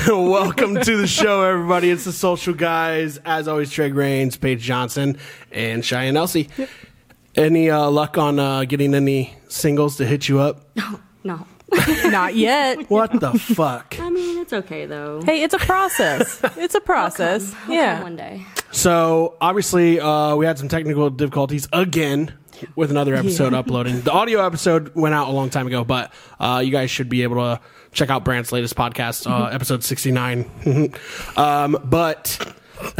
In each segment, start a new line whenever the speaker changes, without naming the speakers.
Welcome to the show, everybody. It's the Social Guys. As always, Trey Grains, Paige Johnson, and Cheyenne Elsie. Any uh, luck on uh, getting any singles to hit you up?
No.
Not yet.
What the fuck?
I mean, it's okay though.
Hey, it's a process. It's a process.
I'll come
yeah.
One day.
So obviously, uh, we had some technical difficulties again with another episode uploading. The audio episode went out a long time ago, but uh, you guys should be able to check out Brandt's latest podcast,
Mm-hmm.
uh, episode sixty nine. um, but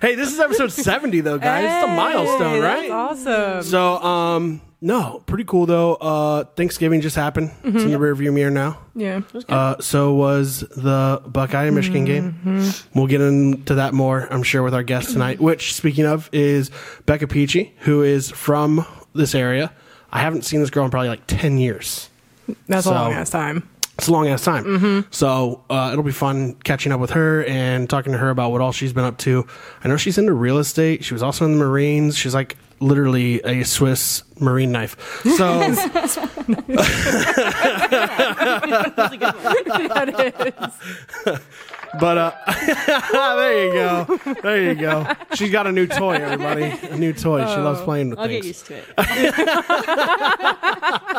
hey, this is episode seventy though, guys. it's a milestone,
Hey,
right?
That's awesome.
So, um, no, pretty cool though. Uh, Thanksgiving just happened.
Mm-hmm.
It's in the rearview mirror now.
Yeah.
Uh, so was the Buckeye and Michigan game. We'll get into that more, I'm sure, with our guest tonight. Which, speaking of, is Becca Peachy, who is from this area. I haven't seen this girl in probably like ten years.
That's
so-
a long ass time.
It's a long ass time.
Mm-hmm.
So uh, it'll be fun catching up with her and talking to her about what all she's been up to. I know she's into real estate. She was also in the Marines. She's like literally a Swiss Marine knife. So. But uh, there you go, there you go. She's got a new toy, everybody. A new toy. She loves playing with
Oh, I'll get
things.
used to it.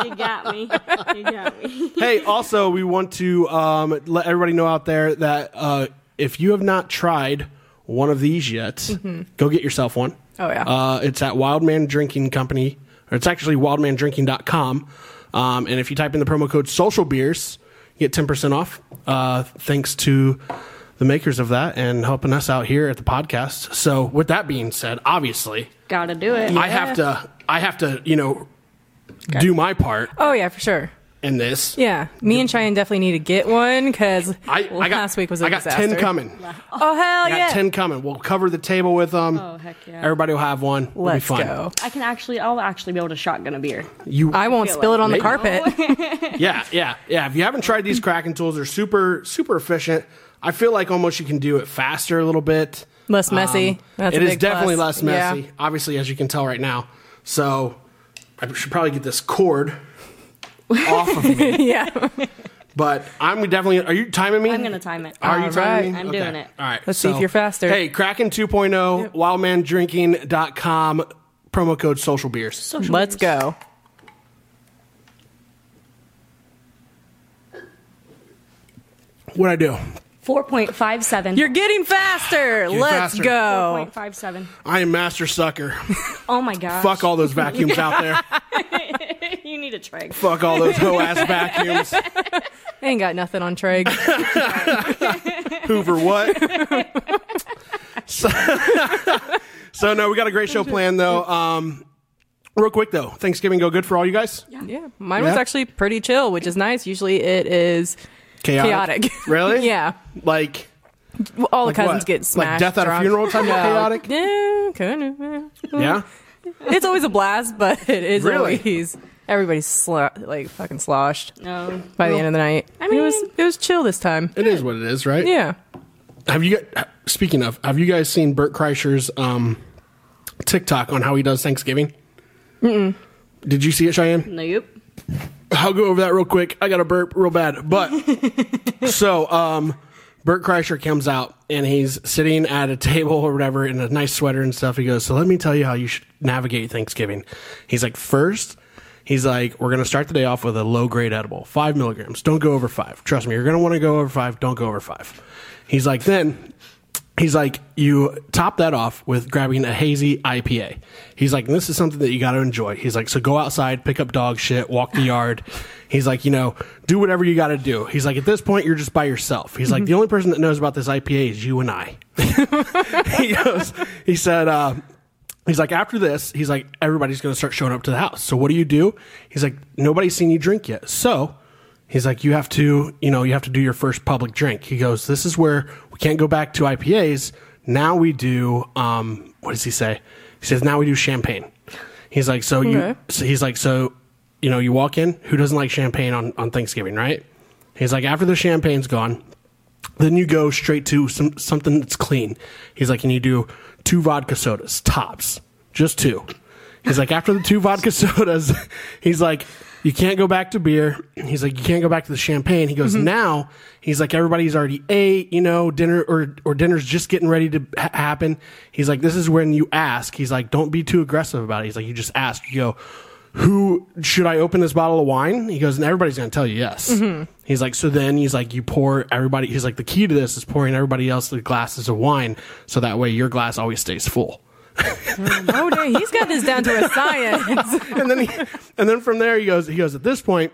you got me. You got me.
hey, also, we want to um, let everybody know out there that uh, if you have not tried one of these yet, go get yourself one.
Mm-hmm. Oh, yeah.
Uh, it's at Wildman Drinking Company, or it's actually wildmandrinking.com. Um, and if you type in the promo code social beers, you get 10% off. Uh, thanks to the makers of that and helping us out here at the podcast. So, with that being said, obviously,
Gotta do it.
I have to, I have to, you know, do my part
Oh yeah, for sure.
in this.
Yeah, me and Cheyenne definitely need to get one because
I, I got,
last week was a
I got
disaster.
ten coming.
Oh hell
I got
yeah!
ten coming. We'll cover the table with them.
Oh, heck yeah.
Everybody will have one. It'll
Let's
be fun.
go.
I can actually. I'll actually be able to shotgun a beer.
You,
I won't
Feel
spill
like- Oh,
it
Maybe.
on the carpet.
yeah, yeah, yeah. If you haven't tried these cracking tools, they're super, super efficient. I feel like almost you can do it faster a little bit. Um,
Less messy. That's
it
a
is
big
definitely
plus.
less messy, obviously, as you can tell right now. So I should probably get this cord off of me.
Yeah.
But I'm definitely. Are you timing me?
I'm gonna time it. Uh,
Are you
All
timing
right.
me?
I'm
Okay.
doing it.
All right.
Let's see if you're faster.
Hey, Kraken oh, 2.0, wildmandrinking.com, promo code social beers.
Social
Let's
beers.
go.
What I do?
Four point five seven.
You're getting faster.
Getting
Let's
faster.
four
go.
point five seven.
I am master sucker.
Oh my gosh.
Fuck all those vacuums out there.
you need a trig.
Fuck all those hoe ass vacuums.
Ain't got nothing on Treg.
Hoover what? so, so no, we got a great show planned though. Um, real quick though, Thanksgiving go good for all you guys.
yeah, mine was
Yeah.
actually pretty chill, which is nice. Usually it is chaotic.
Really?
yeah.
Like
All
like
the cousins
what?
get
Like
smashed.
death at a
drunk.
funeral type of chaotic.
Yeah, kind of.
Yeah.
It's always a blast, but it is
Really?
always everybody's slo- like fucking sloshed
No.
by the end of the night.
I mean-
it was it was chill this time.
It is what it is, right?
Yeah.
Have you got, speaking of, have you guys seen Bert Kreischer's um, TikTok on how he does Thanksgiving? Mm-mm. Did you see it, Cheyenne?
Nope.
I'll go over that real quick. I got a burp real bad. But so, um, Bert Kreischer comes out and he's sitting at a table or whatever in a nice sweater and stuff. He goes, So let me tell you how you should navigate Thanksgiving. He's like, First, he's like, We're going to start the day off with a low grade edible, five milligrams. Don't go over five. Trust me, you're going to want to go over five. Don't go over five. He's like, Then He's like, you top that off with grabbing a hazy IPA. He's like, this is something that you got to enjoy. He's like, so go outside, pick up dog shit, walk the yard. He's like, you know, do whatever you got to do. He's like, at this point, you're just by yourself. He's like, the only person that knows about this IPA is you and I. he goes, he said, uh, He's like, after this, he's like, everybody's going to start showing up to the house. So what do you do? He's like, nobody's seen you drink yet. So he's like, you have to, you know, you have to do your first public drink. He goes, this is where we can't go back to IPAs. Now we do, um, what does he say? He says, now we do champagne. He's like, so you,
Okay.
so he's like, so, you know, you walk in, who doesn't like champagne on, on Thanksgiving, right? He's like, after the champagne's gone, then you go straight to some something that's clean. He's like, and you do two vodka sodas tops, just two. He's like, after the two vodka sodas, he's like, you can't go back to beer. He's like, you can't go back to the champagne. He goes, now, he's like, everybody's already ate, you know, dinner or, or dinner's just getting ready to ha- happen. He's like, this is when you ask. He's like, don't be too aggressive about it. He's like, you just ask, you go, who should I open this bottle of wine? He goes, and everybody's going to tell you yes. He's like, so then he's like, you pour everybody. He's like, the key to this is pouring everybody else the glasses of wine. So that way your glass always stays full.
Oh, dang, he's got this down to a science.
and then he, and then from there he goes he goes at this point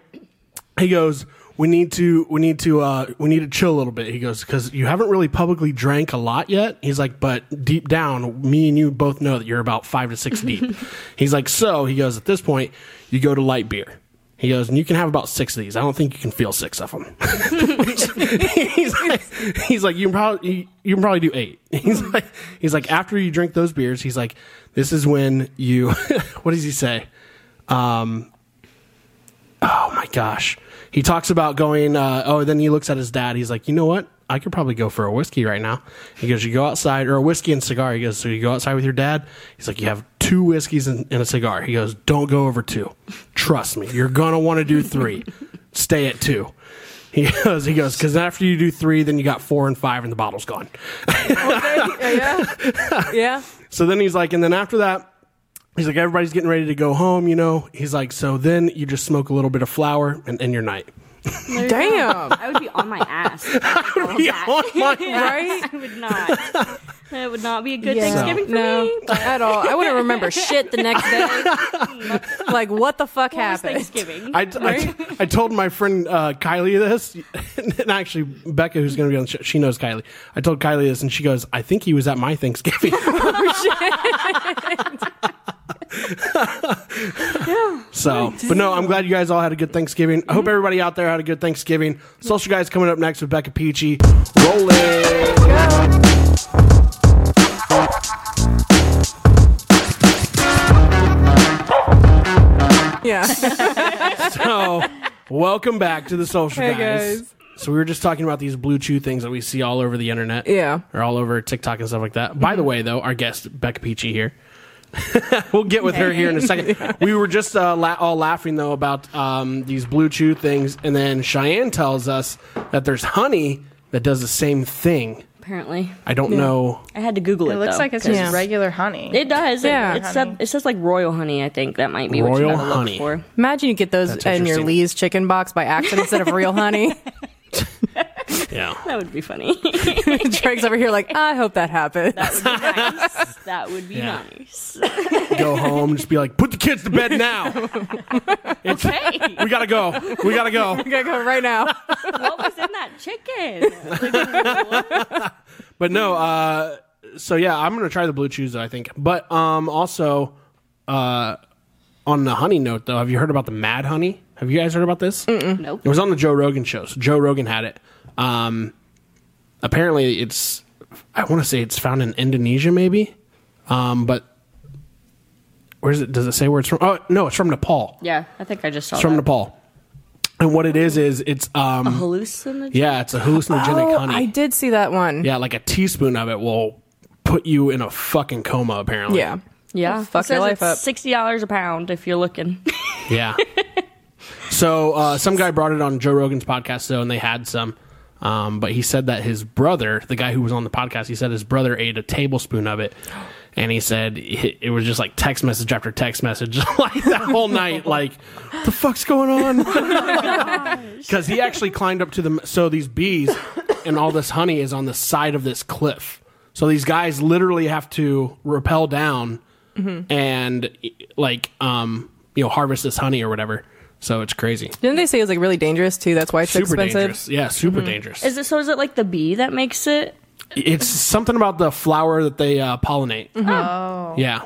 he goes we need to we need to uh, we need to chill a little bit he goes because you haven't really publicly drank a lot yet he's like but deep down me and you both know that you're about five to six deep he's like so he goes at this point you go to light beer he goes, and you can have about six of these. I don't think you can feel six of them. he's, like, he's like, you can probably you, you can probably do eight. He's like, he's like, after you drink those beers, he's like, this is when you. what does he say? Oh my gosh. He talks about going, uh, oh, then he looks at his dad. He's like, you know what? I could probably go for a whiskey right now. He goes, you go outside, or a whiskey and cigar. He goes, so you go outside with your dad? He's like, you have two whiskeys and, and a cigar. He goes, don't go over two. Trust me, you're going to want to do three. Stay at two. He goes, he goes, because after you do three, then you got four and five, and the bottle's gone.
yeah. Yeah.
So then he's like, and then after that, he's like, everybody's getting ready to go home, you know? He's like, so then you just smoke a little bit of flour and end your night.
Damn.
I would be on my ass. if I did all of
Be
that.
on my-
Right?
I would not. That would not be a good
Yeah.
Thanksgiving for
No,
me.
at all. I wouldn't remember shit the next day. like, what the fuck
What was
happened?
Thanksgiving.
I, I- I told my friend uh, Kylie this, and actually Becca, who's going to be on the show, she knows Kylie. I told Kylie this, and she goes, "I think he was at my Thanksgiving." so, but no, I'm glad you guys all had a good Thanksgiving. I hope everybody out there had a good Thanksgiving. Social guys coming up next with Becca Peachy. Roll it.
Yeah.
So, welcome back to the social
Hey,
guys.
guys.
So we were just talking about these blue chew things that we see all over the internet,
Yeah. Mm-hmm.
or all over TikTok and stuff like that. By the way, though, our guest Becca Peachy here. we'll get with her here in a second. We were just uh, la- all laughing though about um, these blue chew things, and then Cheyenne tells us that there's honey that does the same thing.
Apparently,
I don't know.
I had to Google it.
It looks
though,
like it's
'cause-
just
Yeah.
regular honey.
It does. Yeah.
Yeah.
It, it, said, it says like royal honey. I think that might be what you
Royal
gotta look
honey.
for.
Imagine you get those
That's
in your
interesting.
Lee's chicken box by accident instead of real honey.
Yeah,
That would be funny.
Drake's over here like, I hope that happens.
that would be
Yeah.
nice.
go home, just be like, put the kids to bed now. It's-
Hey,
We gotta go. We gotta go.
I gotta go right now.
what was in that chicken?
But no, uh, so yeah, I'm gonna try the blue chews. I think, but um, also uh, on the honey note though, have you heard about the Mad Honey? Have you guys heard about this?
Nope.
It was on the Joe Rogan show. So Joe Rogan had it. Um, apparently, it's I want to say it's found in Indonesia, maybe, um, but where is it? Does it say where it's from? Oh no, it's from Nepal.
Yeah, I think I just saw
It's from
that.
Nepal. And what it is is it's um
hallucinogen.
yeah, it's a hallucinogenic honey.
Oh, I did see that one.
Yeah, like a teaspoon of it will put you in a fucking coma, apparently.
Yeah.
Yeah,
Fuck
It says
your life
it's
up.
Sixty dollars a pound if you're looking.
Yeah. so uh, some guy brought it on Joe Rogan's podcast, though, and they had some. Um, but he said that his brother, the guy who was on the podcast, he said his brother ate a tablespoon of it. And he said it it was just like text message after text message, like that whole night. Like, the fuck's going on? Because he actually climbed up to the. So these bees and all this honey is on the side of this cliff. So these guys literally have to rappel down and e, like um you know harvest this honey or whatever. So it's crazy.
Didn't they say it was like really dangerous too? That's why it's
super
expensive.
dangerous. Yeah, super dangerous.
Is it so? Is it like the bee that makes it?
It's something about the flower that they uh, pollinate.
oh.
Yeah.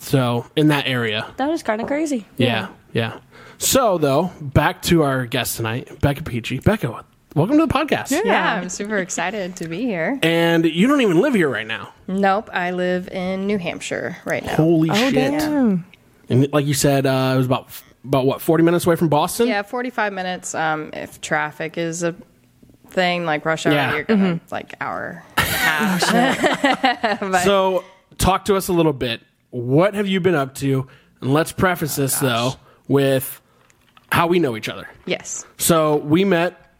So in that area.
That is kind of crazy.
Yeah. Yeah. So though, back to our guest tonight, Becca Peachy. Becca, welcome to the podcast.
Yeah, I'm super excited to be here.
And you don't even live here right now.
Nope, I live in New Hampshire right now.
Holy shit! And like you said, uh, it was about about what forty minutes away from Boston.
Yeah, 45 minutes. Um, if traffic is a thing like rush hour,
Yeah. Mm-hmm.
you're gonna like hour. and a half.
So, talk to us a little bit. What have you been up to? And let's preface this though with how we know each other.
Yes.
So we met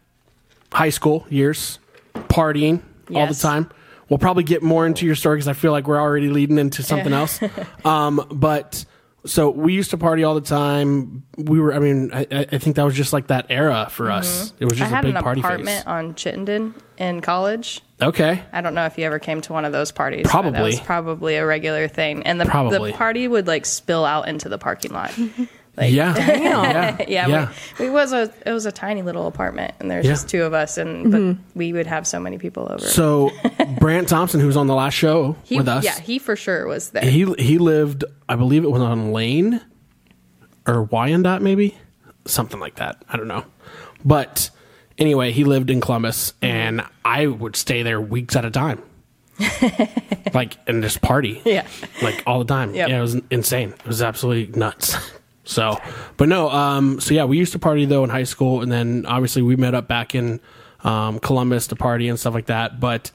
high school years, partying all the
Yes.
time. We'll probably get more into your story because I feel like we're already leading into something else. Um, but so we used to party all the time. We were, I mean, I, I I think that was just like that era for us. It was
Mm-hmm. I
just a
had
big
an
party
apartment
phase.
on Chittenden in college.
Okay.
I don't know if you ever came to one of those parties. but
Probably.
that was probably a regular thing, and the
Probably.
the party would like spill out into the parking lot.
yeah. yeah.
yeah,
Yeah.
We, we was a it was a tiny little apartment, and there's
Yeah. Mm-hmm.
just two of us, and but we would have so many people over.
So Brant Thompson, who was on the last show
he,
with us,
yeah, he for sure was there.
he he lived i believe it was on lane or wyandotte maybe something like that i don't know but anyway he lived in columbus and i would stay there weeks at a time like and just party
Yeah.
like all the time
Yep.
yeah it was insane it was absolutely nuts so but no um so yeah we used to party though in high school and then obviously we met up back in um, columbus to party and stuff like that but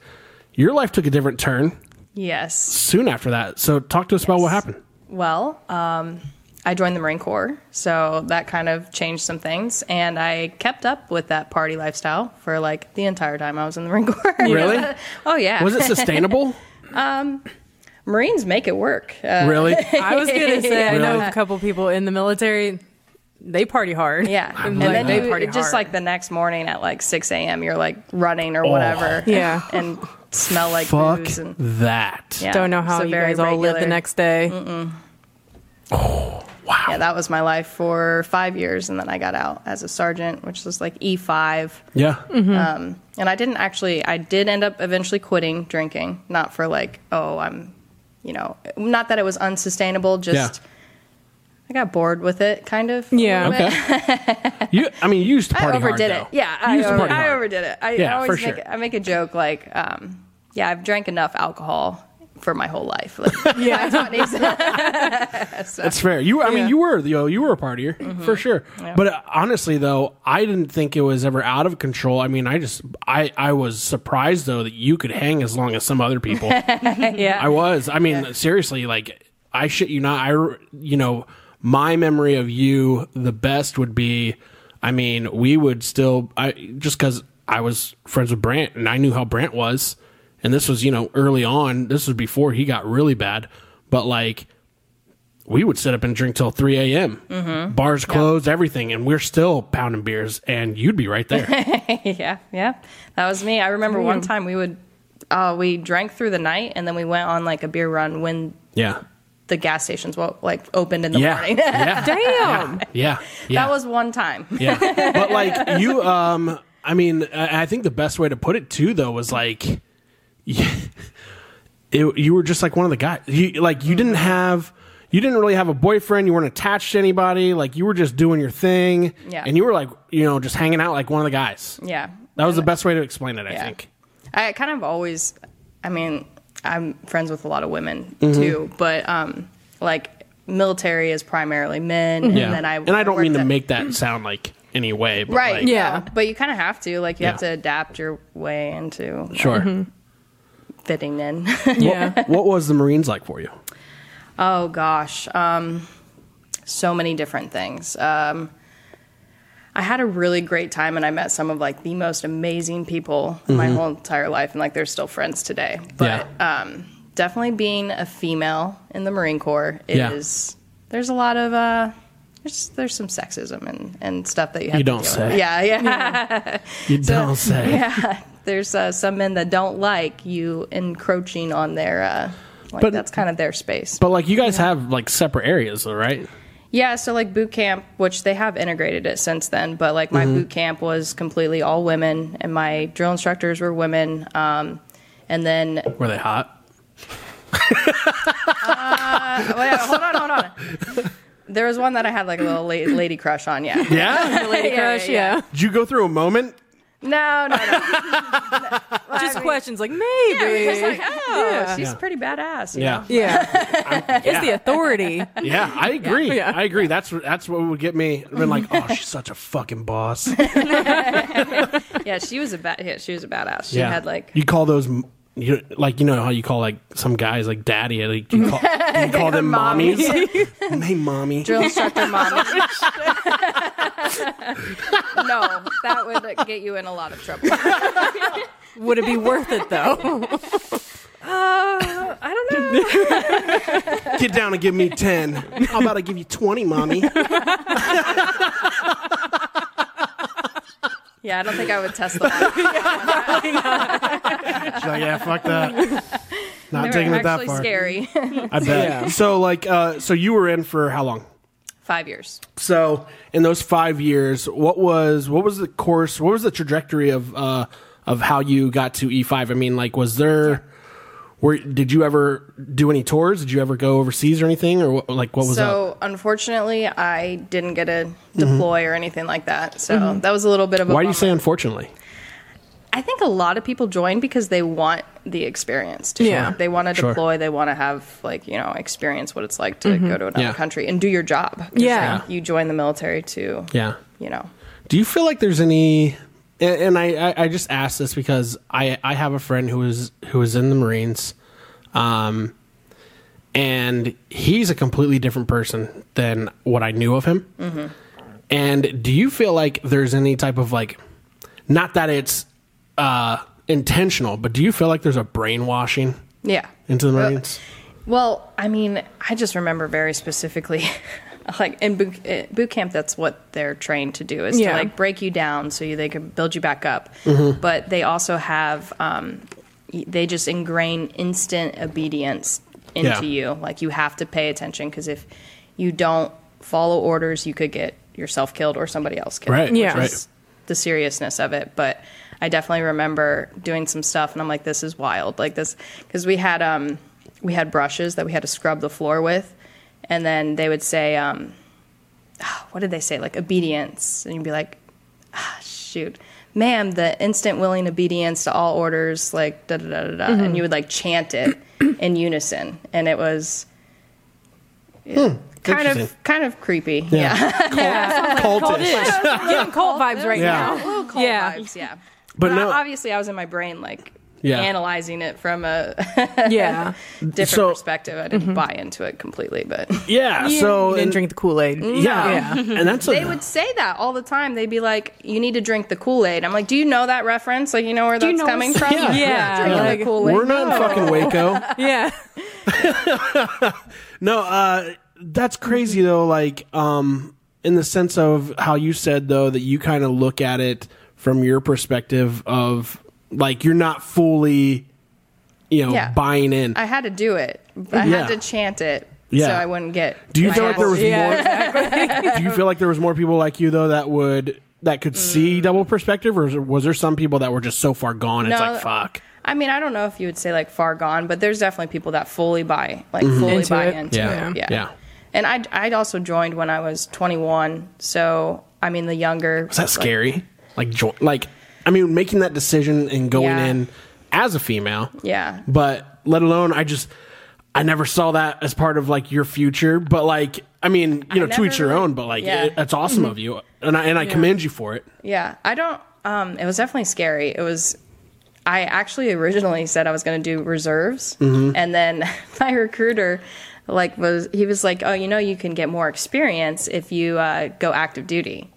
your life took a different turn
yes.
soon after that. So talk to us about what happened.
Well, um, I joined the Marine Corps, so that kind of changed some things, and I kept up with that party lifestyle for like the entire time I was in the Marine Corps.
Really?
oh yeah.
Was it sustainable?
Marines make it work. Uh,
really?
I was gonna say I know
Really?
a couple people in the military. They party hard.
Yeah,
I'm
and
like,
then
they
you,
party
just
hard.
like the next morning at like six a.m. You're like running or whatever.
Yeah.
and smell like
Oh. Fuck
booze and
that.
yeah,
don't know
it's
how
a
you
very
guys all live the
regular-
next day.
Wow.
Yeah, that was my life for five years, and then I got out as a sergeant, which was like E five.
yeah.
Um, and I didn't actually. I did end up eventually quitting drinking, not for like, oh, I'm, you know, not that it was unsustainable. Just I got bored with it, kind of. a
Yeah.
little bit.
Okay. you. I mean, you used to party
I overdid
hard,
it.
though.
Yeah,
You
I,
used to
over,
party
I
hard.
overdid it. I,
Yeah, for
I always
sure.
make I make a joke like, um, yeah, I've drank enough alcohol for my whole life. Like, yeah,
That's fair. You. I mean,
Yeah.
you were you, know, you were a partier
Mm-hmm.
for sure. But uh, honestly, though, I didn't think it was ever out of control. I mean, I just I I was surprised though that you could hang as long as some other people. I
yeah.
was. I mean, seriously, like I shit you not. I re- you know my memory of you the best would be. I mean, we would still. I just because I was friends with Brant and I knew how Brant was, and this was you know early on. This was before he got really bad, but like. We would sit up and drink till 3 a.m.
Mm-hmm.
Bars closed, everything, and we're still pounding beers, and you'd be right there.
yeah, yeah. That was me. I remember one time we would uh, we drank through the night and then we went on like a beer run when
yeah.
the gas stations well like opened in the
Yeah.
morning.
Yeah.
Damn.
Yeah. yeah.
that was one time.
yeah but like you um i mean i I think the best way to put it too though was like y- it, you were just like one of the guys you like you
Mm-hmm.
didn't have you didn't really have a boyfriend you weren't attached to anybody like you were just doing your thing
Yeah.
and you were like you know just hanging out like one of the guys
Yeah.
that was the best way to explain it i
Yeah.
think
I kind of always, I mean, I'm friends with a lot of women
Mm-hmm.
too, but um, like military is primarily men,
yeah
and then I
don't
worked
mean to
at-
make that sound like any way but
right,
like,
Yeah.
yeah, but you kind of have to, like, you have
Yeah.
to adapt your way into
sure
Mm-hmm. fitting in.
Yeah.
what was the marines like for you
oh gosh, um, so many different things. Um, I had a really great time, and I met some of like the most amazing people my
Mm-hmm.
whole entire life, and like they're still friends today. But um, definitely being a female in the Marine Corps
Yeah.
is there's a lot of uh, there's there's some sexism and and stuff that you have
You
to
don't
deal
say.
With. Yeah, yeah.
you don't say
There's uh, some men that don't like you encroaching on their. Uh, like
But-
that's kind of their space.
but like you guys have like separate areas though right
Yeah, so like boot camp, which they have integrated it since then, but like
Mm-hmm.
my boot camp was completely all women, and my drill instructors were women. Um, and then,
were they hot
oh, yeah, hold on, hold on. There was one that I had like a little la- lady crush on. Yeah,
Yeah.
Lady crush, Uh, yeah.
Did you go through a moment?
no, no, no.
Just questions like maybe.
Just like, oh,
Yeah.
she's pretty badass. you know?
yeah. it's the authority.
Yeah, I agree.
Yeah.
I agree. That's what- that's what would get me. I've been like, oh, she's such a fucking boss.
yeah, she was a ba- yeah, she was a badass. She had like
you call those m- you like you know how you call like some guys like daddy. Like you call You call them mommies. hey, mommy.
drill instructor mom. no, that would get you in a lot of trouble.
Would it be worth it though?
I don't know.
Get down and give me 10. How about I give you 20, mommy?
Yeah, I don't think I would test the water.
She's like, yeah, fuck that. Not taking it that
actually
far.
scary.
I bet.
Yeah. So, like, uh, so you were in for how long?
Five years.
So, in those five years, what was what was the course? What was the trajectory of uh, of how you got to E five? I mean, like, was there? Were, did you ever do any tours? Did you ever go overseas or anything, or what, like what was up?
So unfortunately, I didn't get to deploy or anything like that. So that was a little bit of a.
Why do you
bummer.
say unfortunately?
I think a lot of people join because they want the experience. To
Yeah.
They want to
Sure.
deploy. They want to have like you know experience what it's like to go to another
Yeah.
country and do your job. 'Cause,
Yeah.
like, you join the military to.
Yeah.
You know.
Do you feel like there's any? And, and I, I, I just asked this because I, I have a friend who is who is in the Marines, um, and he's a completely different person than what I knew of him.
Mm-hmm.
And do you feel like there's any type of like, not that it's uh, intentional, but do you feel like there's a brainwashing
Yeah.
into the
Well,
Marines?
Well, I mean, I just remember very specifically, like in boot, eh, boot camp, that's what they're trained to do is
Yeah.
to like break you down so you, they can build you back up. But they also have, um, y- they just ingrain instant obedience into
Yeah.
you. Like you have to pay attention because if you don't follow orders, you could get yourself killed or somebody else killed
Right,
Yeah.
right.
just the seriousness of it. But I definitely remember doing some stuff, and I'm like, this is wild. Like this, because we had um, we had brushes that we had to scrub the floor with, and then they would say, um, ah, what did they say? Like obedience, and you'd be like, ah, shoot. Ma'am, the instant willing obedience to all orders, like da da da da da,
Mm-hmm.
and you would like chant it in unison, and it was kind
Interesting.
of kind of creepy.
Cult-
Called
cultish.
it. Getting cult vibes right
Yeah.
now.
little cold
Yeah.
vibes, yeah.
But
But,
no-
I- obviously, I was in my brain like
Yeah.
analyzing it from a
Yeah. Mm-hmm.
different
So-
perspective. I didn't buy into it completely, but
Yeah. So
you didn't
and-
drink the Kool Aid.
Yeah. And that's a,
they would say that all the time. They'd be like, "You need to drink the Kool Aid." I'm like, "Do you know that reference? Like, you know where that's
you know
coming
what's-
from?"
Yeah.
Yeah.
Drinking
Like,
the Kool Aid.
we're not in fucking Waco.
Yeah.
No, uh, that's crazy though. Like, um, in the sense of how you said though that you kind of look at it from your perspective of like you're not fully, you know,
Yeah.
buying in.
I had to do it. I
Yeah.
had to chant it so
Yeah.
I wouldn't get.
do you
my
feel like there
ass
was
beat.
more? do you feel like there was more people like you though that would that could see double perspective, or was there some people that were just so far gone? It's
No.
like fuck.
I mean, I don't know if you would say like far gone, but there's definitely people that fully buy, like fully
Into
buy
it.
into
Yeah.
it. Yeah.
Yeah.
And I I also joined when I was 21, so I mean the younger.
Is that scary? Like, jo- like, I mean, making that decision and going
Yeah.
in as a female.
Yeah.
But let alone, I just, I never saw that as part of like your future. But like, I mean, you know, to
never
each your
really-
own. But like,
Yeah.
it, that's awesome of you, and I and I commend you for it.
Yeah, I don't. Um, it was definitely scary. It was. I actually originally said I was going to do reserves, and then my recruiter, like, was he was like, "Oh, you know, you can get more experience if you uh, go active duty."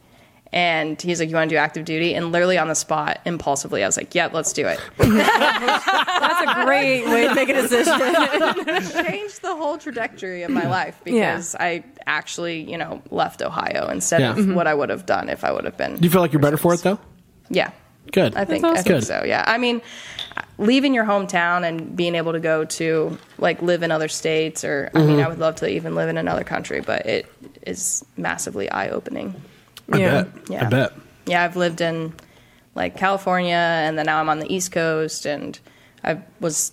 And he's like, "You want to do active duty?" And literally on the spot, impulsively, I was like, "Yep, let's do it."
That's a great way to make a decision.
changed the whole trajectory of my life because I actually, you know, left Ohio instead
Yeah.
of
Mhm.
what I would have done if I would have been.
Do you feel like you're better for it though?
Yeah.
Good.
I think I
Good.
think so. Yeah. I mean, leaving your hometown and being able to go to like live in other states or I
Mm-hmm.
mean, I would love to even live in another country, but it is massively eye-opening.
I
Yeah.
bet. I
Yeah.
bet.
Yeah, I've lived in like California and then now I'm on the East Coast and I was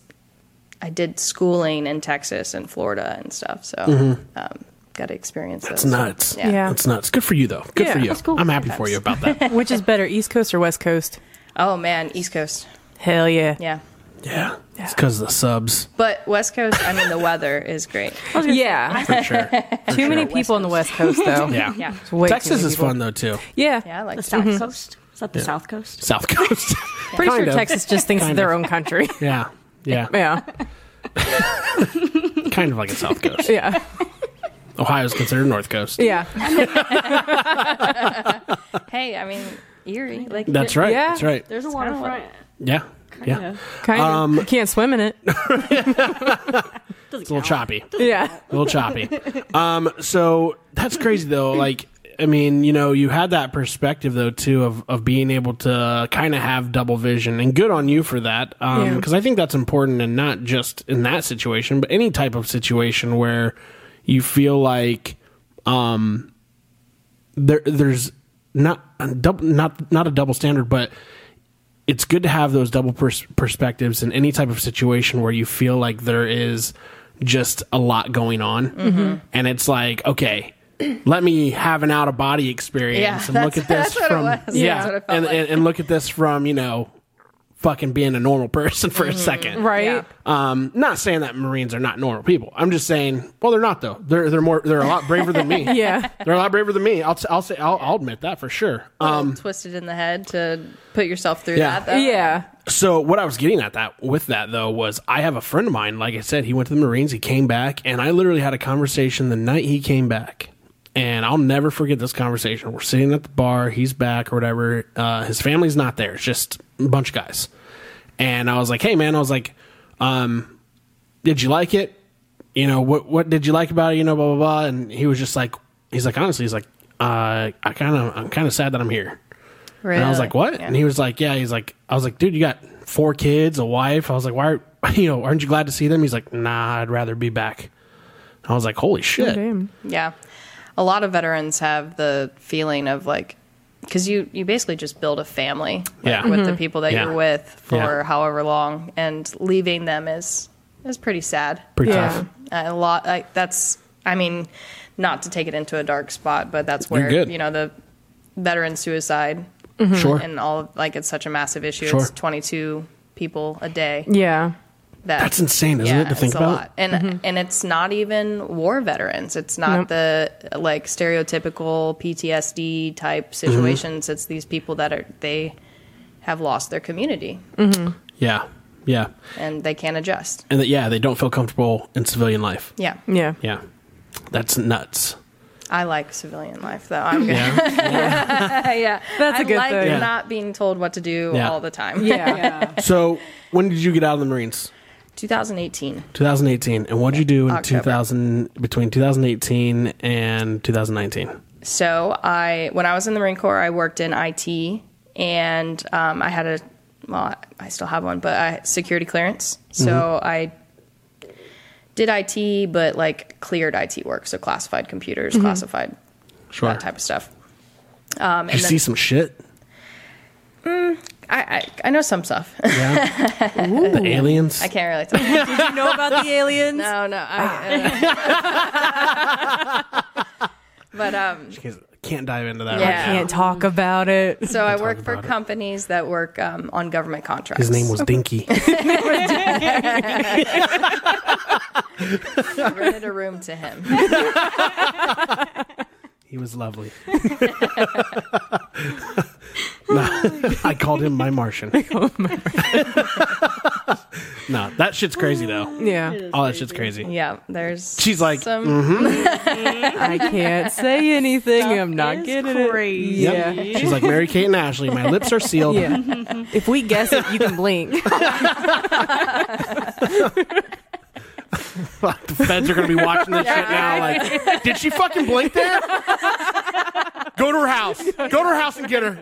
I did schooling in Texas and Florida and stuff, so um, got to experience
It's
those.
Mm-hmm. nuts.
Yeah.
Yeah.
It's nuts. Good for you though. Good
Yeah,
for you.
that's cool.
I'm happy for you about that.
Which is better, East Coast or West Coast?
Oh man, East Coast.
Hell yeah.
Yeah.
yeah. It's because the subs
But West Coast, I mean the weather is great.
Yeah.
for sure.
Too many people on the West Coast, though.
Yeah.
Yeah.
It's way too
Texas
many
is
people.
fun though too.
Yeah.
Yeah, I like
The
South
South Coast? Is that the South Coast?
South Coast.
Pretty
Kind
sure
of.
Texas just thinks it's their own country.
Yeah. Yeah.
Yeah.
kind of like a South Coast.
Yeah.
Ohio's considered North Coast.
Yeah.
Hey, I mean Erie, like
That's right.
Yeah.
That's right.
There's a waterfront.
Yeah. yeah.
Yeah.
Kind of.
Um,
you can't swim in it.
It's a little choppy.
Yeah.
a little choppy. Um, so that's crazy though. Like, I mean, you know, you had that perspective though too of of being able to kind of have double vision, and good on you for that. Because
Yeah.
I think that's important, and not just in that situation, but any type of situation where you feel like um, there there's not a double not not a double standard, but it's good to have those double pers- perspectives in any type of situation where you feel like there is just a lot going on
Mm-hmm.
and it's like okay let me have an out of body
Yeah,
experience and
that's-
look at this
that's what it
from
was.
yeah
That's what it felt
and,
like.
and, and look at this from you know fucking being a normal person for
Mm-hmm.
a second
Right.
Yeah.
um not saying that marines are not normal people i'm just saying well they're not though they're they're more they're a lot braver than me
Yeah.
they're a lot braver than me i'll t- i'll say I'll, I'll admit that for sure um
twisted in the head to put yourself through
Yeah.
that. Though.
Yeah.
So what I was getting at that with that though was I have a friend of mine. Like I said, he went to the Marines. He came back, and I literally had a conversation the night he came back, and I'll never forget this conversation. We're sitting at the bar. He's back or whatever. Uh, his family's not there. It's just a bunch of guys. And I was like, hey man, I was like, um, did you like it? You know what? What did you like about it? You know, blah blah blah. And he was just like, he's like, honestly, he's like, uh, I kind of, I'm kind of sad that I'm here. And I was like, "What?" And he was like, "Yeah." He's like, "I was like, dude, you got four kids, a wife." I was like, "Why? Are, you know, aren't you glad to see them?" He's like, "Nah, I'd rather be back." I was like, "Holy shit!"
Yeah. A lot of veterans have the feeling of like, because you, you basically just build a family like,
Yeah.
with the people that
Yeah.
you're with for
Yeah.
however long, and leaving them is is pretty sad.
Pretty
Yeah.
tough.
a lot like that's i mean not to take it into a dark spot but that's
You're
where
good. Mm-hmm.
you know the veteran suicide
Sure.
and all of, like it's such a massive issue
Sure.
it's 22 people a day
Yeah.
that
That's insane, isn't it? To think
it's
about.
a lot. and and it's not even war veterans it's not
Mm-hmm. Nope.
the like stereotypical ptsd
Mm-hmm.
type situations it's these people that are they have lost their community
Mm.
Yeah, yeah,
and they can't adjust
and that, yeah, they don't feel comfortable in civilian life.
yeah
Yeah.
Yeah, that's nuts.
i like civilian life though i'm good
Yeah,
yeah,
That's a
a
good
like
thing.
Yeah.
Not being told what to do
Yeah.
all the time.
Yeah.
so when did you get out of the Marines?
2018.
2018, and what'd you do in
October.
2000 between 2018 and 2019?
So I, when I was in the Marine Corps, I worked in IT, and um, I had a, well, I still have one, but I security clearance. So
Mm-hmm.
I did IT, but like cleared IT work, so classified computers,
Mm-hmm.
classified
Sure.
that type of stuff. Um,
you
and
see
then
some shit.
I, I, I know some stuff.
Yeah, the aliens.
I can't really tell.
Did you know about the aliens?
no, no. I, but um,
Can't dive into that.
Yeah.
right now.
Can't talk about it.
So I work for
about it.
companies that work um, on government contracts.
His name was Dinky.
I rented a room to him.
he was lovely. No, I called him my Martian. no, that shit's crazy though.
Yeah.
All that shit's crazy.
Yeah, there's.
She's like, mm-hmm.
some.
I can't say anything. I'm not getting
crazy.
it. Yeah.
Yep. She's like Mary Kate and Ashley. My lips are sealed.
Yeah. if we guess it, you can blink.
Fuck, the feds are gonna be watching this shit now. Like, did she fucking blink there? Go to her house. Go to her house and get her.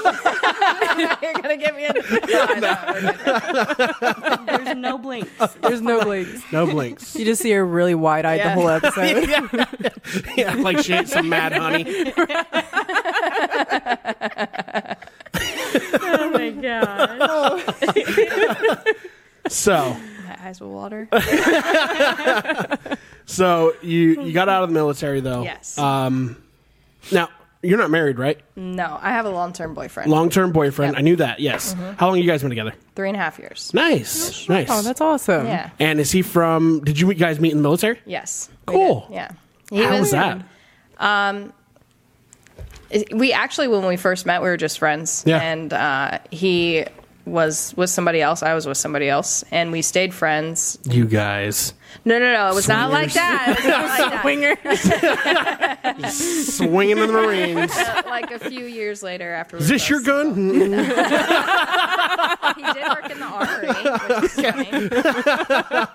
You're gonna get me. In- no, I know, we're good.
There's no blinks.
There's no blinks.
No blinks.
You just see her really wide eyed the
Yeah.
whole episode.
Yeah, like she ate some mad honey.
oh my god.
So.
My eyes will water.
So you you got out of the military though.
Yes. Mm-hmm.
Um, now you're not married, right?
No, I have a long-term boyfriend.
Long term boyfriend. I knew that. Yes. How long you guys been together?
Three and a half years.
Nice. Nice.
Oh, that's awesome.
Yeah.
and is he from? Did you guys meet in the military?
Yes. we
Cool.
did, Yeah. He
How was that?
we actually when we first met we were just friends
Yeah.
and uh, he was with somebody else i was with somebody else and we stayed friends
You guys.
no no no it was not like
Swingers.
that it was not like that
Winger.
Swinging in the Marines.
But, Uh, like a few years later after we
Is this
both-
your gun?
he did work in the armory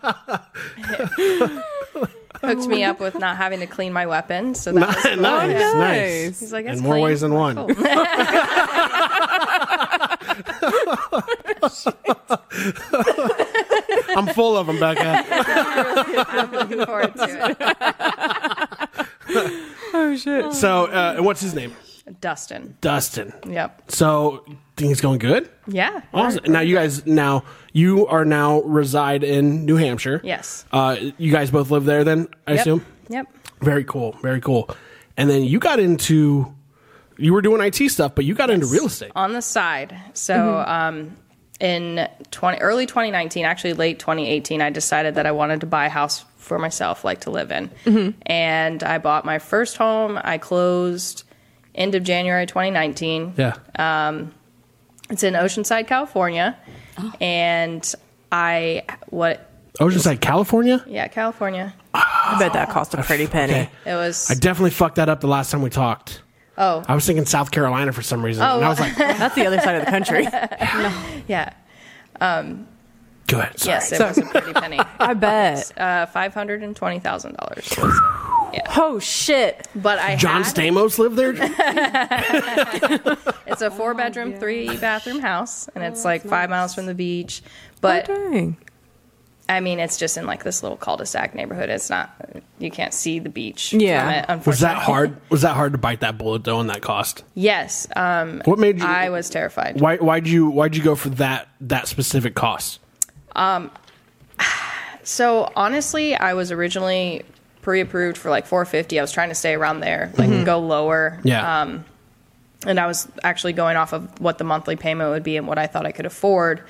which is funny. hooked me up with not having to clean my weapon so that was
nice, nice.
he's like
In
"It's
more
clean."
ways than one. I'm full of them, Becca.
i'm looking forward to it
Oh shit.
So, uh, what's his name?
dustin
Dustin.
yep
So, think it's going good?
yeah
Awesome. Now, you guys, now, you are now reside in New Hampshire.
yes
Uh, you guys both live there then, I
Yep.
assume?
yep
Very cool. Very cool. And then you got into, you were doing IT stuff, but you got into real estate.
on the side. So
Mm-hmm.
um, in 20, early 2019, actually late 2018, I decided that I wanted to buy a house for myself, like to live in.
Mm-hmm.
And I bought my first home. I closed end of January 2019.
Yeah.
It's in Oceanside, California,
Oh.
and I what
Oceanside, California?
yeah California.
I bet that cost a pretty penny.
It was
I definitely fucked that up the last time we talked.
oh
I was thinking South Carolina for some reason. and I was like,
That's the other side of the country.
yeah
good. Sorry.
yes it was a pretty penny.
I bet.
Uh, five hundred and twenty thousand dollars,
Oh shit.
but I
John
had-
Stamos lived there?
It's a four bedroom, three bathroom house, and it's like five miles from the beach. But
Oh, Dang.
I mean, it's just in like this little cul-de-sac neighborhood. It's not you can't see the beach.
Yeah.
from it, unfortunately.
Was that hard? Was that hard to bite that bullet though on that cost?
Yes, um,
What made you
I was terrified.
why why'd you why'd you go for that that specific cost?
So honestly, I was originally pre-approved for like 450. I was trying to stay around there, like go lower.
Mm-hmm. Yeah.
Um, and I was actually going off of what the monthly payment would be and what I thought I could afford.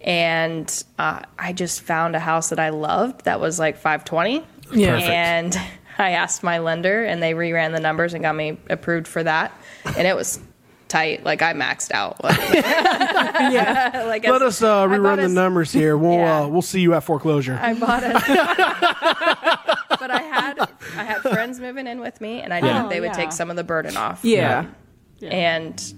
And uh, I just found a house that I loved that was like 520.
Yeah.
Perfect.
And I asked my lender, and they reran the numbers and got me approved for that. And it was tight. Like I maxed out. Like,
Yeah.
like
Let us uh,
I bought
rerun the
us-
numbers here. We'll
Yeah.
uh, we'll see you at foreclosure.
I bought it. but I had I had friends moving in with me, and I knew
Yeah.
that they would
Oh, yeah.
take some of the burden off.
Yeah.
and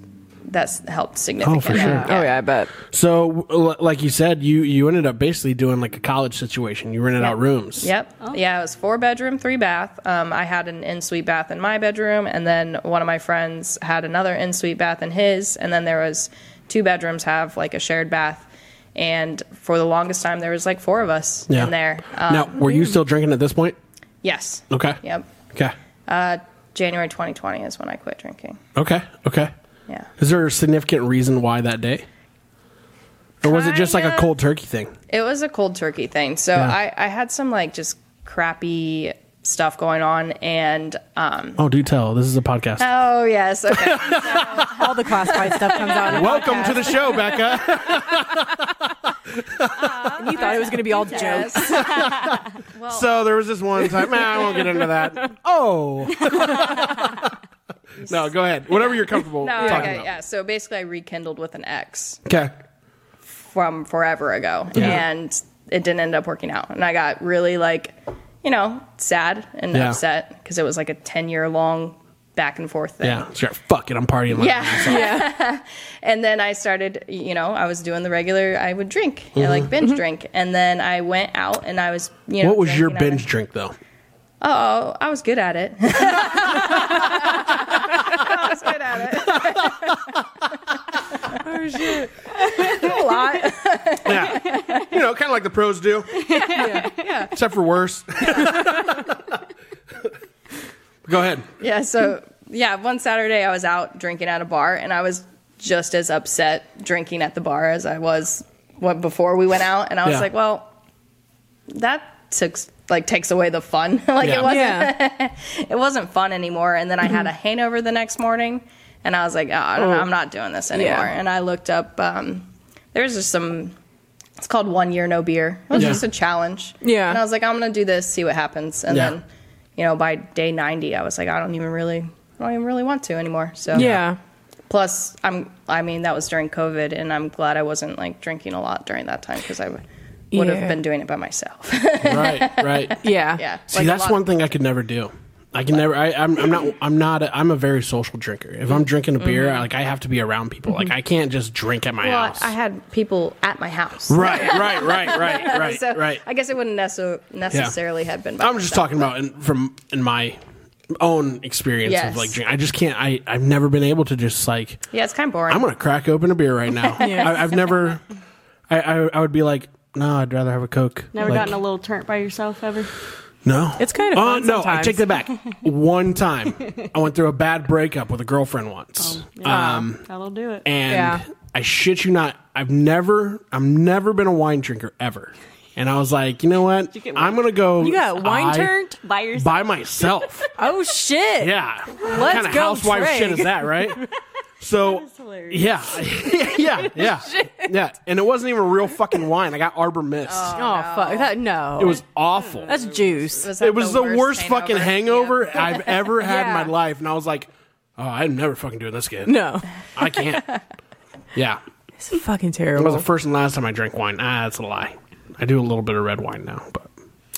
that's helped significantly.
sure.
Oh yeah, I bet.
so l- like you said, you you ended up basically doing like a college situation. You rented out rooms.
Yep. Yeah, it was four bedroom, three bath. Um, I had an in suite bath in my bedroom, and then one of my friends had another in suite bath in his, and then there was two bedrooms have like a shared bath. And for the longest time, there was like four of us
Yeah.
in there. Um,
now, were you still drinking at this point?
Yes.
Okay.
Yep.
Okay.
Uh, January 2020 is when I quit drinking.
Okay. Okay.
Yeah.
Is there a significant reason why that day? Or was it just like
Kind
a
of.
cold turkey thing?
It was a cold turkey thing. So
Yeah.
I, I had some like just crappy stuff going on. And, um,
Oh, do tell. This is a podcast.
oh, yes. Okay.
All the classified stuff comes out.
Welcome to the show, Becca.
And you thought it was gonna be all jokes.
so there was this one time. Nah, I won't get into that. Oh. no, go ahead. Whatever you're comfortable
No,
talking
Oh, okay,
about.
yeah. So basically, I rekindled with an ex
Okay.
from forever ago,
Yeah.
and it didn't end up working out. And I got really like, you know, sad and
Yeah.
upset because it was like a ten year long back and forth thing.
Yeah. Sure. Fuck it. I'm partying. Like
Yeah. and then I started, you know, I was doing the regular. I would drink, you know, like binge drink, and then I went out and I was, you know,
Mm-hmm. What was your
drinking out of-
binge drink though?
Oh, I was good at it. I was good at it.
Oh shit.
A lot.
Yeah. you know, kind of like the pros do. Except for worse. go ahead.
Yeah, so yeah, one Saturday I was out drinking at a bar and I was just as upset drinking at the bar as I was what before we went out and I was
Yeah.
like, well, that took like takes away the fun. like
Yeah.
it wasn't
Yeah.
it wasn't fun anymore and then I had a hangover the next morning and I was like, oh, I don't know, I'm not doing this anymore.
Yeah.
And I looked up um there's just some it's called one year no beer. It was
Yeah.
just a challenge.
Yeah.
And I was like, I'm gonna do this, see what happens. And
Yeah.
then, you know, by day ninety I was like, I don't even really I don't even really want to anymore. So
Yeah.
Plus, I'm. I mean, that was during COVID, and I'm glad I wasn't like drinking a lot during that time because I would would
Yeah.
have been doing it by myself.
right, right.
Yeah.
yeah.
See,
like a
that's
lot-
one thing I could never do. I can never. I, I'm, I'm not. I'm not. A, I'm a very social drinker. If I'm drinking a beer, I, like I have to be around people. Like I can't just drink at my
Mm-hmm. Well, I-
house.
I had people at my house.
right, right, right, right, right,
So
right.
I guess it wouldn't necessar- necessarily have been. By
I'm just
myself.
talking about in, from in my own experience of
Yes.
like drink. I just can't. I I've never been able to just like.
Yeah, it's kind of boring.
I'm gonna crack open a beer right now. I, I've never. I, I I would be like. No, I'd rather have a Coke.
Never
Like,
gotten a little turnt by yourself ever.
No,
It's kind of
Uh,
fun
no, I
sometimes.
take that back. One time, I went through a bad breakup with a girlfriend once, um,
That'll do it.
and
Oh, Yeah.
I shit you not, I've never, I've never been a wine drinker ever. And I was like, you know what?
you get wine?
I'm gonna go.
You got wine
I-
turned?
by yourself.
by myself.
Oh shit.
Yeah, what
Let's
kind of
go
housewife
drink.
shit is that, right? So
hilarious.
yeah, yeah, yeah, yeah. And it wasn't even real fucking wine. I got Arbor Mist.
Oh fuck. That no.
It was awful.
that's juice.
Was that
It was the, worst, fucking hangover
Yeah.
I've ever had
Yeah.
in my life, and I was like, "Oh, I'm never fucking doing this again.
no.
I can't." yeah,
It's fucking
it was
terrible.
the first and last time I drank wine. Ah, that's a lie. I do a little bit of red wine now, but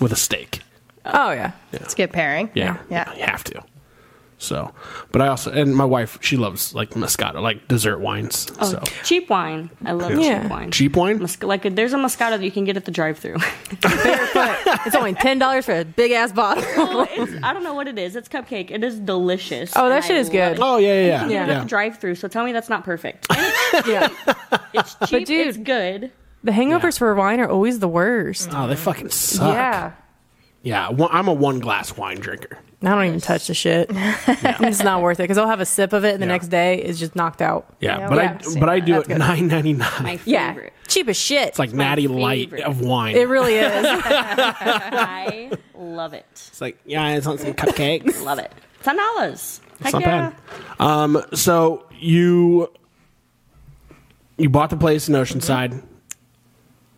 with a steak.
oh yeah.
Let's get pairing.
Yeah,
Yeah.
you have to. So, but I also and my wife, she loves like Moscato, like dessert wines.
Oh,
So
cheap wine. I love
Yeah.
cheap wine.
cheap wine.
Mosca- like there's a Moscato that you can get at the drive-through.
It's only ten dollars for a big ass bottle.
I don't know what it is. It's cupcake. It is delicious.
Oh, that
and
shit
I
is
love
good.
it.
Oh yeah, yeah,
You
yeah.
can get it at
yeah.
the drive-through. So tell me that's not perfect.
yeah.
It's cheap.
dude-
it's good.
The hangovers for wine are always the worst.
Oh, they fucking suck.
Yeah.
yeah. one- I'm a one glass wine drinker.
I don't even touch the shit. It's not worth it because I'll have a sip of it and the
Yeah.
next day it's just knocked out.
Yeah,
Yeah,
but
yeah, I've
I
seen
but I do
That's
it
good.
nine ninety nine.
My
It's
Yeah.
favorite.
Cheap as shit. It's
like natty light
favorite.
of wine.
it really is.
I love it.
It's like, yeah, I want some cupcakes.
Love it. Tanalas. Heck
it's not
yeah.
bad. Um, so you you bought the place in Oceanside,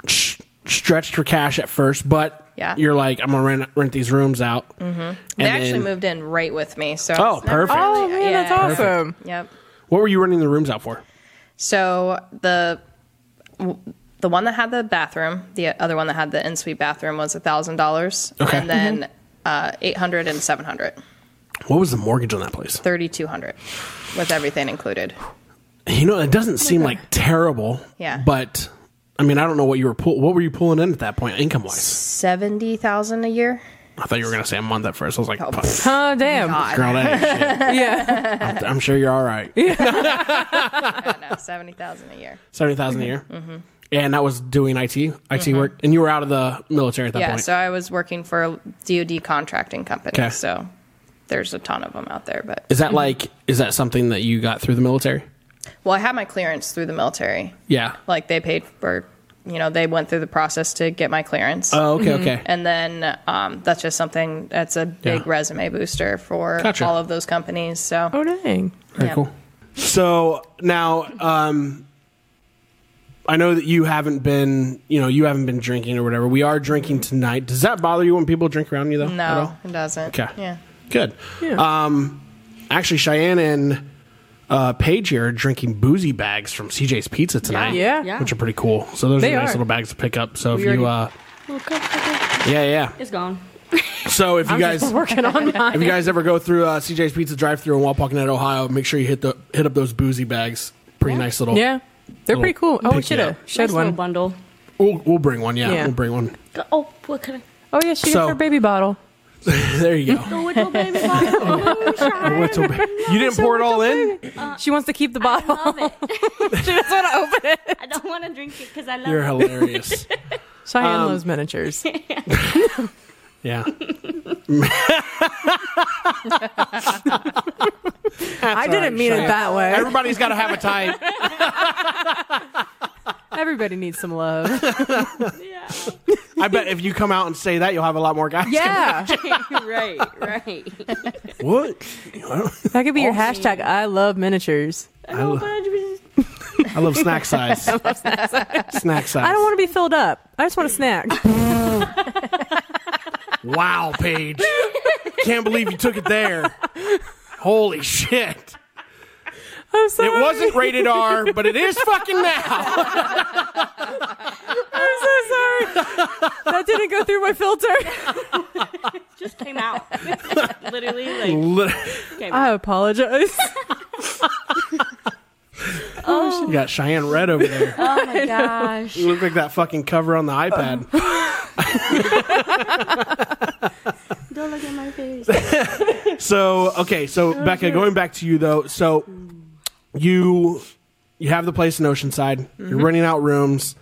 Sh- stretched for cash at first, but
Mm-hmm. Yeah.
you're like, I'm gonna rent, rent these rooms out. Mm-hmm.
They actually moved in right with me. So
Oh, perfect.
oh man, that's
Yeah.
awesome.
Yep.
What were you renting the rooms out for?
So the the one that had the bathroom, the other one that had the ensuite bathroom was a thousand dollars,
Okay. Mm-hmm.
and then uh, eight hundred and seven hundred,
What was the mortgage on that place?
thirty two hundred, with everything included.
You know, it doesn't seem like terrible.
Yeah.
but. I mean, I don't know what you were pull- what were you pulling in at that point, income wise.
Seventy thousand a year.
I thought you were gonna say a month at first. I was like,
pff.
Oh damn.
God,
girl, that ain't shit.
Yeah.
I'm, I'm sure you're all right.
no, seventy thousand a year.
seventy thousand a year,
Mm-hmm.
and that was doing IT, IT work, and you were out of the military at that
yeah,
point.
so I was working for a DoD contracting company.
'Kay.
So there's a ton of them out there, but
is that like is that something that you got through the military?
well, I had my clearance through the military.
Yeah.
Like they paid for, you know, they went through the process to get my clearance.
oh, okay, okay.
mm-hmm. and then um, that's just something that's a big
Yeah.
resume booster for
Gotcha.
all of those companies. So
Oh dang.
Very
yeah.
cool. So now, um, I know that you haven't been, you know, you haven't been drinking or whatever. We are drinking tonight. Does that bother you when people drink around you though? At
no,
all?
it doesn't.
Okay.
Yeah.
Good. Uh, Oh.
Yeah.
Um, Actually, Cheyenne and uh, Paige here are drinking boozy bags from CJ's Pizza tonight.
Yeah. Yeah.
Which are pretty cool. So those
They
are nice
are.
little bags to pick up. So if
already-
you, uh,
Little cupcake.
yeah, yeah.
It's gone.
So if you guys
working on mine.
if you guys ever go through uh, CJ's Pizza drive through in Wapakoneta, Ohio, make sure you hit the hit up those boozy bags. Pretty nice little.
Yeah. They're pretty cool. Oh,
Pick
we
it
should have
up.
showed
nice little
one.
bundle.
We'll, we'll bring one. Yeah,
Yeah.
we'll bring one.
Go- Oh, what can I?
Oh yeah, she
So-
got her baby bottle.
There you go.
The little baby bottle. Moonshine.
What's so bad? you didn't pour it all in.
she wants to keep the
I
bottle.
love it.
she doesn't want to open it.
I don't want to drink it because I love
You're
it.
hilarious.
Cheyenne loves miniatures.
Yeah.
I didn't mean it that way.
Everybody's got to have a type.
Everybody needs some love.
I bet if you come out and say that, you'll have a lot more guys.
Yeah.
right, right.
What?
That could be your hashtag I love miniatures.
I, lo- I love snack size. snack size.
I don't want to be filled up. I just want a snack.
Wow, Paige. Can't believe you took it there. Holy shit.
I'm sorry.
It wasn't rated R, but it is fucking now.
I'm so sorry. that didn't go through my filter.
Just came out. Literally, like,
Lit-
came out.
I apologize.
you got Cheyenne Red over there.
Oh my gosh.
You look like that fucking cover on the iPad.
Don't look at my face.
So okay, so Becca, going back to you though, so you you have the place in Oceanside, you're
Mm-hmm.
renting out rooms.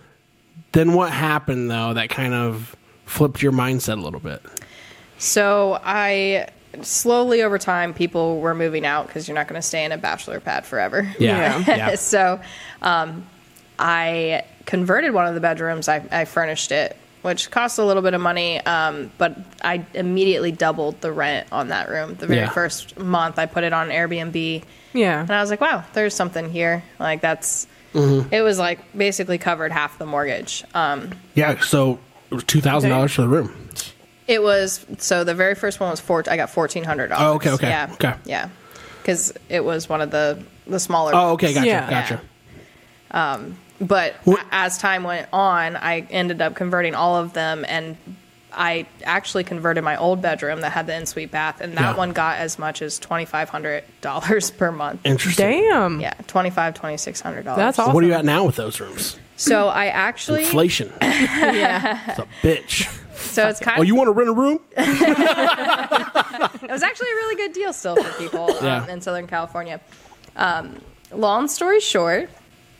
Then what happened though that kind of flipped your mindset a little bit?
So I slowly over time, people were moving out because you're not going to stay in a bachelor pad forever.
Yeah. Yeah. Yeah.
so um, I converted one of the bedrooms. I, I furnished it, which cost a little bit of money, um, but I immediately doubled the rent on that room. The very
Yeah.
first month, I put it on Airbnb. And
yeah.
I was like, wow, there's something here. Like, that's.
Mm-hmm.
It was like basically covered half the mortgage. Um,
Yeah, so it was two thousand dollars for the room.
It was so the very first one was four. I got fourteen hundred dollars.
Oh, okay, okay,
yeah,
okay.
yeah, because it was one of the the smaller.
Oh, okay, gotcha,
Yeah.
gotcha.
But
What-
as time went on, I ended up converting all of them, and I actually converted my old bedroom that had the ensuite bath, and that
Yeah.
one got as much as twenty five hundred dollars per month.
Interesting.
Damn.
Yeah, twenty five, twenty six hundred dollars.
That's
What are you
awesome.
at now with those rooms?
So I actually,
Inflation. yeah. It's a bitch.
so it's kind
Oh,
of
you want to rent a room?
it was actually a really good deal still for people
Yeah.
um, in Southern California. Um, long story short,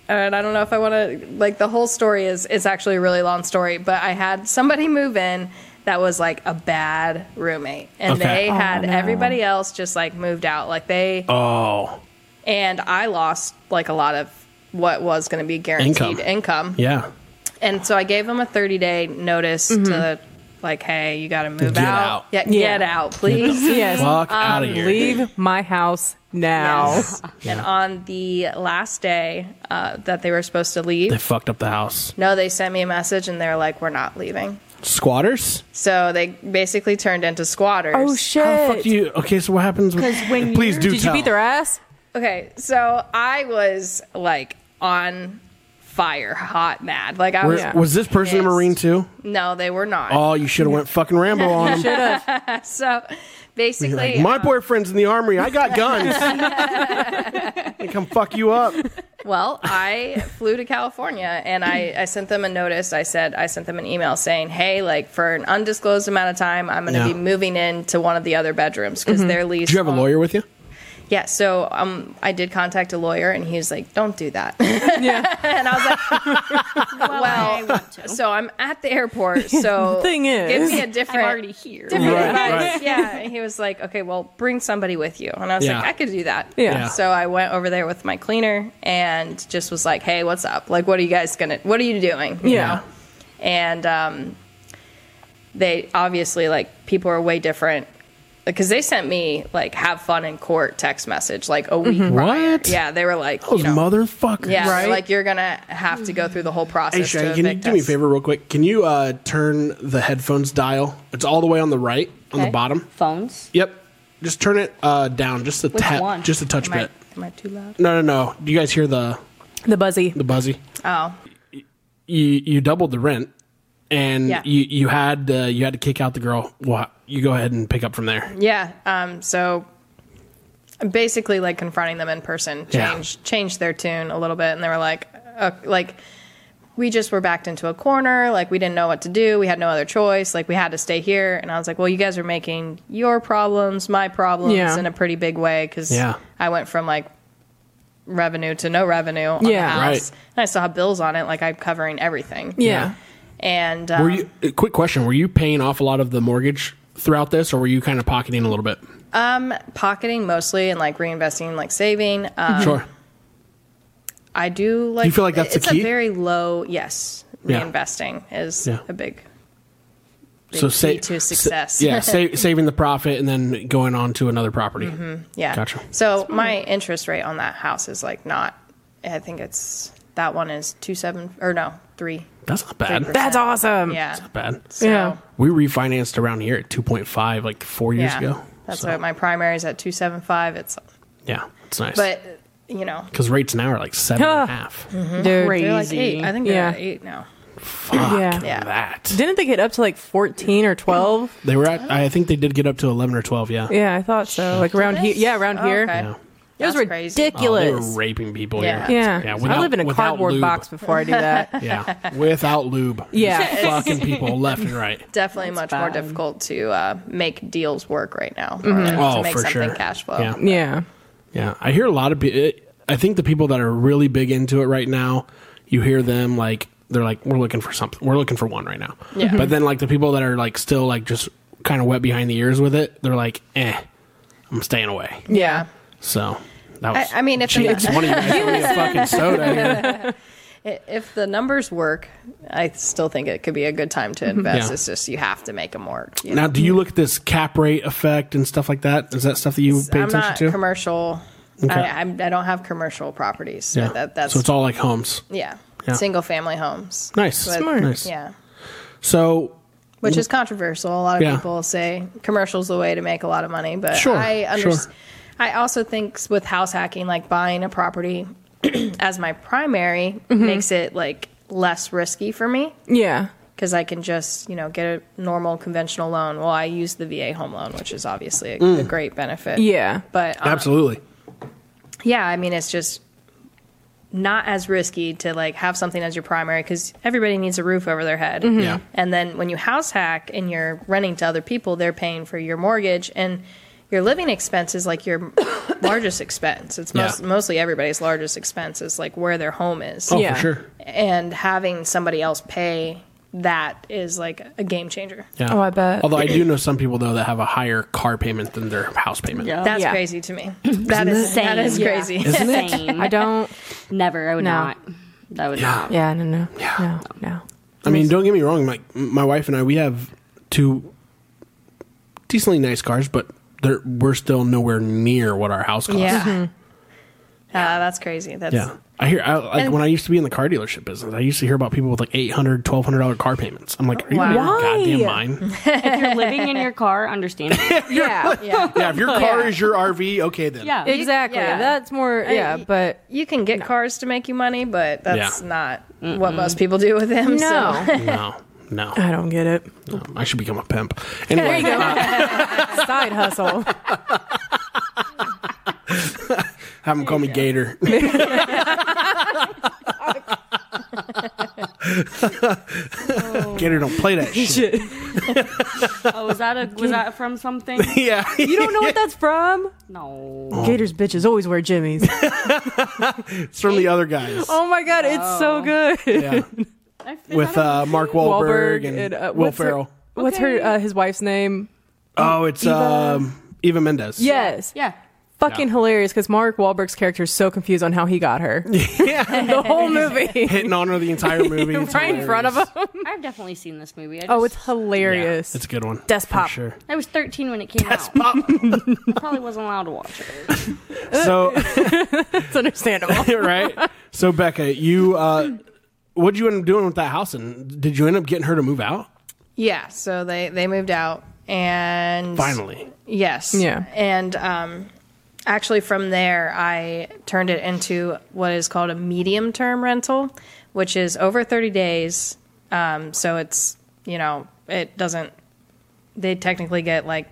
and I don't know if I want to like the whole story is it's actually a really long story, but I had somebody move in that was like a bad roommate, and
Okay.
they
Oh,
had everybody else just like moved out, like they
Oh,
and I lost like a lot of what was going to be guaranteed
Income.
income.
yeah.
And so I gave him a 30 day notice to like, hey, you got to move
Get
out.
out.
Yeah,
Yeah.
get out, please.
Yes. Um,
Fuck out of here.
Leave my house now.
Yes. And on the last day uh, that they were supposed to leave,
They fucked up the house.
no, they sent me a message and they're like, "We're not leaving."
Squatters.
So they basically turned into squatters.
Oh shit.
How the fuck do you? Okay, so what happens? Because
when
please
you're-
do
Did you
tell.
beat their ass?
Okay, so I was like on fire, hot mad. Like I
Were-
was.
Yeah.
Was this person a
Pissed.
marine too?
No, they were not.
Oh, you should have went fucking Rambo on him.
so
You're
basically,
like, My
uh,
boyfriend's in the armory. I got guns. they come fuck you up.
Well, I flew to California and I, I sent them a notice. I said I sent them an email saying, "Hey, like for an undisclosed amount of time, I'm going to
Yeah. Mm-hmm.
be moving into one of the other bedrooms because their lease."
Do you have a lawyer with you?
Yeah, so um, I did contact a lawyer and he was like, "Don't do that." and I was like,
Well, I want to.
"So I'm at the airport. So
Thing is-
give me a
I'm
different."
already here.
different
Right,
advice.
right.
Yeah, and he was like, "Okay, well, bring somebody with you." And I was
Yeah.
like, "I could do that."
Yeah. Yeah.
So I went over there with my cleaner and just was like, "Hey, what's up? Like, what are you guys gonna? What are you doing?" You
Yeah.
know? And um, they obviously like people are way different because they sent me like "Have fun in court" text message like a week. prior.
Mm-hmm. What?
Yeah, they were like,
Those
you know,
motherfuckers.
yeah, they're
Right?
like you're gonna have to go through the whole
Hey,
process.
Shane,
to
can you
evict
do me a
us.
favor, real quick? Can you uh, turn the headphones dial? It's all the way on the right, on the
Okay.
bottom.
Phones.
Yep. Just turn it uh, down, just a
Which
tap,
one?
just a touch
Am I,
bit.
am I too loud?
No, no, no. Do you guys hear the
The buzzy.
the buzzy?
Oh,
you you doubled the rent and
Yeah.
you you had uh, you had to kick out the girl well you go ahead and pick up from there
Yeah. Um, so basically, like confronting them in person
Yeah.
changed changed their tune a little bit, and they were like, uh, like we just were backed into a corner. Like we didn't know what to do. We had no other choice. Like we had to stay here. And I was like, well, you guys are making your problems my problems
Yeah.
in a pretty big way because
Yeah.
I went from like revenue to no revenue on
Yeah.
the
Right.
house, and I still have bills on it. Like I'm covering everything.
Yeah.
And um,
were you uh, quick question were you paying off a lot of the mortgage throughout this or were you kind of pocketing a little bit
um, pocketing mostly and like reinvesting, like saving. Um,
sure
I do like.
you feel like that's the
it's
key?
a very low. Yes,
Yeah.
reinvesting is
Yeah.
a big.
so
key
save
to success.
yeah sa- saving the profit and then going on to another property
Mm-hmm. Yeah.
Gotcha.
So my interest rate on that house is like not. I think it's that one is two seven or no three.
that's not bad
Three
that's
That's
Mm.
awesome.
Yeah.
not bad
So,
Yeah.
we refinanced around here at 2.5 like four years
Yeah.
ago
That's what my primary is at 275. It's
Yeah, it's nice.
but you know
because rates now are like seven and a
Huh.
half.
They're
they're like eight. I think they're
yeah.
at eight now.
Fuck
Yeah.
that.
Didn't they get up to like 14 or 12?
They were at. I think they did get up to eleven or twelve. Yeah.
Yeah, I thought so. Like around here. Yeah, around
Oh,
here.
okay.
Yeah.
It was
That's crazy.
Oh,
ridiculous.
they were raping people.
Yeah.
Here.
yeah.
Yeah,
I
without-
live in a
without
cardboard
lube.
box before I do that.
Yeah. Without lube.
Yeah.
Fucking people left and right.
Definitely much more
bad. Mm-hmm.
difficult to uh, make deals work right now. or
Oh,
to make
for
something
sure.
cash flow.
Yeah.
yeah.
Yeah, I hear a lot of people. I think the people that are really big into it right now, you hear them like they're like, "We're looking for something. We're looking for one right now."
Yeah.
But then like the people that are like still like just kind of wet behind the ears with it, they're like, "Eh, I'm staying away."
Yeah. So
So that was.
I- I mean, if the-
it's one of you guys throw me a fucking soda. Here.
i- if the numbers work, I still think it could be a good time to invest.
Mm-hmm. Yeah.
It's just you have to make them work. you know?
Now, do you look at this cap rate effect and stuff like that? Is that stuff that you pay
I'm
attention
not
to?
commercial.
Okay.
I, I'm, I don't have commercial properties. So
yeah.
that, that's
so it's all like homes.
yeah.
Yeah.
Single family homes.
Nice.
But-
Smart. Nice.
Yeah.
So
Which is controversial. A lot of
Yeah.
people say commercials the way to make a lot of money, but
Sure,
I understand.
sure.
I also think s- with house hacking, like buying a property as my primary
Mm-hmm.
makes it like less risky for me
Yeah.
because I can just you know get a normal conventional loan. Well, I use the VA home loan, which is obviously a,
Mm.
a great benefit.
Yeah.
but um,
absolutely.
yeah, I mean, it's just not as risky to like have something as your primary because everybody needs a roof over their head.
Yeah.
And then when you house hack and you're renting to other people, they're paying for your mortgage and your living expense is like your largest expense. It's most,
Yeah.
mostly everybody's largest expense is like where their home is.
Oh,
Yeah.
for sure.
And having somebody else pay that is like a game changer.
Yeah.
Oh, I bet.
Although I do know some people though that have a higher car payment than their house payment. Yeah.
That's
Yeah.
crazy to me. That is that is
Yeah.
crazy.
Isn't it?
Same.
I don't.
Never. I would
No.
not. I would not.
Yeah, no, no. Yeah. No, no.
I mean, don't get me wrong. My my wife and I we have two decently nice cars, but they're, we're still nowhere near what our house costs.
Yeah. Uh, that's crazy. That's
Yeah. I hear I, like
And-
when I used to be in the car dealership business, I used to hear about people with like 800 1200 dollar car payments. I'm like, are you
Wow.
out of
Why?
your goddamn mind?
If you're living in your car, understandable.
Yeah.
yeah, if your car is your RV, okay then.
Yeah.
Exactly.
Yeah.
That's more. Yeah, but
you can get cars to make you money, but that's
Yeah.
not what most people do with them.
no,
No. No,
I don't get it.
no, I should become a pimp. Anyway,
Side hustle.
have them call me Gator. Gator don't play that shit.
Oh, was that a was that from something?
Yeah,
You don't know what that's from?
Oh.
No.
Gators bitches always wear jimmies.
it's from the other guys.
Oh my god, it's so good.
Yeah,
I- is
with
that
uh, Mark Wahlberg, and,
uh,
Will
what's her-
Ferrell.
What's her?
Okay.
Uh, his wife's name?
oh, it's um, Eva Mendes.
Yes.
a- yeah.
Fucking hilarious because Mark Wahlberg's character is so confused on how he got her. the whole movie.
hitting on her the entire movie. It's
right in front of him.
hilarious.
I've definitely seen this movie. I just,
Oh, it's hilarious.
Yeah, it's a good one.
Desk
for
Pop.
sure.
I was 13 when it came out. Probably wasn't allowed to watch it.
So
It's understandable.
right. So Becca, you uh, what'd you end up doing with that house, and did you end up getting her to move out?
Yeah, so they they moved out and
Finally,
Yes.
Yeah.
And um, actually, from there, I turned it into what is called a medium term rental, which is over 30 days. Um, so it's, you know, it doesn't, they technically get like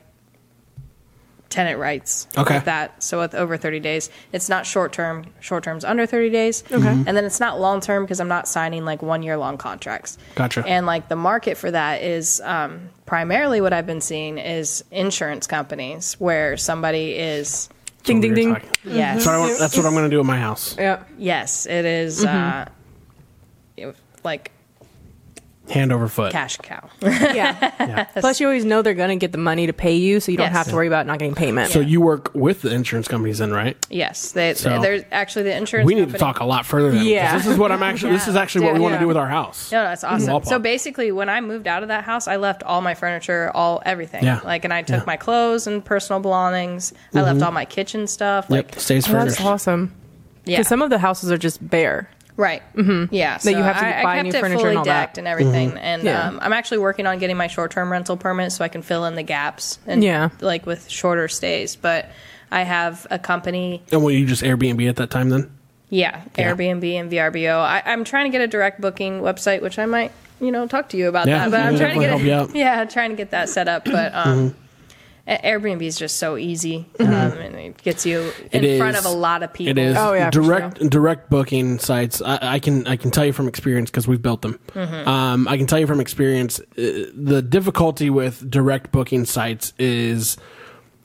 tenant rights
Okay.
with that. So with over 30 days, it's not short term, short term's under 30 days. Okay. And then it's not long term because I'm not signing like one year long contracts.
Gotcha.
And like the market for that is um, primarily what I've been seeing is insurance companies where somebody is
ding ding
We were
ding.
talking.
yes,
So I want, that's what Mm-hmm. I'm going to do at my house.
Yeah.
yes, it is, uh, it- like
Hand over foot.
cash cow.
Yeah. Plus, you always know they're gonna get the money to pay you, so you don't
Yes.
have to worry about not getting payment.
So you work with the insurance companies, then, right?
yes, they,
So-
there's actually the insurance.
we need to
company-
talk a lot further. Than
Yeah.
This is what I'm actually. This is actually what we
Yeah.
want to
Yeah.
do with our house.
No, that's awesome.
Wallpop.
So basically, when I moved out of that house, I left all my furniture, all everything.
Yeah.
Like, and I took
Yeah. Mm-hmm.
my clothes and personal belongings. I left all my kitchen stuff. Like,
Yep. Stays
Oh,
further.
that's awesome.
yeah,
Because some of the houses are just bare.
Right. Mm-hmm. Yeah.
That you have to
I,
buy
I kept
new
it
furniture and
fully
all that.
decked and everything.
Mm-hmm.
And
Yeah.
um, I'm actually working on getting my short-term rental permit so I can fill in the gaps. And,
Yeah.
Like with shorter stays, but I have a company.
And will you just Airbnb at that time then?
Yeah, Airbnb and VRBO. I, I'm trying to get a direct booking website, which I might, you know, talk to you about
Yeah,
that. But I'm
we'll
trying to get
definitely help you out. Mm-hmm.
yeah, trying to get that set up. But um, A- Airbnb is just so easy, um, and it gets you in
It
front
is-
of a lot of people.
It is
Oh, yeah, for
direct direct booking sites. I, I can I can tell you from experience because we've built them.
Mm-hmm.
Um, I can tell you from experience uh, the difficulty with direct booking sites is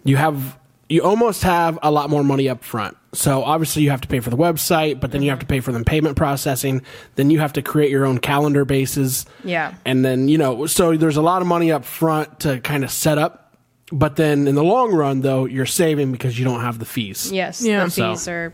you have you almost have a lot more money up front. So obviously you have to pay for the website, but then you have to pay for them payment processing. Then you have to create your own calendar bases.
Yeah.
and then you know so there's a lot of money up front to kind of set up, but then in the long run though you're saving because you don't have the fees.
Yes,
Yeah.
the
So-
fees are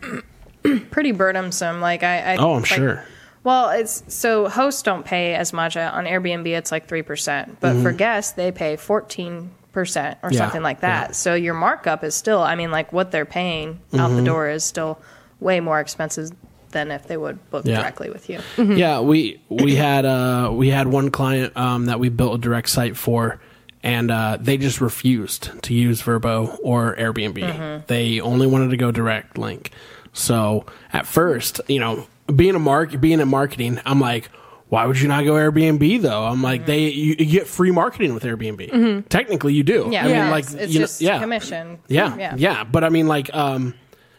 pretty burdensome. Like I, I
Oh, I'm
like-
sure.
Well, it's so hosts don't pay as much Uh, on Airbnb. It's like three percent, but for guests they pay fourteen percent or
Mm-hmm. Yeah,
something like that. So your markup is still, I mean, like what they're paying out
Mm-hmm.
the door is still way more expensive than if they would book
Yeah.
directly with you.
Yeah, we we had uh we had one client um that we built a direct site for and uh they just refused to use Verbo or Airbnb.
Mm-hmm.
They only wanted to go direct link. So at first, you know, being a mark being in marketing, I'm like why would you not go Airbnb though? I'm like
Mm-hmm.
they you, you get free marketing with Airbnb. Technically, you do. I
Yeah,
mean,
yeah,
like
it's, it's
you know-
just commission.
yeah, yeah, But I mean, like, um,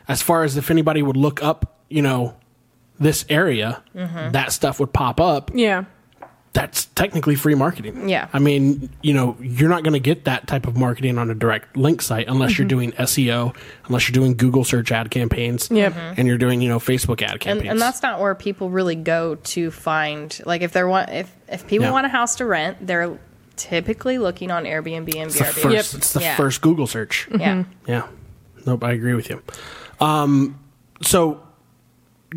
as far as if anybody would look up, you know, this area,
Mm-hmm.
that stuff would pop up.
Yeah.
That's technically free marketing.
Yeah.
I mean, you know, you're not going to get that type of marketing on a direct link site unless
Mm-hmm.
you're doing SEO, unless you're doing Google search ad campaigns,
Yep. Mhm.
and you're doing you know Facebook ad
Mm-hmm. and,
campaigns.
and that's not where people really go to find like if they're want if if people
Yeah.
want a house to rent they're typically looking on airbnb and
it's the
vrbo
first.
Yep.
It's the
Yeah. Mm-hmm.
first Google search.
yeah
Yeah. Nope, I agree with you. Um, so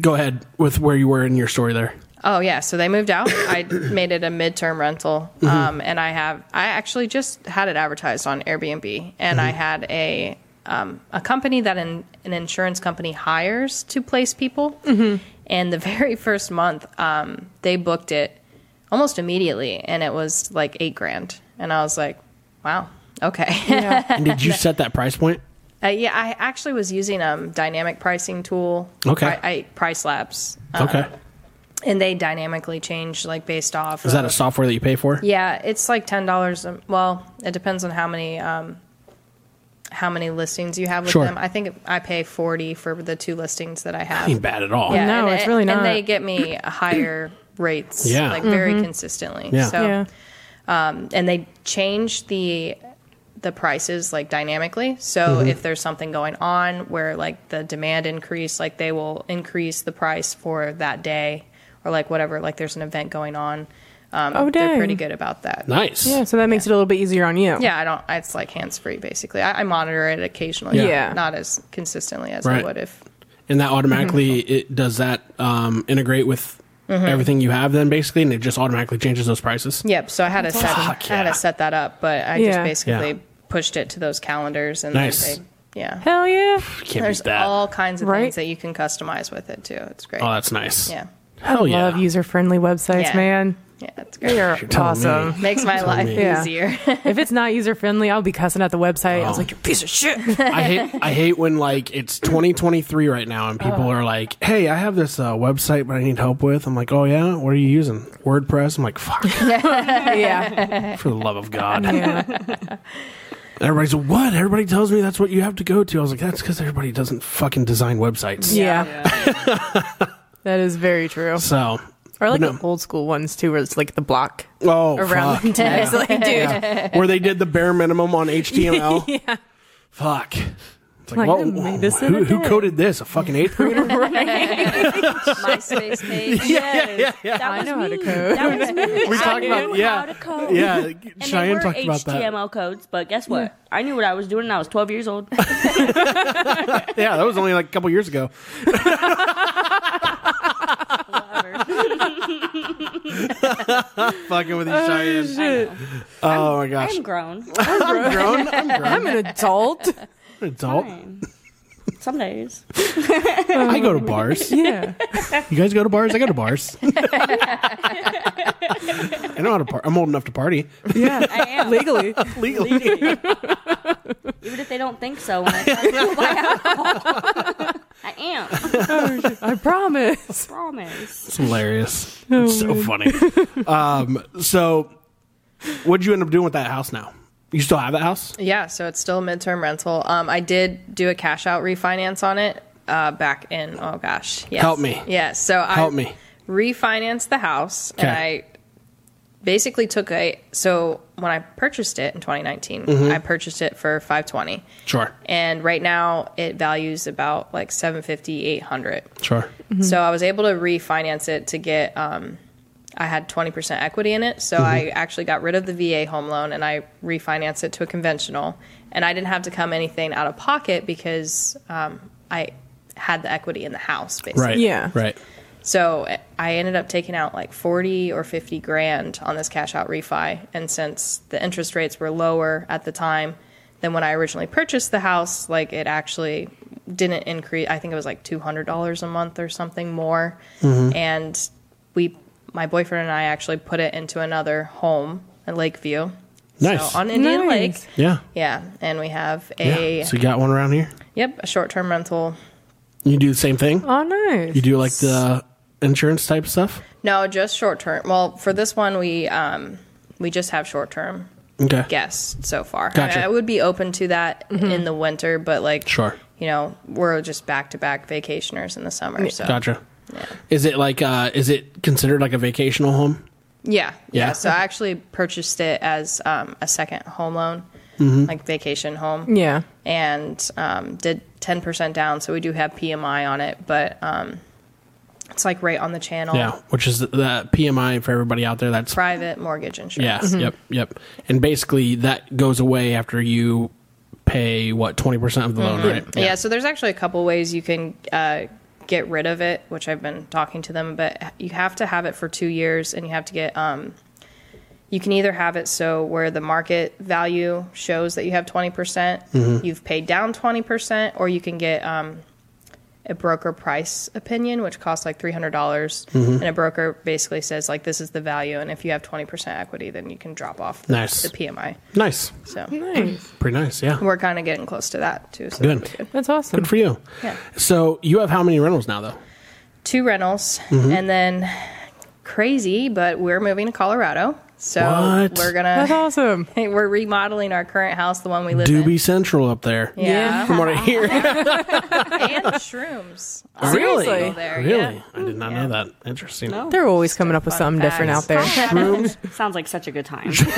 go ahead with where you were in your story there.
oh yeah so they moved out i made it a midterm rental
Mm-hmm.
um, and i have i actually just had it advertised on airbnb and
Mm-hmm.
i had a um, a company that an, an insurance company hires to place people
Mm-hmm.
and the very first month um, they booked it almost immediately and it was like eight grand and i was like wow okay
Yeah.
And did you set that price point?
Uh, yeah, I actually was using um dynamic pricing tool.
Okay.
I, I price labs. Uh,
Okay.
And they dynamically change like based off.
Is that a
of-
software that you pay for?
uh, Yeah, it's like ten dollars. Well, it depends on how many um how many listings you have with
Sure.
them. I think I pay forty for the two listings that I have.
Ain't bad at all.
Yeah,
No,
and,
it's really not. Mm-hmm.
And they get me higher rates.
Yeah.
Like very consistently.
Yeah.
So
yeah.
and they change the the prices like dynamically. So
Mm-hmm.
if there's something going on where like the demand increase, like they will increase the price for that day or like whatever, like there's an event going on. Um,
Oh,
they're
dang.
pretty good about that.
Nice.
Yeah. So that makes it a little bit easier on you.
Yeah, I don't. It's like hands free basically. I, I monitor it occasionally.
Yeah. Yeah.
not as consistently as
Right.
I would if.
And that automatically
Mm-hmm.
it does that um, integrate with everything you have then basically and it just automatically changes those prices.
Yep. So I had to set.
Fuck
I
yeah.
had to set that up, but I
Yeah.
just basically
Yeah.
pushed it to those calenders and
Nice.
They, yeah.
Hell yeah.
Can't
There's
beat that.
all kinds of
Right?
things that you can customize with it too. It's great.
oh, that's nice.
yeah,
Hell yeah.
Love user friendly websites,
Yeah.
man.
yeah, it's
They
great.
are
telling me.
awesome.
Makes my life
me.
Yeah.
easier.
if it's not user friendly, I'll be cussing at the website. I was
Oh.
like, you piece of shit.
I hate I hate when like it's 2023 right now and people
Uh-huh.
are like, "Hey, I have this uh, website but I need help with." I'm like, "Oh yeah, what are you using? WordPress?" I'm like, "Fuck,
yeah.
for the love of God."
Yeah.
Everybody's like, "What?" Everybody tells me that's what you have to go to. I was like, "That's cuz everybody doesn't fucking design websites."
That is very true.
So,
Or like
no.
the old school ones too, where it's like the block
oh,
around
fuck.
the text. Like, dude,
Yeah. where they did the bare minimum on HTML. yeah. Fuck. It's like, whoa,
Like, I made this in
who,
a
who
day.
coded this? A fucking eighth grader?
MySpace page.
I know how to code.
That was me.
We talked
I
about-
knew
yeah.
how to code.
yeah,
And
Cheyenne
they were
talked about that.
HTML codes, but guess what? I knew what I was doing. and I was 12 years old.
Yeah, that was only like a couple years ago. Fucking with you, Cheyenne. Oh my gosh,
I'm grown.
I'm grown. I'm grown.
I'm an adult.
Oh. I'm an adult.
Fine. Some days.
I go to bars.
Yeah.
You guys go to bars? I go to bars. I know how to par I'm old enough to party.
Yeah.
I am.
Legally.
Legally.
Even if they don't think so when I tell them about alcohol. I am.
I promise.
Promise.
It's hilarious. it's so funny. Um, so, what'd you end up doing with that house now? You still have that house?
Yeah, so it's still midterm rental. Um, I did do a cash out refinance on it uh, back in oh gosh, yes.
Help me.
Yes, so I
Help me.
refinanced the house, and
Okay.
I basically took a so when I purchased it in 2019,
Mm-hmm.
I purchased it for 520,
Sure.
and right now it values about like 750, 800.
Sure.
Mm-hmm. So I was able to refinance it to get. Um, I had 20% equity in it, so I actually got rid of the VA home loan and I refinanced it to a conventional, and I didn't have to come anything out of pocket because um, I had the equity in the house, basically.
Right.
Yeah.
Right.
So I ended up taking out like 40 or 50 grand on this cash out refi. And since the interest rates were lower at the time than when I originally purchased the house, like it actually didn't increase. I think it was like $200 a month or something more.
Mm-hmm.
And we, my boyfriend and I actually put it into another home in Lakeview.
Nice.
So on Indian
Nice.
Lake.
Yeah.
Yeah. And we have
yeah.
a,
So, you got one around here?
yep, a short term rental
You do the same thing?
Oh, nice.
You do like the insurance type stuff?
No, just short term. Well, for this one, we um, we just have short term
Okay.
guests so far.
Gotcha. Mm-hmm.
I, I would be open to that in the winter, but like,
Sure.
you know, we're just back to back vacationers in the summer. So
Gotcha. Is it like, uh, is it considered like a vacational home?
yeah, yeah,
Yeah.
So I actually purchased it as um, a second home loan,
Mm-hmm.
like vacation home,
Yeah.
and um, did ten percent down. So we do have PMI on it, but um, it's like right on the channel.
Yeah. Which is the, the PMI for everybody out there. That's
Private mortgage insurance.
Yeah. Yep. Yep. And basically, that goes away after you pay what twenty percent of the loan, right?
Yeah. so there's actually a couple ways you can uh, get rid of it, which I've been talking to them, but you have to have it for two years and you have to get. Um, you can either have it so where the market value shows that you have 20%, percent you've paid down 20%, or you can get um, a broker price opinion, which costs like $300. dollars And a broker basically says, like, this is the value. And if you have 20% equity, then you can drop off the,
Nice.
the PMI.
Nice.
So
Nice.
Pretty nice. Yeah.
we're kind of getting close to that, too. So
Good.
that'll be
That's awesome.
Good for you.
Yeah.
So you have how many rentals now, though?
two rentals,
Mm-hmm.
and then crazy, but we're moving to Colorado. So
What?
we're
That's
gonna
awesome.
we're remodeling our current house, the one we live in.
Doobie Central up there.
Yeah.
From what I hear.
and shrooms.
really?
Seriously?
There,
Really?
yeah.
I did not know that. Interesting.
They're always coming up with something different out there.
Shrooms,
Sounds like such a good time.
Sharon's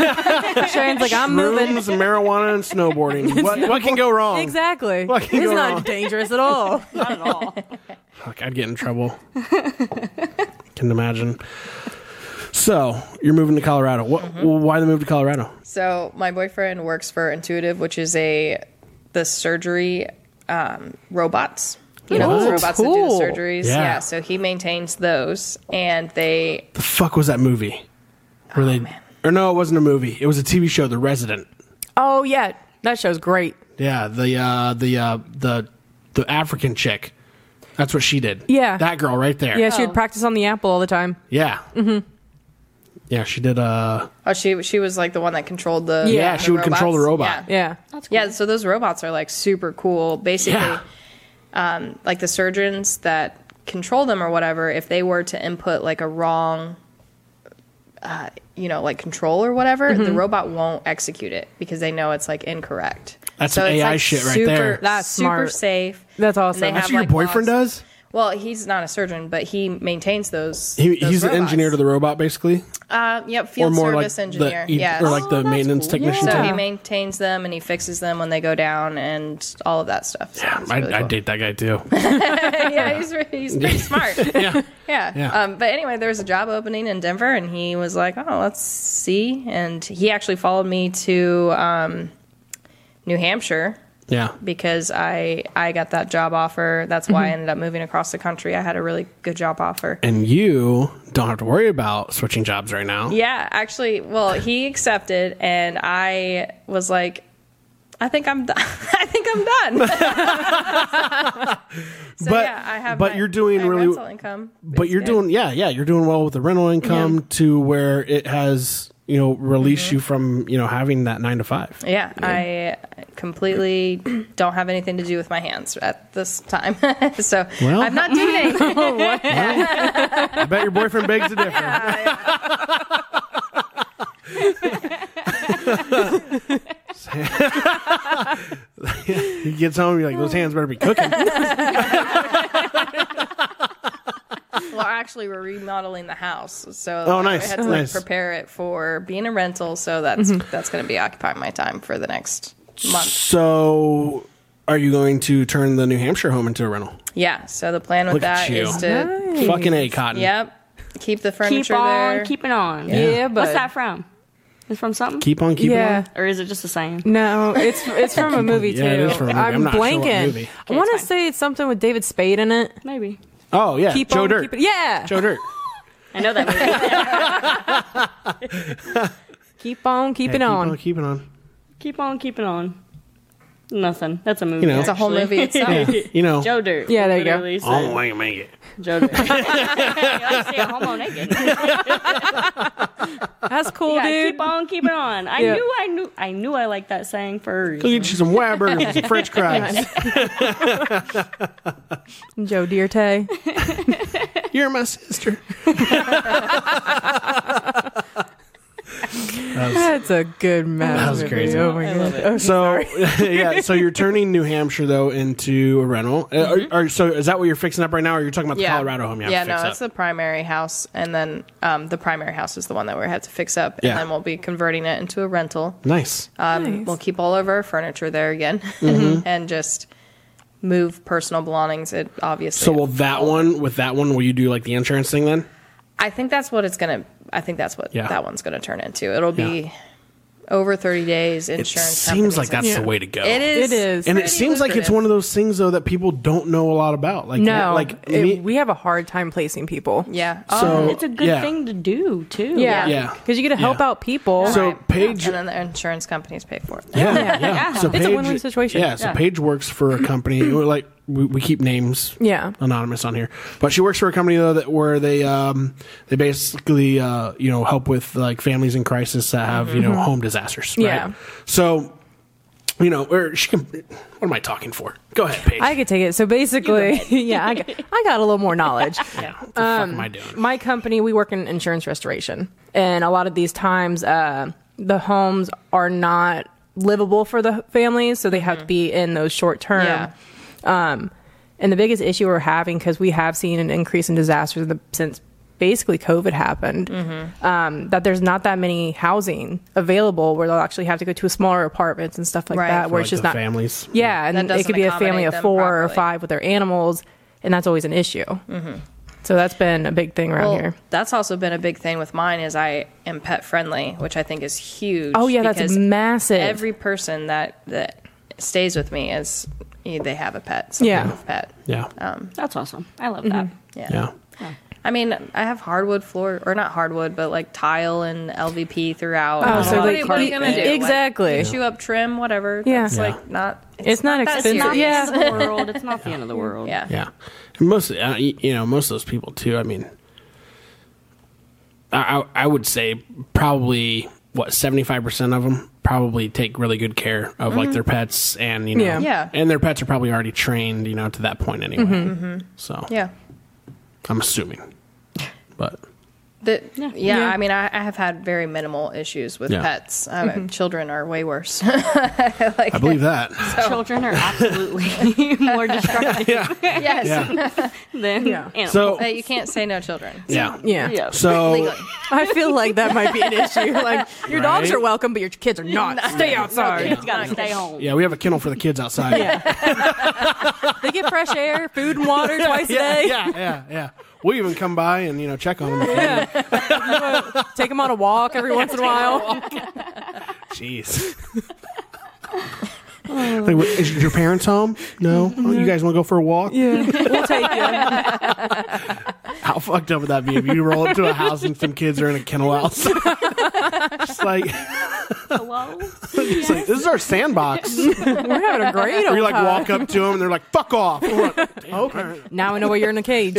like, I'm moving.
shrooms, marijuana, and snowboarding. What, what can go wrong?
Exactly.
What
It's
can go
not
wrong?
dangerous at all.
Not at all.
Fuck, I'd get in trouble. can imagine. So you're moving to Colorado. What?
Mm-hmm.
Why the move to Colorado?
So my boyfriend works for Intuitive, which is a the surgery um, robots. You know, those
What?
robots that do
Cool.
the surgeries.
Yeah.
yeah. So he maintains those, and they
the fuck was that movie? Were
Oh,
they? Or no, it wasn't a movie. It was a TV show, The Resident.
Oh yeah, that show's great.
Yeah, the uh, the uh, the the African chick. That's what she did.
Yeah.
that girl right there.
Yeah, Mm-hmm.
Yeah,
she would practice on the apple all the time.
yeah. Yeah, she did. Uh,
oh she she was like the one that controlled the
Yeah, she would control the robot.
Yeah.
Yeah.
Yeah, so those robots are like super cool. Basically,
Yeah.
um, like the surgeons that control them or whatever, if they were to input like a wrong, uh, you know, like control or whatever, the
Mm-hmm.
robot won't execute it because they know it's like incorrect.
That's
so
some
it's,
AI
like,
shit right
super,
there.
That's
super
smart.
safe.
That's awesome.
And they
that's
have,
what your
like,
boyfriend
laws-
does.
Well, he's not a surgeon, but he maintains those.
He,
those
he's the engineer to
robots.
the robot, basically,
Uh, yep, field service
the-
engineer.
the,
yes.
or
Oh,
like the maintenance technician.
So
type.
he maintains them and he fixes them when they go down and all of that stuff. So
Yeah,
it's
I,
really
I
cool.
date that guy too.
yeah, he's, re- he's pretty smart.
yeah,
Yeah.
Yeah.
Um, but anyway, there was a job opening in Denver and he was like, oh, let's see. And he actually followed me to um, New Hampshire
yeah.
because I, I got that job offer. That's
Mm-hmm.
why I ended up moving across the country. I had a really good job offer.
And you don't have to worry about switching jobs right now.
Yeah, actually, well, he accepted, and I was like, I think I'm done. I think I'm done. so
But-
yeah, I have.
but
my-
you're doing
my
really-
rental income.
but you're
Yeah.
doing yeah yeah you're doing well with the rental income to where it has you know released you from you know having that nine to five
Yeah, I completely don't have anything to do with my hands at this time. so
Well-
I'm not doing anything.
i bet your boyfriend begs to differ he gets home you're like those hands better be cooking
well, actually, we're remodeling the house, so
Oh, nice,
I had to like,
nice.
prepare it for being a rental. So that's
Mm-hmm.
that's going to be occupying my time for the next month.
so are you going to turn the new hampshire home into a rental
Yeah. So the plan with
Look at
that
you.
is to
fucking a cotton
yep keep the furniture
Keep on
there.
keeping on.
Yeah, but
What's that from? Is it from something?
keep on keeping
yeah.
on
or is it just a saying?
No, it's it's from a movie too.
Yeah, it is from a movie. I'm
I'm,
not sure what
blanking.
movie.
I want to say it's something with David Spade in it.
Maybe.
oh yeah
Keep
joe
on
dirt
keeping- Yeah.
joe dirt
I know that movie.
Keep on
Yeah,
keeping
keep
on.
on keeping on
keep on keeping on. Nothing. That's a movie.
You know.
it's a whole
actually.
movie itself.
you know
Joe Dirt.
Yeah, there you go.
Literally said
oh i can make it
Joe Dirt. you like to see a homo naked. Yeah,
That's cool, dude.
keep on keeping on. I
Yeah.
knew I knew I knew I liked that saying for a
Go
reason.
get you some whab burgers, some French fries.
Joe Dierte.
You're my sister.
That's a good map.
That was
movie.
crazy.
Oh my god. Oh,
So yeah, so you're turning New Hampshire though into a rental. Uh, Are, are, so is that what you're fixing up right now, or you're talking about the Colorado home? You have
Mm-hmm.
to
yeah,
fix
no,
up?
it's the primary house, and then um, the primary house is the one that we had to fix up,
Yeah.
and then we'll be converting it into a rental.
nice.
Um, We'll keep all of our furniture there again,
Mm-hmm.
and just move personal belongings. It obviously.
so will that one with that one? Will you do like the insurance thing then?
I think that's what it's gonna. I think that's what
Yeah.
that one's gonna turn into. It'll be
Yeah.
over thirty days. Insurance
seems
companies
like that's
and-
the way to go.
It is.
It is.
and it
pretty
seems like it's
lucrative.
one of those things though that people don't know a lot about. Like
no,
like
like
me-
we have a hard time placing people.
Yeah.
So-
oh,
Um, It's a good
Yeah.
thing to do too.
Yeah,
Yeah.
Because you get to help
Yeah.
out people.
So
Oh, right.
Paige
and then the insurance companies pay for it.
Yeah, yeah. So
It's a win-win situation.
Yeah, so
Yeah.
Paige works for a company. we're like we, we keep names,
Yeah.
anonymous on here, but she works for a company though that where they um they basically uh you know help with like families in crisis that have you know home disasters. Right?
Mm-hmm. Yeah.
So. You know, or she can. What am I talking for? Go ahead, Paige.
I could take it. So basically, yeah, I got, I got a little more knowledge.
what the fuck am I doing?
um, my company we work in insurance restoration and a lot of these times uh, the homes are not livable for the families so they have to be in those short term
Mm-hmm. Yeah.
um, and the biggest issue we're having because we have seen an increase in disasters in the, since basically covid happened
Mm-hmm.
um, that there's not that many housing available where they'll actually have to go to smaller apartments and stuff like
Right.
that
For,
where
Like
it's just
the
not
families.
yeah, and
doesn't
it could be a family
accommodate
of
them
four or
properly.
five with their animals, and that's always an issue. So that's been a big thing around
Well,
here.
that's also been a big thing with mine is I am pet friendly, which I think is huge.
Oh yeah, that's
because
massive.
Every person that that stays with me is eh, they have a pet. Some
Yeah. Oh.
kind of pet.
Yeah.
That's awesome. I love that.
Yeah.
yeah.
I mean, I have hardwood floor or not hardwood, but like tile and LVP throughout.
Oh, so
what,
like
are you- what are you gonna do? Like,
exactly.
shoe up trim, whatever.
Yeah.
It's
Yeah.
like not. It's,
not
that
expensive.
serious.
Yeah.
It's not the end of the world. It's not the end of the world.
Yeah.
Yeah, And most uh, y- you know most of those people too. I mean, I I I would say probably what seventy five percent of them probably take really good care of like their pets and you know
Yeah.
Yeah.
and their pets are probably already trained you know to that point anyway. So
Mm-hmm. Yeah.
I'm assuming, but
The, yeah,
Yeah.
I mean, I, I have had very minimal issues with
Yeah.
pets. Um,
Mm-hmm.
Children are way worse.
I believe that.
Children are absolutely more destructive
yes,
yeah,
than
Yeah.
animals.
so
Uh, you can't say no children.
yeah,
yeah.
yeah.
so
Legally.
I feel like that might be an issue. Like your dogs
Right?
are welcome, but your kids are not. Stay outside.
Kids gotta stay home.
yeah, we have a kennel for the kids outside.
they get fresh air, food, and water twice a
yeah,
day.
yeah, yeah, yeah. We even come by and you know check on them.
Take them on a walk every once in a while.
Jeez. Like, what- is your parents home? No. Oh, you guys want to go for a walk?
Yeah, we'll take you.
How fucked up would that be if you roll up to a house and some kids are in a kennel house? Just like,
Hello?
it's like, this is our sandbox. Where
We're having a great old
you like
time.
walk up to them and they're like, "Fuck off." okay.
Now I know why you're in a cage.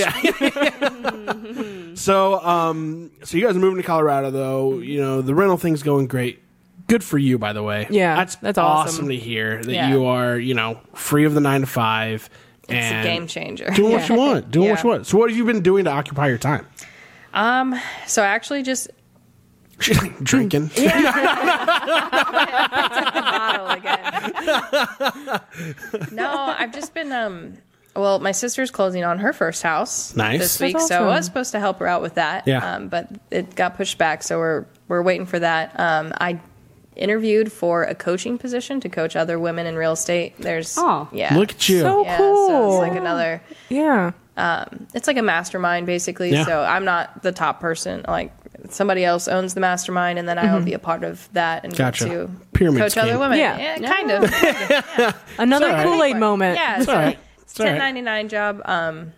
So, um, so you guys are moving to Colorado,
Mm-hmm.
though. You know the rental thing's going great. Good for you, by the way.
Yeah,
that's
that's awesome.
to hear that
Yeah.
you are, you know, free of the nine to five.
It's a
and
game changer.
Doing what you want. Doing what
Yeah.
you want. So, what have you been doing to occupy your time?
Um, So I actually just
She's like drinking.
Bottle again.
no, I've just been um well, my sister's closing on her first house
Nice.
this
That's
week, so
awesome.
I was supposed to help her out with that.
Yeah.
Um, but it got pushed back, so we're we're waiting for that. Um, I interviewed for a coaching position to coach other women in real estate. There's
Oh.
yeah.
Look at you.
So
yeah,
cool.
So it's like another
yeah.
it's like a mastermind basically.
Yeah.
So I'm not the top person. Like somebody else owns the mastermind, and then I'll be a part of that and
Mm-hmm. Gotcha.
get to
Pyramid
coach
scheme.
other women.
Yeah.
kind of.
Another
It's all right.
Kool Aid moment.
Yeah,
all right.
It's
It's all right.
ten ninety nine job. Um,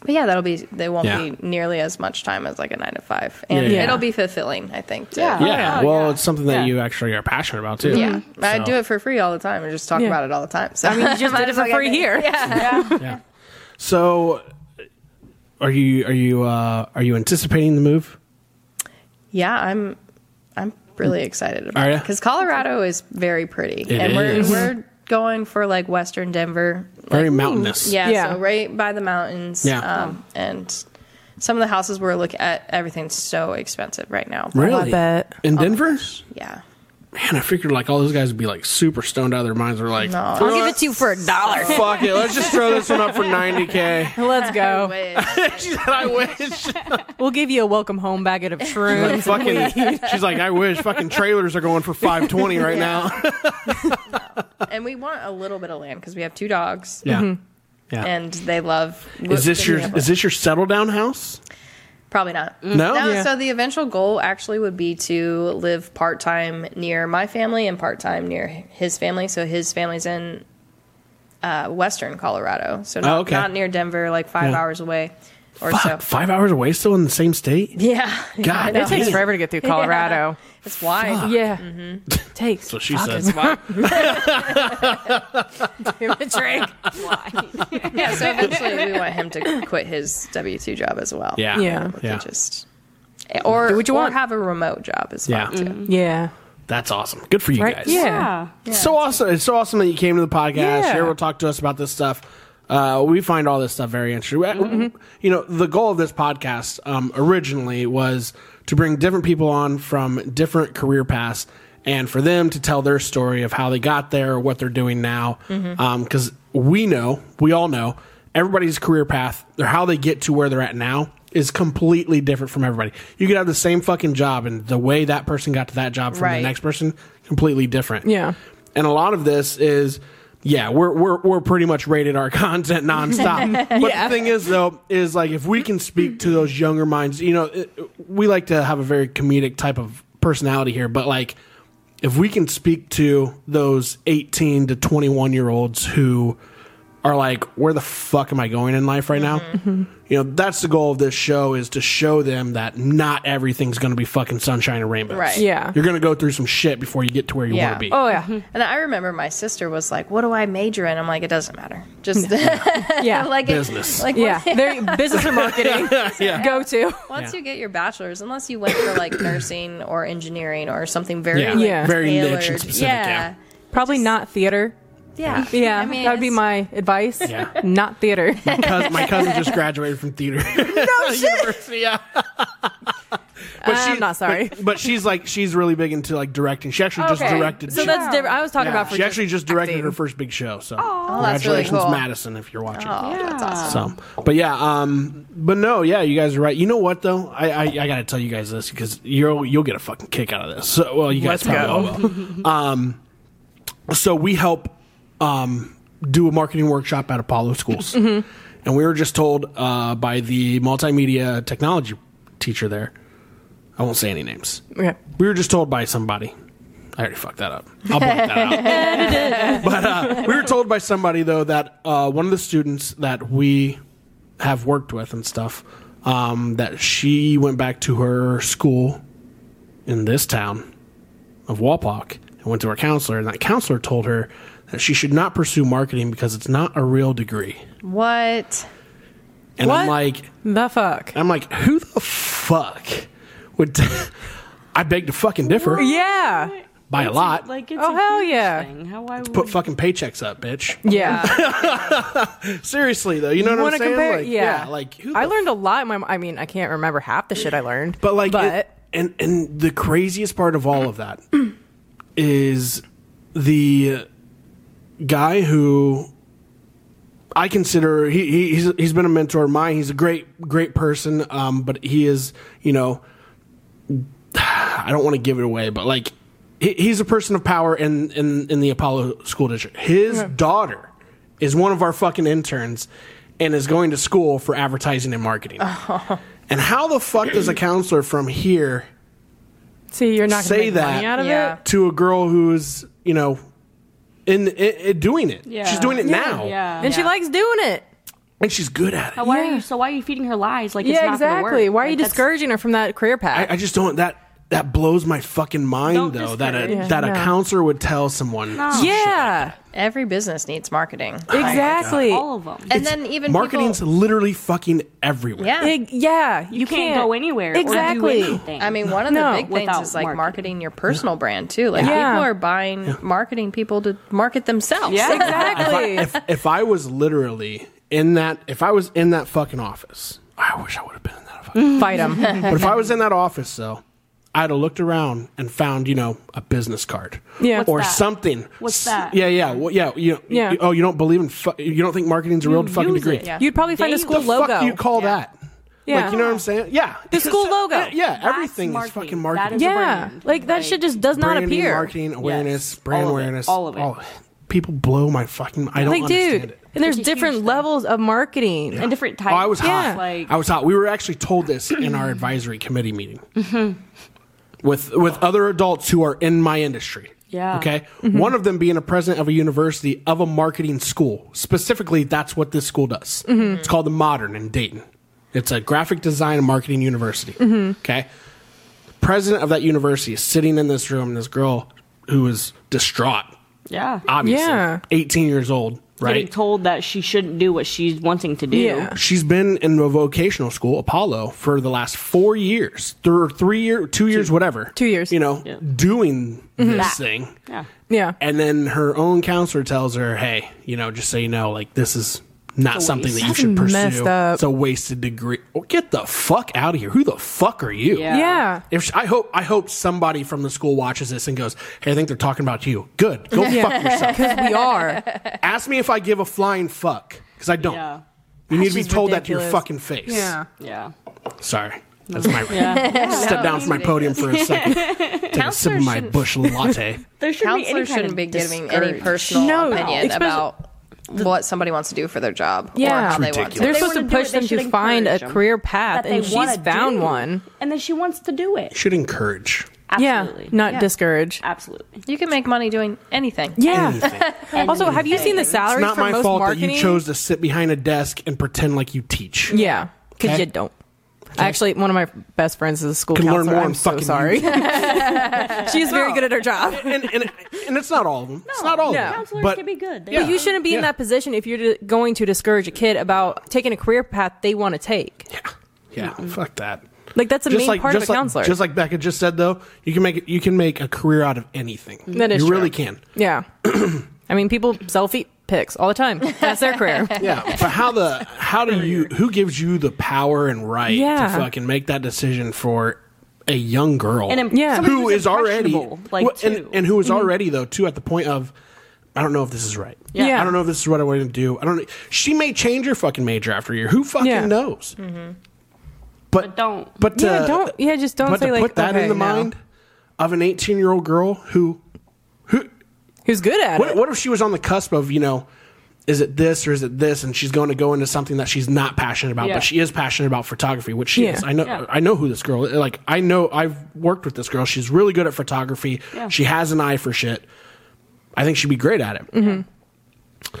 but yeah, that'll be. They won't
Yeah.
be nearly as much time as like a nine to five, and
Yeah.
it'll be fulfilling. I think. Too.
Yeah.
Yeah.
Oh,
well,
yeah.
it's something that
Yeah.
you actually are passionate about too.
Yeah, I
So-
do it for free all the time. I just talk
Yeah.
about it all the time. So I
You just did it for free here.
Yeah. So, are you are you uh, are you anticipating the move?
yeah, I'm. I'm really excited
Are
about
ya?
it because Colorado is very pretty,
It
and we're
is.
we're going for like Western Denver.
Very mountainous.
Yeah,
Yeah.
so right by the mountains.
Yeah.
um, and some of the houses we're looking at, everything's so expensive right now.
Really?
I bet.
In
Oh,
Denver?
Yeah.
Man, I figured like all those guys would be like super stoned out of their minds. They're like,
No.
"You know
I'll give it
what?
to you for a dollar.
Fuck it. Let's just throw this one up for 90K.
Let's go.
Wait.
She said, I wish.
We'll give you a welcome home bag of
Like,
shrooms.
fucking, she's like, I wish. Fucking trailers are going for 520 right now.
and we want a little bit of land because we have two dogs
Yeah.
and they love
Is this your is this your settle down house?
probably not
No?
no
Yeah.
so the eventual goal actually would be to live part-time near my family and part-time near his family so his family's in uh, western colorado so not,
Oh, okay.
not near denver like five
Yeah.
hours away or
Fuck,
so
five hours away, still in the same state.
yeah
God,
It takes
damn.
forever to get through Colorado. Mm-hmm.
it's wide
Yeah. Takes.
That's what she said.
Give it a drink.
yeah so eventually we want him to quit his w2 job as well
Yeah.
Yeah.
We could
Yeah.
just or,
what you
or
want.
have a remote job as well
Yeah. Mm.
too.
Yeah.
That's awesome. Good for you
Right?
guys.
Yeah.
Yeah.
It's so awesome. It's so awesome that you came to the podcast.
Yeah.
Here, will talk to us about this stuff. Uh, we find all this stuff very interesting. We- You know, the goal of this podcast um, originally was to bring different people on from different career paths and for them to tell their story of how they got there or what they're doing now. Because we know, we all know, everybody's career path or how they get to where they're at now is completely different from everybody. You could have the same fucking job, and the way that person got to that job from the
Right.
next person completely different.
Yeah.
And a lot of this is, yeah, we're we're we're pretty much rated our content nonstop. but the thing is, though, is like if we can speak to those younger minds, you know, it, we like to have a very comedic type of personality here, but like if we can speak to those 18 to 21 year olds who are like where the fuck am i going in life right now you know that's the goal of this show is to show them that not everything's going to be fucking sunshine and rainbows
Right.
Yeah.
you're going to go through some shit before you get to where you
Yeah.
want to be
Oh, yeah.
And I remember my sister was like, "What do I major in?" I'm like, "It doesn't matter. Just
Yeah.
like
Business.
It, like
yeah.
once-
There, business or marketing. Go to.
Yeah.
once you get your bachelor's, unless you went for like nursing or engineering or something very
yeah,
like,
Yeah.
very niche and
tailored.
specific yeah
Probably not theater.
yeah,
Yeah.
I mean,
that would be
it's-
my advice.
Yeah.
Not theater.
my, cousin, my cousin just graduated from theater university yeah but
I'm not sorry.
but, but she's like she's really big into like directing she actually just
Okay.
directed
So
she-
that's different. I was talking
Yeah,
about for
she actually just directed
acting. Oh,
her first big show. So
that's really
congratulations,
cool.
Madison, if you're watching.
Oh, that's awesome.
So, but yeah, um, but no, yeah, you guys are right. You know what though? I I, I gotta tell you guys this because you'll you'll get a fucking kick out of this. So, well, you guys
Let's
probably all will. Um, so we help um do a marketing workshop at Apollo Schools, and we were just told uh, by the multimedia technology teacher there. I won't say any names.
Okay.
We were just told by somebody I already fucked that up. I'll bleep that out. but uh, we were told by somebody though that uh, one of the students that we have worked with and stuff um, that she went back to her school in this town of Walpock and went to her counselor, and that counselor told her that she should not pursue marketing because it's not a real degree.
What?
And I'm
What?
like,
The fuck.
I'm like, who the fuck would? t- I beg to fucking differ
Yeah.
by a lot.
Like it's
Oh,
a
hell
huge
yeah.
Thing. How I would
Put fucking paychecks up, bitch.
Yeah.
Seriously though, you know what
Want
I'm
to
saying?
compare?
Like,
yeah.
Like who
I
the
learned a lot. In my, I mean, I can't remember half the shit I learned.
But like,
but
it- and and the craziest part of all of that is the guy who I consider he, he he's he's been a mentor of mine. He's a great great person, um, but he is you know I don't want to give it away, but like he, he's a person of power in in in the Apollo School District. His daughter is one of our fucking interns and is going to school for advertising and marketing. And how the fuck does a counselor from here
see, you're not
say
going to make money
that.
out of
Yeah.
it.
to a girl who's you know in, i i doing it?
Yeah.
She's doing it
Yeah.
now,
Yeah.
And she
Yeah.
likes doing it.
and she's good at it.
How- why are you? So why are you feeding her lies? Like it's
yeah,
not gonna work.
exactly. Why are you
Like, that's-
discouraging her from that career path?
I, I just don't that. That blows my fucking mind,
Don't
though.
discourage.
That a
Yeah,
that a
no.
counselor would tell someone. some oh, shit.
yeah.
Every business needs marketing.
Exactly.
All of them.
And then even
marketing's
people,
literally fucking everywhere.
yeah.
Ig- yeah. You,
you can't, go anywhere. Or
Exactly.
do anything.
I mean, one of the
No.
big things
Without
is like marketing,
marketing.
your personal brand too. Like
Yeah.
people are buying marketing people to market themselves.
Yeah.
Exactly.
If, if I was literally in that, if I was in that fucking office, I wish I would have been in that fucking
Fight them.
But if I was in that office, though, I'd have looked around and found, you know, a business card,
Yeah. What's
or
that?
something.
What's
S-
that?
Yeah, yeah, well, yeah. You,
Yeah.
you- oh, you don't believe in? Fu- you don't think marketing's a real fucking
use
degree?
it, yeah.
You'd probably find a
They-
school
the
logo.
fuck do you call that?
Yeah.
Like, you know what I'm saying? Yeah.
The school logo.
Yeah, yeah,
That's
everything is
marketing.
fucking
That
marketing.
is-
yeah.
brand.
Like that
Like,
shit just does not
Branding,
appear.
marketing awareness,
Yes.
brand
All of it.
awareness,
All of it.
People blow my fucking. I don't
Like,
understand
dude.
it.
And there's
It's a huge
different
thing.
levels of marketing.
and different types.
Oh, I was
Yeah.
hot.
Like
I was hot. We were actually told this in our advisory committee meeting with with other adults who are in my industry.
Yeah. Mm-hmm.
Okay. One of them being a president of a university of a marketing school. Specifically, that's what this school does.
Mm-hmm.
It's called the Modern in Dayton. It's a graphic design and marketing university.
Mm-hmm.
Okay. President of that university is sitting in this room, and this girl who is distraught,
yeah.
obviously,
Yeah.
18 years old,
Getting
right?
told that she shouldn't do what she's wanting to do.
Yeah.
She's been in a vocational school, Apollo, for the last four years, through three year, two years, whatever,
Two years. Mm-hmm.
You know,
Yeah.
doing this
That.
thing,
Yeah.
yeah.
and then her own counselor tells her, "Hey, you know, just so you know, like this is not something that you
That's
should pursue.
messed up.
It's a wasted degree. Well, get the fuck out of here. Who the fuck are you?
Yeah.
yeah.
If sh I hope, I hope somebody from the school watches this and goes, "Hey, I think they're talking about you. Good, go fuck yourself."
Because we are.
Ask me if I give a flying fuck because I don't.
Yeah.
You need to be
just
told that to your
ridiculous.
fucking face.
Yeah.
Yeah.
Sorry. That's my
Yeah.
step down from my podium for a second. Take a sip of my
shouldn't-
bush latte.
There should be any
Counselors
kind of
shouldn't be giving any
discouragement.
personal
No,
opinion
especially-
about what somebody wants to do for their job or
Yeah. It's
how they want to.
ridiculous.
They're
They
supposed to
wanna do it,
push
they
them
should
to find a
encourage 'em.
career path,
that they
and she's
wanna
found
do.
one.
and then she wants to do it.
Should encourage
Absolutely.
Yeah, not discourage.
Absolutely.
You can make money doing anything.
Yeah.
anything. It's
Also, have you seen the salaries
not
Ah. for
my
most
fault
marketing?
that you chose to sit behind a desk and pretend like you teach.
Yeah, because
Okay.
you don't. Actually, one of my best friends is a school
Can learn
counselor.
more
I'm
on
so
fucking
sorry. She's very good at her job.
And, and and it's not all of them. it's not all
no.
of them.
Counselors
but
can be good. They
Yeah.
You shouldn't be in
Yeah.
that position if you're d- going to discourage a kid about taking a career path they want to take.
Yeah, fuck that.
Like that's the main part of a
like,
counselor.
Just like Becca just said, though, you can make you can make a career out of anything.
That is
you really
true.
can.
yeah, I mean, people sell feet pics all the time. That's their career.
Yeah, but how the how do you who gives you the power and right
Yeah.
to fucking make that decision for a young girl
And im-
Yeah.
somebody
who
who's
is already
impressionable, like
Well, and,
too. Mm-hmm.
and who is already though too at the point of I don't know if this is right.
Yeah.
Yeah.
I don't know if this is what I want to do. I don't. She may change her fucking major after a year. Who fucking
Yeah.
knows? But,
Mm-hmm. But don't.
But
Yeah,
to-
don't- yeah, just don't
But
say,
to
like,
put that
okay,
in the
no.
mind of an eighteen-year-old girl who
Who's good at
what,
it?
what if she was on the cusp of you know is it this or is it this? And she's going to go into something that she's not passionate about,
Yeah.
but she is passionate about photography, which she
Yeah.
is. I know,
Yeah.
I know who this girl. is. Like, I know I've worked with this girl. She's really good at photography.
Yeah.
She has an eye for shit. I think she'd be great at it.
Mm-hmm.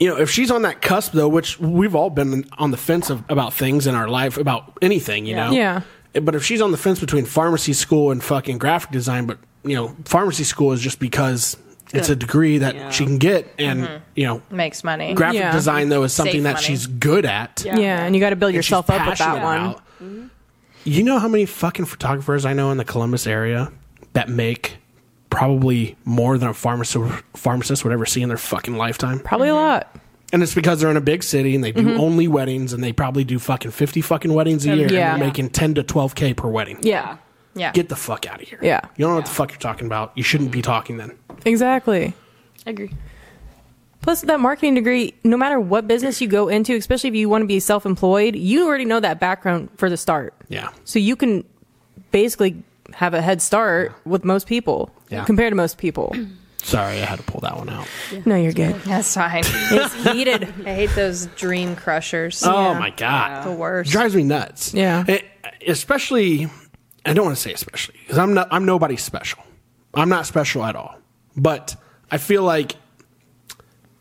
You know, if she's on that cusp though, which we've all been on the fence of, about things in our life, about anything, you
Yeah.
know.
Yeah.
But if she's on the fence between pharmacy school and fucking graphic design, but you know, pharmacy school is just because it's a degree that
Yeah.
she can get, and
Mm-hmm.
you know,
makes money.
graphic
Yeah.
design though is something
Save
that
money.
she's good at.
Yeah.
Yeah, and you got to build
and she's
yourself up with
passionate
that one. Mm-hmm.
about. You know how many fucking photographers I know in the Columbus area that make probably more than a pharmacist pharmacist would ever see in their fucking lifetime,
Probably a lot.
and it's because they're in a big city and they
Mm-hmm.
do only weddings, and they probably do fucking fifty fucking weddings a year,
Yeah.
and they're making ten to twelve k per wedding.
Yeah,
yeah.
Get the fuck out of here.
Yeah.
You don't know what the fuck you're talking about. You shouldn't be talking then.
exactly.
I agree.
Plus, that marketing degree, no matter what business you go into, especially if you want to be self employed, you already know that background for the start.
Yeah.
So you can basically have a head start with most people
Yeah.
compared to most people.
Sorry, I had to pull that one out.
No, you're good.
That's fine.
It's heated.
I hate those dream crushers.
Oh my god.
the worst.
drives me nuts.
Yeah.
It- especially, I don't want to say especially because I'm not. I'm nobody special. I'm not special at all. But I feel like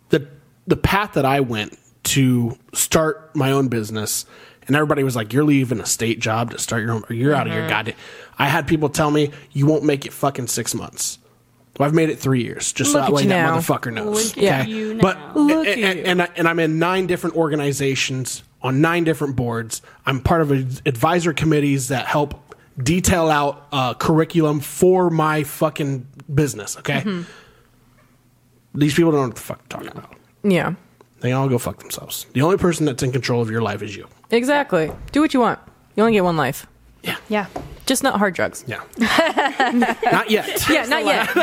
the the path that I went to start my own business, and everybody was like, "You're leaving a state job to start your own. Or you're out of your goddamn." I had people tell me, "You won't make it fucking six months." Well, I've made it three years, just so
Look
that
at
way
you
that
now.
motherfucker knows.
Look at
okay?
you now.
But
Look
and,
at you.
and, I, and I'm in nine different organizations on nine different boards. I'm part of ad- advisor committees that help detail out uh, curriculum for my fucking business. Okay, these people don't know what the fuck they're talking about.
Yeah,
They all go fuck themselves. The only person that's in control of your life is you.
exactly. Do what you want. You only get one life.
Yeah,
yeah.
Just not hard drugs.
yeah. not yet.
Yeah, not yet.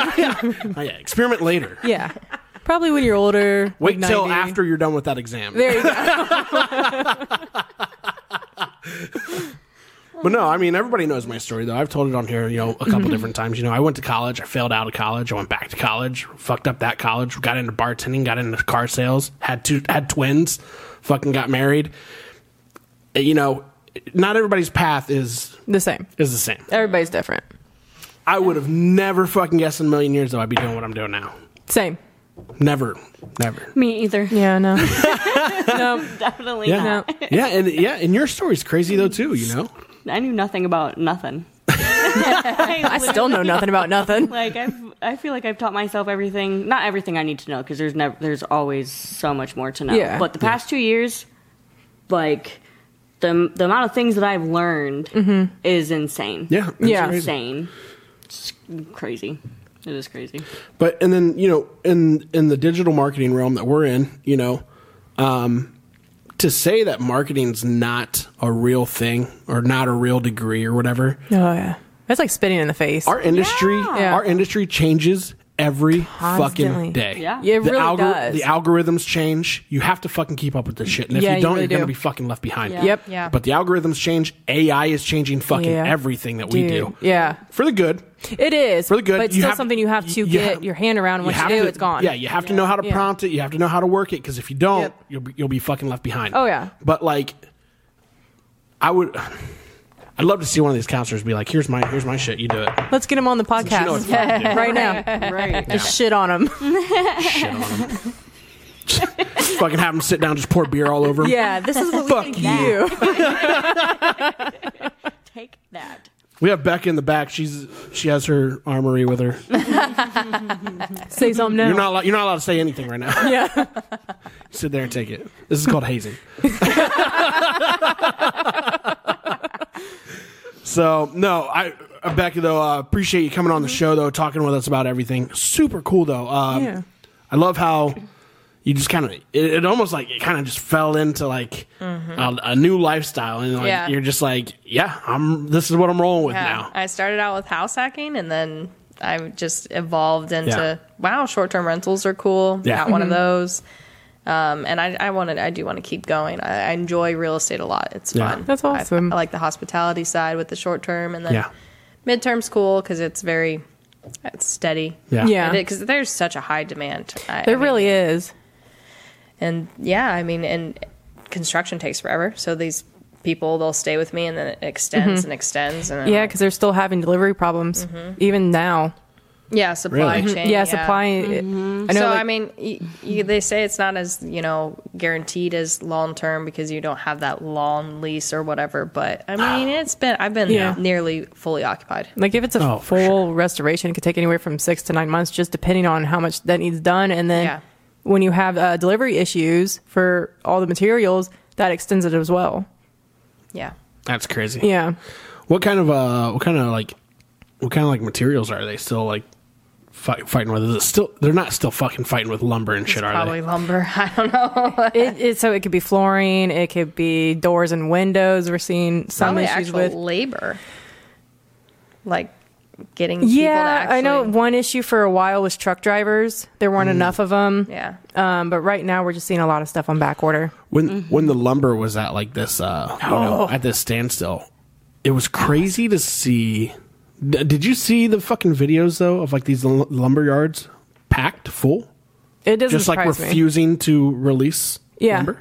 Not yet. Experiment later.
yeah. Probably when you're older.
Wait
like
till
90.
after you're done with that exam.
There you go.
But no, I mean everybody knows my story though. I've told it on here, you know, a couple different times. You know, I went to college, I failed out of college, I went back to college, fucked up that college, got into bartending, got into car sales, had two had twins, fucking got married. Uh, You know, not everybody's path is
The same.
is the same.
Everybody's different.
I would have never fucking guessed in a million years though I'd be doing what I'm doing now.
Same.
Never. Never.
Me either.
Yeah, no. no.
Definitely
Yeah.
No.
Yeah, and yeah, and your story's crazy though too, you know?
not. I knew nothing about nothing. I,
I still know nothing about nothing.
like I've, I feel like I've taught myself everything, not everything I need to know because there's never there's always so much more to know.
Yeah.
But the past two years, like the the amount of things that I've learned is insane.
Yeah. it's
Mm-hmm. Yeah.
crazy.
insane. It's crazy. It is crazy.
But and then you know in in the digital marketing realm that we're in, you know, um, to say that marketing's not a real thing or not a real degree or whatever,
Oh yeah. That's like spitting in the face.
our industry
Yeah.
our industry changes every
Constantly.
fucking day.
Yeah.
Yeah, it really does.
The algorithms change. You have to fucking keep up with this shit, and if
Yeah,
you
you
don't,
really
you are gonna
do.
be fucking left behind.
Yeah.
Yep.
Yeah.
But the algorithms change. AI is changing fucking
Yeah.
everything that we
Dude,
do.
Yeah.
For the good.
It is.
really good.
But it's
you
still
have-
something you have to
you
get
have-
your hand around. Once you,
have
do,
to-
it's gone.
Yeah, you have to know how to
Yeah.
prompt it. You have to know how to work it because if you don't,
Yep.
you'll be, you'll be fucking left behind.
Oh, yeah.
But like, I would, I'd love to see one of these counselors be like, "Here's my here's my shit. You do it."
Let's get him on the
You know what
podcast
the fuck to do.
right now.
Right.
Just shit on him.
Shit on him. Just fucking have him sit down, just pour beer all over him.
Yeah. This is what we
Fuck
think
you.
you.
Take that.
We have Becca in the back. She's she has her armory with her.
Say something now.
You're not allo- you're not allowed to say anything right now.
Oh. yeah.
sit there and take it. This is called hazing. so no, I uh, Becca though uh, appreciate you coming on the show though, talking with us about everything. Super cool though. Um,
Yeah.
I love how you just kind of it, it almost like it kind of just fell into like
Mm-hmm.
a, a new lifestyle and like
Yeah.
you're just like yeah I'm this is what I'm rolling with
Yeah.
now.
I started out with house hacking and then I just evolved into
Yeah.
wow, short term rentals are cool.
Yeah.
Got one
Mm-hmm.
of those. Um, and I, I want to, I do want to keep going. I, I enjoy real estate a lot. It's
Yeah.
fun.
That's
I-
awesome.
I, like the hospitality side with the short term and then
Yeah.
midterm's cool because it's very it's steady.
yeah
Yeah.
Because there's such a high demand. I, I
There
mean,
really is.
And yeah, I mean, and construction takes forever. So these people, they'll stay with me and then it extends and extends. And I'm
Mm-hmm. Yeah,
like,
because they're still having delivery problems even now.
yeah, supply
Really?
chain.
Mm-hmm. Yeah, supply. I know.
so
like-
I mean, y you, they say it's not as you know guaranteed as long term because you don't have that long lease or whatever. But I mean, it's been I've been
Yeah.
nearly fully occupied.
Like if it's a
Oh, for
full restoration, it could take anywhere from six to nine months, just depending on how much that needs done. And then
Yeah.
when you have uh, delivery issues for all the materials, that extends it as well.
Yeah.
That's crazy.
Yeah,
What kind of uh? What kind of like? What kind of like materials are they still like fi- fighting with? Is it still? They're not still fucking fighting with lumber and shit, are
Probably
they?
lumber. I don't know.
it, it, so it could be flooring, it could be doors and windows. We're seeing some
Probably
issues
actual
with.
labor, like getting people to
Yeah,
actually,
I know one issue for a while was truck drivers. There weren't
Mm.
enough of them.
Yeah.
Um, but right now we're just seeing a lot of stuff on back order.
When
Mm-hmm.
when the lumber was at like this, uh, you know,
Oh.
at this standstill, it was crazy to see. D- did you see the fucking videos though of like these l- lumber yards packed full,
It doesn't
just like
surprise me.
refusing to release
Yeah.
lumber?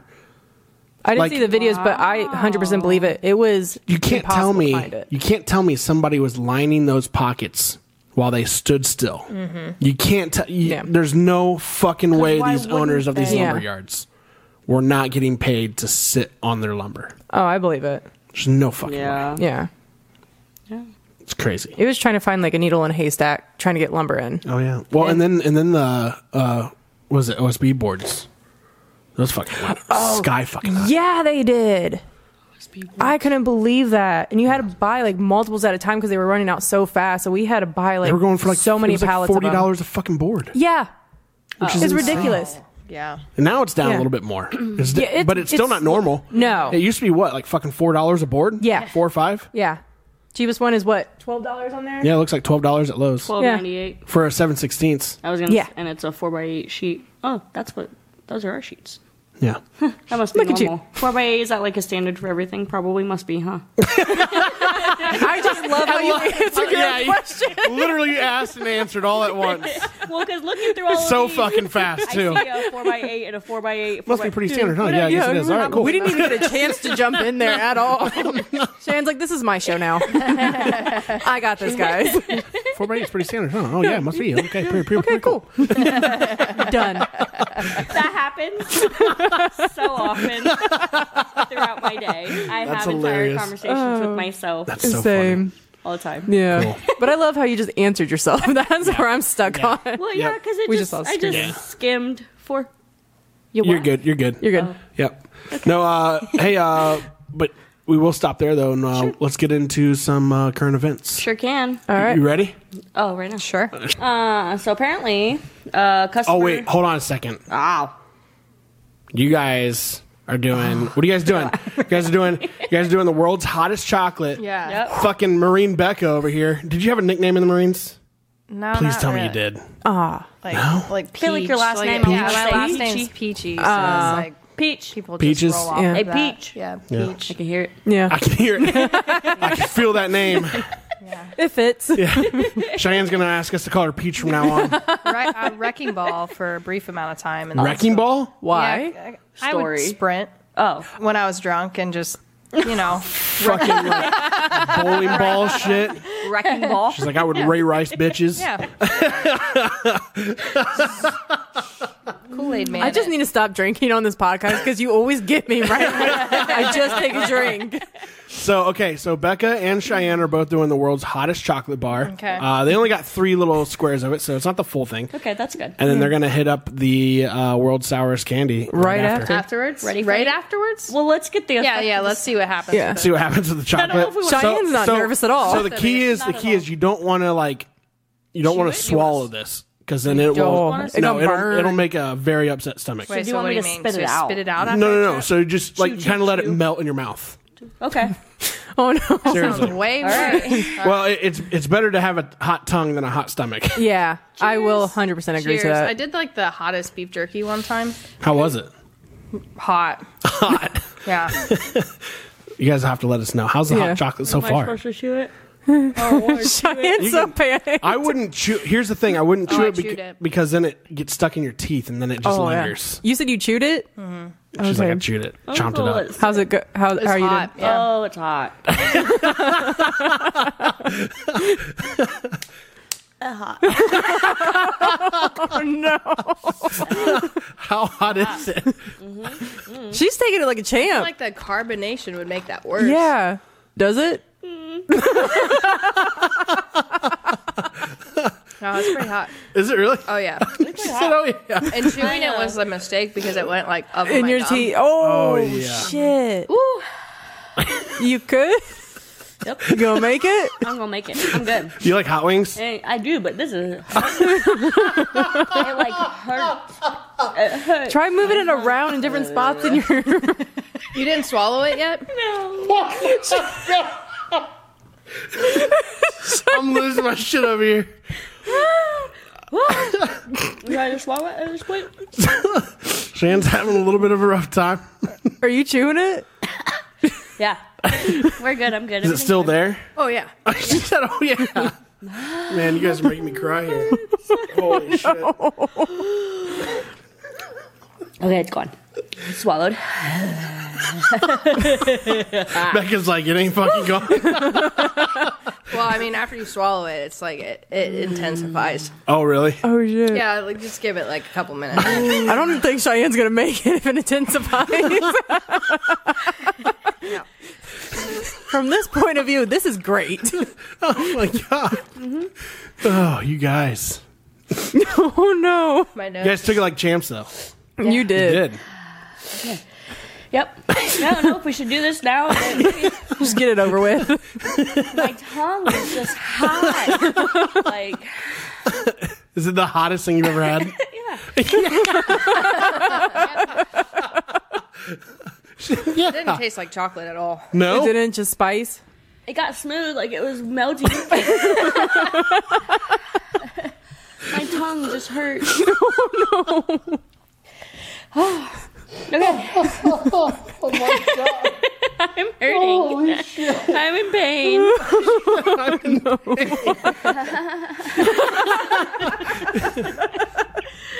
I didn't
like-
see the videos, but I 100% believe it. It was
You can't
impossible
tell
to
me.
find it.
You can't tell me somebody was lining those pockets while they stood still. You can't. T- you,
Yeah.
There's no fucking way
why
these owners of these
they?
lumber
Yeah.
yards were not getting paid to sit on their lumber.
Oh, I believe it.
There's no fucking way.
Yeah.
Yeah.
It's crazy.
It was trying to find like a needle in a haystack, trying to get lumber in.
oh yeah. Well, and then and then the uh, what was it OSB boards? Those fucking went
Oh,
sky fucking. high.
Yeah, they did. I couldn't believe that. And you had to buy like multiples at a time because they were running out so fast. So we had to buy like
They were going for like
so many
it was like
pallets. of
Forty
them.
dollars a fucking board.
Yeah.
Which is
it's
insane.
ridiculous.
yeah.
And now it's down
Yeah.
a little bit more. It's di-
Yeah, it's-
but it's, still
it's-
not normal.
No.
It used to be what, like fucking four dollars a board?
Yeah.
Four or five?
Yeah. Cheapest one is what? $12 on there?
Yeah, it looks like twelve dollars at Lowe's.
Twelve ninety eight.
for a seven sixteenths.
I was gonna.
Yeah.
Yeah. And it's a four by eight sheet. Oh, that's what. Those are our sheets.
Yeah.
That must be
Look at you.
normal. Four by eight is that like a standard for everything? Probably must be, huh?
I just love how you answer your
yeah,
own
you
question.
literally asked and answered all at once.
well, because looking through all
So fucking fast
I
too.
see a four by eight and a four by eight.
Must be pretty standard, huh? Oh, Yeah, I guess it is. All right, cool.
We didn't even get a chance to jump in there at all. Shan's like, this is my show now. I got this, guys.
Uh, Four by eight's pretty standard, huh? Oh yeah, must be. Okay, pretty, pretty,
Okay,
pretty cool.
cool. Done.
that happens so often throughout my day. I
That's
have
hilarious.
entire conversations with myself
That's so
Same.
all the time.
Yeah.
Cool.
But I love how you just answered yourself. That's where I'm stuck
Yeah.
on.
Well, yeah,
Yep.
because it
We
just,
just all
I just
screamed.
skimmed for.
funny. You're good. You're good.
You're good.
Yep. No. Uh. Hey. Uh. But we will stop there though, and uh, let's get into some uh, current events.
Sure can.
All right.
You ready?
Oh, right now.
Sure.
Uh, so apparently, uh, customer.
Oh wait, hold on a second.
Ah.
Ow.
You guys are
Oh.
doing. What are you guys doing? You guys are doing. You guys are doing the world's hottest chocolate.
Yeah.
Yep.
Fucking Marine Becca over here. Did you have a nickname in the Marines?
No.
Please
not
tell me
really.
you did.
Like, like
feel like
peach,
your last name I
yeah,
would
my
say
last
peachy.
name's Peachy. So it's like
Peach.
people
Peaches?
just roll off
Yeah.
of
Hey,
that.
peach.
Yeah,
Yeah.
peach.
I can hear it.
I
Yeah.
can hear it. I can feel that name.
It fits.
Cheyenne's gonna ask us to call her Peach from now on.
Right, uh, wrecking ball for a brief amount of time. And
Wrecking ball?
Why?
Yeah, I, I would
Story.
sprint
Oh,
when I was drunk and just, you know,
Fucking like, bowling ball shit.
wrecking ball.
She's like, I would Ray Rice bitches.
yeah. Kool Aid man.
I just
it.
need to stop drinking on this podcast because you always get me right. when I just take a drink.
So okay, so Becca and Cheyenne are both doing the world's hottest chocolate bar.
Okay.
Uh, they only got three little squares of it, so it's not the full thing.
Okay, that's good.
And then they're gonna hit up the uh, world's sourest candy
Hmm. Right after.
afterwards.
Ready for
right
it?
afterwards.
Well, let's get the
yeah,
effect
yeah.
of the
Let's see what happens.
Yeah.
with
see what happens with the
I don't know
chocolate.
if we want-
Cheyenne's not nervous at all.
So the key is the
Not at
key is you don't want to like you don't want to swallow this because then it will
don't. It'll
no it'll,
burn.
it'll make a very upset stomach.
it. Wait,
do you
so
want
what
me
do you
to
mean?
spit
So
it
you
out?
Spit it out.
no
After
no
I
no.
trip?
So just like you
chew,
kind of let it
chew.
melt in your mouth.
Okay.
Oh, no.
Seriously.
Way more.
well, it, it's it's better to have a hot tongue than a hot stomach.
Yeah. I will 100% agree
Cheers.
to that.
I did like the hottest beef jerky one time.
How was it?
Hot.
Hot.
Yeah.
You guys have to let us know. How's the
Yeah.
hot chocolate so
Am I
far?
supposed to shoot it? Oh,
Cheyenne's so panicked.
I wouldn't chew. Here's the thing: I wouldn't chew
I
it, beca-
chewed it.
because then it gets stuck in your teeth, and then it just lingers.
Oh, You said you chewed it.
Mm-hmm.
She's
Okay.
like, I chewed it, chomped it
Oh,
up.
it's-
How's it go? How, how are you doing?
hot. Yeah.
Oh, it's hot.
Oh,
How hot is it?
She's taking it like a champ.
like the carbonation would make that worse.
yeah. Does it?
Oh, No, it's pretty hot.
Is it really?
Oh yeah.
she said, "Oh yeah."
And chewing it was a mistake because it went like up
In
my
your
gum.
teeth. Oh,
yeah.
shit. You could?
Yep.
You gonna make it?
I'm gonna make it. I'm good.
You like hot wings?
Hey, I do, but this is it like hurt.
Try moving it around in different spots in your
You didn't swallow it yet?
I'm losing my shit over here.
Did I just swallow it at this point?
Shan's having a little bit of a rough time.
Are you chewing it?
Yeah. We're good. I'm good.
Is it still there?
Oh yeah.
she said, "Oh yeah." Man, you guys are making me cry here. Holy shit!
Okay, it's gone. Swallowed.
Becca's like, "It ain't fucking gone."
Well, I mean, after you swallow it, it's like it, it intensifies.
oh really?
Oh shit.
Yeah, like just give it like a couple minutes.
I don't think Cheyenne's gonna make it if it intensifies. From this point of view, this is great.
Oh my god! Oh, you guys.
oh no.
my nose.
You guys took it like champs, though.
You did.
Did
Yep. No, no. If we should do this now.
Just get it over with.
My tongue is just hot. Like,
is it the hottest thing you've ever had?
It
Ah.
didn't taste like chocolate at all.
No.
It didn't just spice.
it got smooth. Like it was melting. My tongue just hurt. No, no. okay. I'm hurting. I'm in pain.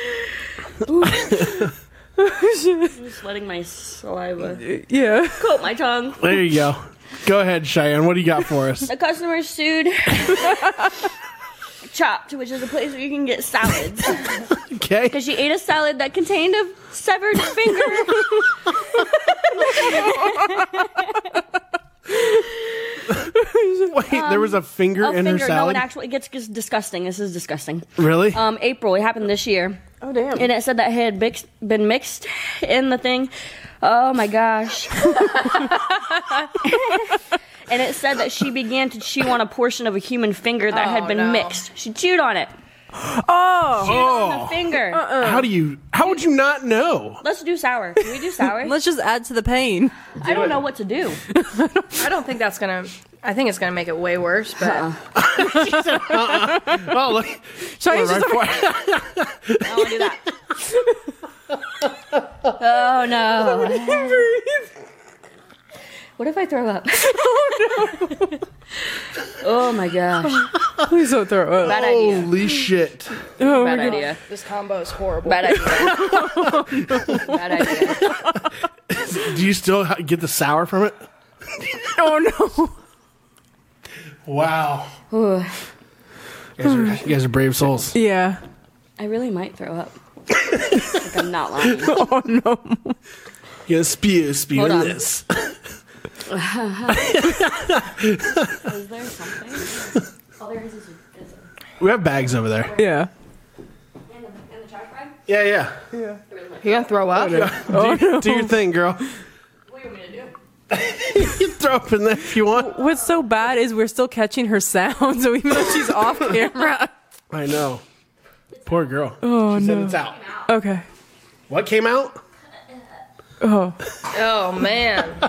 I'm just letting my saliva
Yeah.
coat my tongue.
There you go. Go ahead, Cheyenne. What do you got for us?
A customer sued Chopped, which is a place where you can get salads.
Okay.
Because she ate a salad that contained a severed finger.
Wait, there was a finger
um, a
in
finger.
her salad.
No, it actually it gets gets disgusting. This is disgusting.
really?
Um, April, it happened this year.
Oh damn.
And it said that it had mixed, been mixed in the thing. Oh my gosh. and it said that she began to chew on a portion of a human finger that had
Oh,
been
no.
mixed. She chewed on it.
oh.
On the finger.
how do you? How would you not know?
Let's do sour. Can we do sour?
Let's just add to the pain.
I don't know what to do.
I don't think that's gonna. I think it's gonna make it way worse. But
Oh, look.
Cheyenne's
Right
just
for-
I want to do that. oh no. What if I throw up? oh my gosh.
Please don't throw up.
bad idea.
Holy shit!
Oh my
Bad
God.
idea.
This combo is horrible.
Bad idea. Bad idea.
Do you still ha- get the sour from it?
Oh no.
Wow. You guys, are, you guys are brave souls.
Yeah.
I really might throw up. like I'm not lying.
Oh no.
You spew, spew
Hold on.
this.
Is there something? All there is is is
We have bags over there.
Yeah.
in the, in the trash bag.
Yeah, yeah.
You gonna throw up?
do, do your thing, girl.
What do you want me to do?
You throw up in there if you want.
What's so bad is we're still catching her sound, so even though she's off camera.
I know. Poor girl. Oh she said it's out.
Okay.
What came out?
Oh.
Oh man.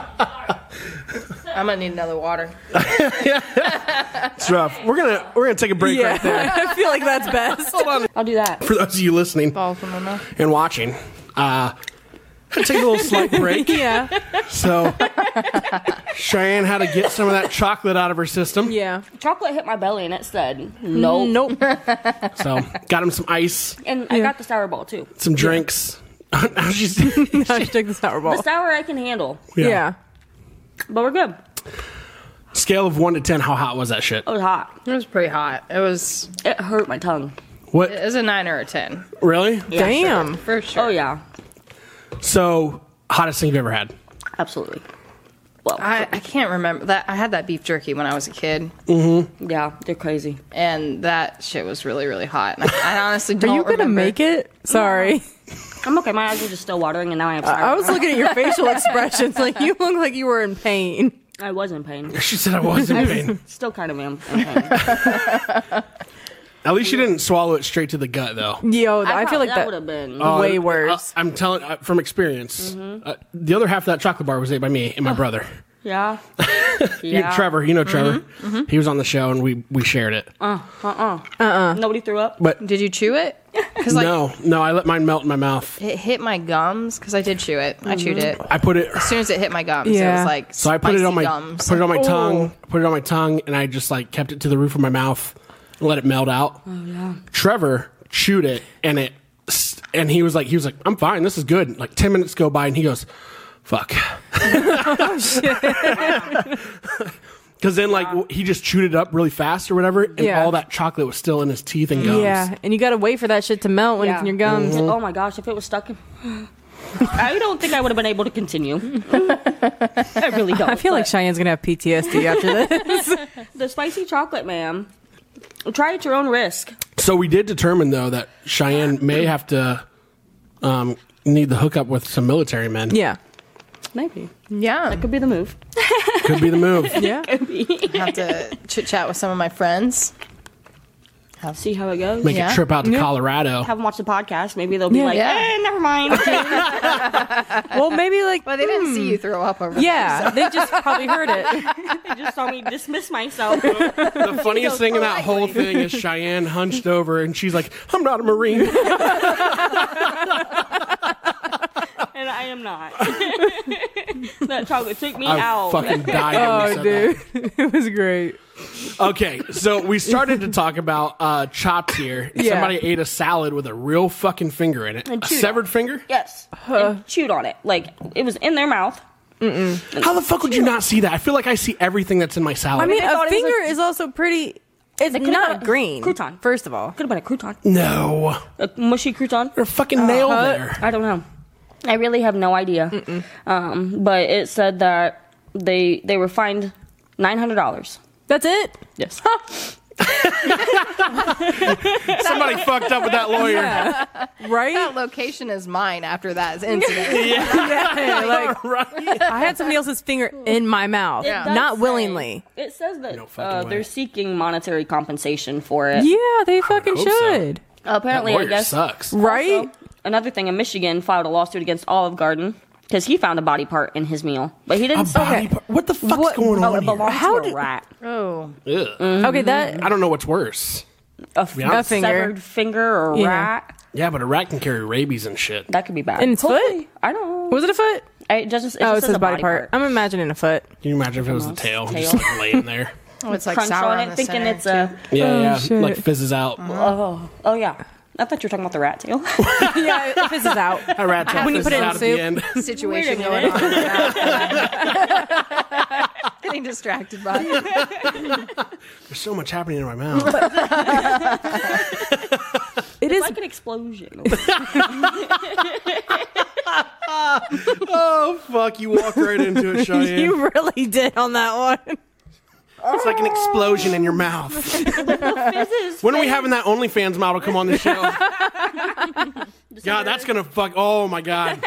I'm gonna need another water.
It's rough. We're gonna we're gonna take a break
Yeah.
right there.
I feel like that's best.
I'll do that.
For those of you listening
Fall from my mouth.
and watching, uh, I take a little slight break.
Yeah.
So Cheyenne had to get some of that chocolate out of her system.
Yeah.
Chocolate hit my belly and it said no.
Nope.
So got him some ice,
And I got the sour ball too.
some drinks. now she's
I took the sour
The
ball.
sour I can handle,
Yeah.
but we're good.
scale of one to ten. How hot was that shit?
It was hot.
It was pretty hot. It was
It hurt my tongue.
it
What
was a nine or a ten
really?
Damn.
for sure.
Oh yeah,
So hottest thing you've ever had?
absolutely. Well,
I,
I can't remember that. I had that beef jerky when I was a kid,
yeah, they're crazy.
and that shit was really really hot. And I, I honestly
Are
don't.
you gonna
remember.
make it? Sorry.
I'm okay. My eyes are just still watering, and now I have. Sour
I was looking at your facial expressions. Like you look like you were in pain.
I was in pain.
She said I was in pain.
Still kind of am. In pain.
At least she didn't swallow it straight to the gut though.
Yo, I, feel
probably-
like
that would have
that. Oh.
been.
Way
Uh,
worse.
I, am telling uh, from experience. Uh, the other half of that chocolate bar was ate by me and my brother.
yeah.
You-
yeah.
Trevor, you know Trevor. He was on the show and we we shared it.
Uh-uh.
Nobody threw up.
Did you chew it? Because like
no, no, I let mine melt in my mouth.
it hit my gums because I did chew it. I chewed it.
I put it
As soon as it hit my gums, it
Yeah.
was like
Mm-hmm. so I put it on my
gums.
put it on my tongue, put it on my tongue, and I just like kept it to the roof of my mouth, and let it melt out. Oh yeah. Trevor chewed it and it s- and he was like he was like I'm fine, this is good. Like ten minutes go by and he goes, fuck. Because then, like, w- he just chewed it up really fast or whatever, and
Yeah.
all that chocolate was still in his teeth and gums.
Yeah, and you gotta wait for that shit to melt when it's in your gums. Mm-hmm.
It's like, oh my gosh, if it was stuck in. I don't think I would have been able to continue. I really don't.
I feel like Cheyenne's gonna have PTSD after this.
the spicy chocolate, ma'am. Try at your own risk.
So we did determine though that Cheyenne may have to um, need the hookup with some military men.
yeah.
Maybe.
Yeah,
Could be the move.
could be the move.
Yeah.
I have to chit chat with some of my friends.
See how it goes.
Make
Yeah.
a trip out to Colorado.
Have them watch the podcast. Maybe they'll be like,
Yeah.
eh, never mind.
Well, maybe like.
But they didn't
Hmm.
see you throw up over.
Yeah, they just probably heard it.
they just saw me dismiss myself.
The funniest thing in that whole thing is Cheyenne hunched over and she's like, "I'm not a marine."
and I am not. that chocolate took me
I
out.
fucking died. when you said
Oh, it was great.
that. Okay, so we started to talk about uh, chopped here.
Yeah.
Somebody ate a salad with a real fucking finger in it, a
chewed
severed finger.
yes. And chewed on it. Like, it was in their mouth.
How the fuck would you not see that? I feel like I see everything that's in my salad.
I mean,
thought it
a
was
finger
a-
is also pretty. It's
could've
not
been a
green.
crouton.
First of all,
Could have been a crouton.
no,
A Uh, mushy crouton.
there a fucking nail there.
I don't know. I really have no idea. Um, but it said that they they were fined nine hundred dollars.
that's it.
Yes.
Somebody fucked up with that lawyer.
Right?
That location is mine after that incident.
Yeah, like,
right?
I had somebody else's finger in my mouth,
does
not
say-
willingly.
It says that
No fucking
uh,
way.
they're seeking monetary compensation for it.
Yeah, they fucking
hope so.
should.
Apparently, I
Lawyer
guess.
sucks.
Right?
Also, another thing in Michigan filed a lawsuit against Olive Garden because he found a body part in his meal, but he
A
didn't.
body part- What the fuck's
What-
going
Oh,
on
it belonged
here?
How
to a
did-
rat.
oh,
Ugh.
Okay, that
I don't know what's worse.
A, f-
Yeah.
a
finger.
severed finger or a
Yeah.
rat.
Yeah, but a rat can carry rabies and shit.
That could be bad.
and its foot.
Hopefully- I don't know.
Was it a foot?
I- it just, it just
Oh, it
says
says
a
body part. I'm imagining a foot.
Can you imagine if it was the tail, just
Tail.
like laying there?
oh it's like
Crunch
sour
on
on
it,
the
thinking
center,
it's a.
Yeah, yeah,
shit.
like fizzes out.
Uh-huh.
Oh, oh yeah. I thought you were talking about the rat tail.
yeah, it fizzes out.
A rat tail
When you put
fizzes
it in
out at the end.
soup.
too. situation going on. right now. Getting distracted by it.
There's so much happening in my mouth.
It is.
like an explosion.
oh fuck! You walk right into it, Cheyenne.
You really did on that one.
It's like an explosion in your mouth. when are we having that OnlyFans model come on the show? God, that's gonna fuck. Oh my god.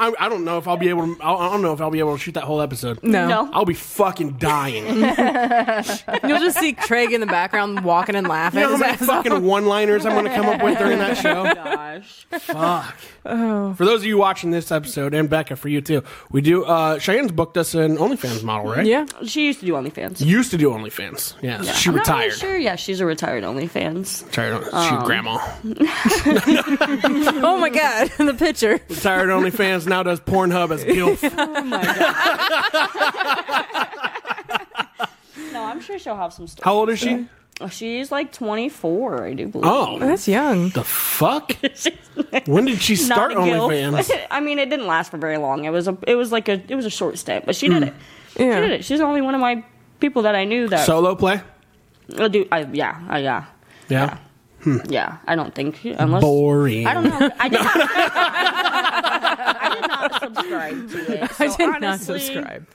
I, I don't know if I'll be able to. I I don't know if I'll be able to shoot that whole episode.
no.
I'll be fucking dying.
You'll just see Craig in the background walking and laughing.
You know how many fucking one-liners I'm gonna come up with during that show?
Oh, Gosh.
Fuck.
Oh.
For those of you watching this episode, and Becca, for you too, we do. Uh, Cheyenne's booked us an OnlyFans model, right?
yeah.
She used to do OnlyFans.
Used to do OnlyFans. Yeah. She
I'm Not
retired.
really sure. Um. Yeah, she's a retired OnlyFans.
Retired. She grandma.
Oh my god, the picture.
Retired OnlyFans now does Pornhub as GILF.
No, I'm sure she'll have some stories.
How old is
Uh-huh.
she?
Oh, She's like 24, I do believe.
Oh,
That's young.
the fuck! When did she start
a guilt.
OnlyFans?
I mean, it didn't last for very long. It was a, it was like a, it was a short stint, but she
Hmm.
did it.
Yeah.
She did it. She's the only one of my people that I knew that.
Solo play?
uh, do, I, yeah, I, yeah,
Yeah.
yeah. I don't think unless
Boring.
I don't know. I did not. I did not subscribe to it. So
I did not
honestly,
subscribe.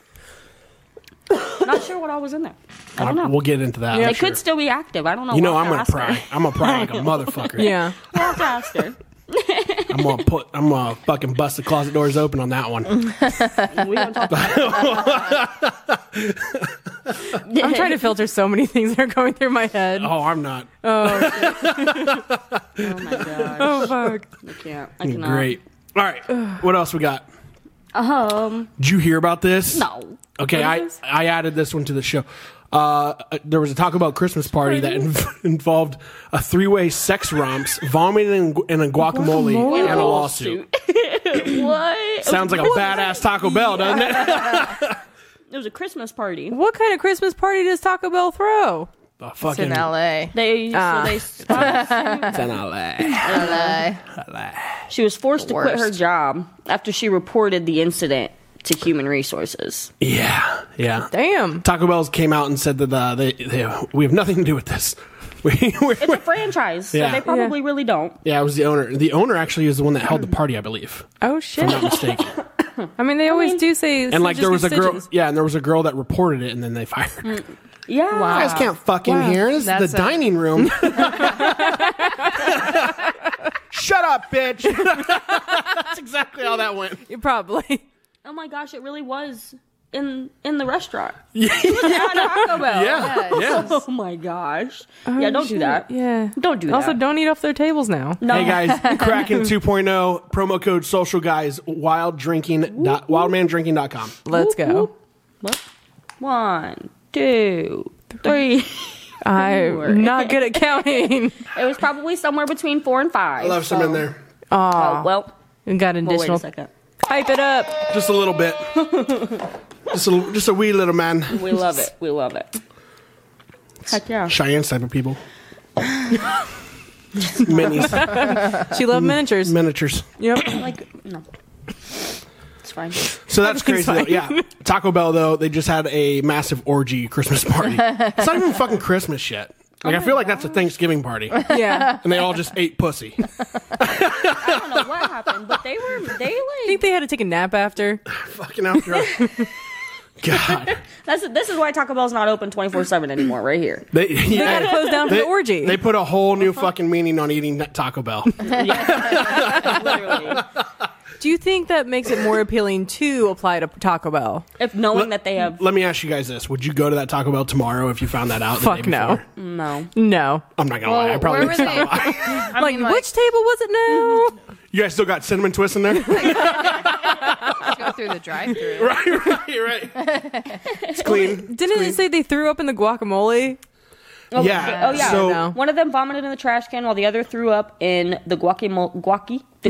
Not sure what all was in there. I
Uh,
don't know.
We'll get into that.
they
I'm sure.
could still be active. I don't know.
You know
We'll
I'm
have
gonna
ask her.
pry. I'm gonna pry like a motherfucker.
Yeah.
We'll have to ask her.
I'm gonna put. I'm gonna fucking bust the closet doors open on that
Mm-hmm.
one.
We don't talk about
I'm trying to filter so many things that are going through my head.
Oh, I'm not.
Oh my god.
Oh, fuck.
I can't. I cannot.
Great. All right. What else we got?
Um.
Did you hear about this?
No.
Okay, I, I added this one to the show. Uh, there was a Taco Bell Christmas party that inv- involved a three way sex romps, vomiting, and a guacamole, and a lawsuit.
what?
Sounds like a badass Taco Bell, doesn't it?
It was a Christmas party.
What kind of Christmas party does Taco Bell throw?
The fucking
in LA.
They, so they
It's in LA.
LA.
she was forced to quit her
Worst.
job after she reported the incident to human resources.
Yeah, yeah.
Damn.
Taco Bell's came out and said that uh, they, they we have nothing to do with this. We, we're,
It's a franchise,
Yeah.
so they probably really don't.
yeah, it was the owner. The owner actually is the one that held the party, I believe.
Oh
If
shit.
I'm not mistaken.
I mean, they always do say.
And like there was a girl,
stitches.
yeah, and there was a girl that reported it, and then they fired. her.
Yeah.
You guys can't fuck in here. This is
That's
the
a-
dining room. Shut up, bitch. That's exactly how that went.
Probably.
Oh my gosh, it really was in in the restaurant. Yeah. It was at Taco Bell.
Yeah, yeah.
Oh my gosh. yeah, don't do
shit.
that.
Yeah.
Don't do
Also,
that.
don't eat off their tables now.
No.
Hey guys, Kraken 2.0 promo code social guys wild drinking dot, wildmandrinking.com.
Let's go.
One, two, three.
I'm not good at counting.
It was probably somewhere between four and five.
I left some in there.
Oh, well,
We got an
well, wait a
additional.
second.
Pipe it up.
Just a little bit. just a just a wee little man.
We love it. We love it. Heck yeah.
Cheyenne's type of people. Minis,
She
Mm.
loved miniatures.
miniatures.
yep.
Like no. It's fine.
So that's crazy. Though. Yeah, Taco Bell though they just had a massive orgy Christmas party. it's not even fucking Christmas yet. Like I feel like that's a Thanksgiving party, and
Yeah.
they all just ate pussy.
I don't know what happened, but they were they
I think
like
they had to take a nap after.
fucking after. all. God,
that's this is why Taco Bell's not open twenty four seven anymore right here.
they yeah,
Gotta close down for the orgy.
They put a whole new fucking meaning on eating that Taco Bell.
Literally.
Do you think that makes it more appealing to apply to Taco Bell?
If knowing that they have
Let me ask you guys this: Would you go to that Taco Bell tomorrow if you found that out? the
Fuck
day
no.
before?
no.
No.
I'm not gonna lie. I probably
Uh, where were they? I
like,
mean, like,
which table was it now?
you guys still got cinnamon twists in there, right?
go through the drive-through.
Right, right. It's clean.
Didn't it say they threw up in the guacamole?
Yeah.
Oh yeah.
So
No.
One of them vomited in the trash can while the other threw up in the guacamole guaci the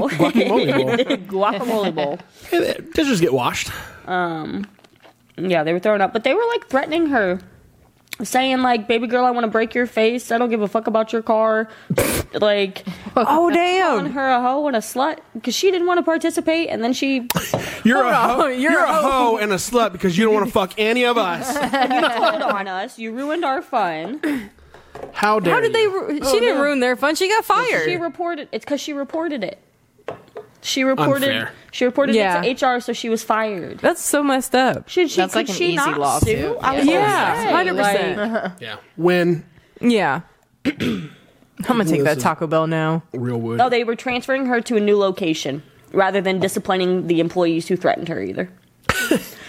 bowl.
guacamole bowl.
guacamole bowl.
Hey, Does just uh, get washed?
Yeah, they were throwing up, but they were like threatening her, saying like, "Baby girl, I want to break your face. I don't give a fuck about your car." like,
Oh
calling
damn!
her a hoe and a slut because she didn't want to participate, and then she
You're a
Hold on,
hoe. You're,
you're
a
a
hoe and a slut because you don't want to fuck any of us.
told on us. You ruined our fun.
How dare?
How did they?
you.
Ru- she didn't ruin their fun. Oh, She got fired.
She reported it's because she reported it. She reported.
Unfair.
She reported
Yeah.
it to HR, so she was fired.
That's so messed up.
Should she?
That's
could
like an
she
easy
not
lawsuit.
sue? I was
Yeah.
gonna say,
Yeah, hundred
like,
percent.
Yeah. When
Yeah. I'm gonna take that
Listen.
Taco Bell now.
real wood.
Oh, they were transferring her to a new location rather than disciplining the employees who threatened her either.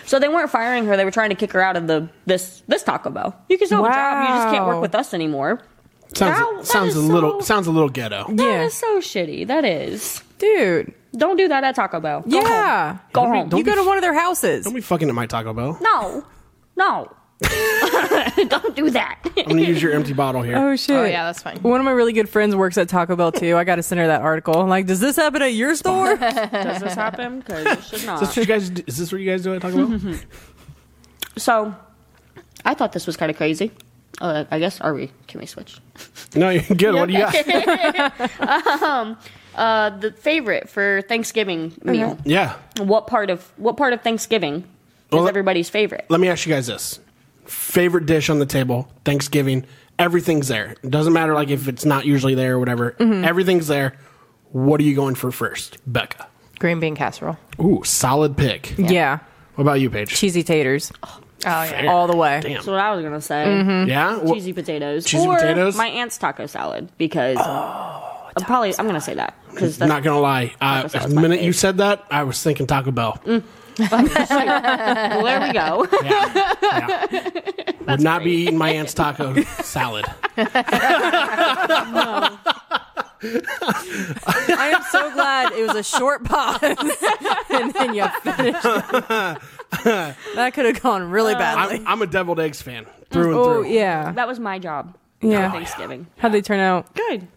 so they weren't firing her; they were trying to kick her out of the this this Taco Bell. You can still have a job, you just can't work
Wow.
with us anymore.
sounds
Ow, that
sounds a
is
little
so-
sounds a little ghetto.
That
Yeah.
is so shitty. That is.
Dude.
Don't do that at Taco Bell. Go home.
yeah.
Go home.
You go to one of their houses.
Don't be fucking at my Taco Bell.
No, no. Don't do that.
I'm gonna use your empty bottle here.
Oh shit!
Oh, yeah, that's fine.
One of my really good friends works at Taco Bell too. I got to send her that article. I'm like, does this happen at your store?
Does this happen? Because it should not.
Is this what you guys? do- Is this what you guys do at Taco Bell?
So, I thought this was kind of crazy. Uh, I guess are we? Can we switch?
no, you're good. What do you got?
Uh, the favorite for Thanksgiving meal.
Yeah.
What part of what part of Thanksgiving is
Well,
everybody's favorite?
Let me ask you guys this: favorite dish on the table, Thanksgiving, everything's there. It doesn't matter like if it's not usually there or whatever. Everything's there. What are you going for first, Becca?
Green bean casserole.
Ooh, solid pick.
yeah.
What about you, Paige?
cheesy taters
Oh yeah.
all the way. mm-hmm.
Damn.
That's what I was gonna say.
Yeah. Wha-
Cheesy potatoes.
Cheesy
or
potatoes? Oh,
My aunt's taco salad because I'm probably I'm gonna say that because
Not gonna lie. I,
Taco
the
salad's my
minute you
fave.
said that, I was thinking Taco Bell.
Mm,
well, there we go.
Would not be eating my aunt's taco salad.
I am so glad it was a short pause and then you finished. that could have gone really badly.
I'm, I'm a deviled eggs fan through and
oh
through.
yeah,
that was my job.
Yeah.
on Thanksgiving.
how'd they turn out?
Good.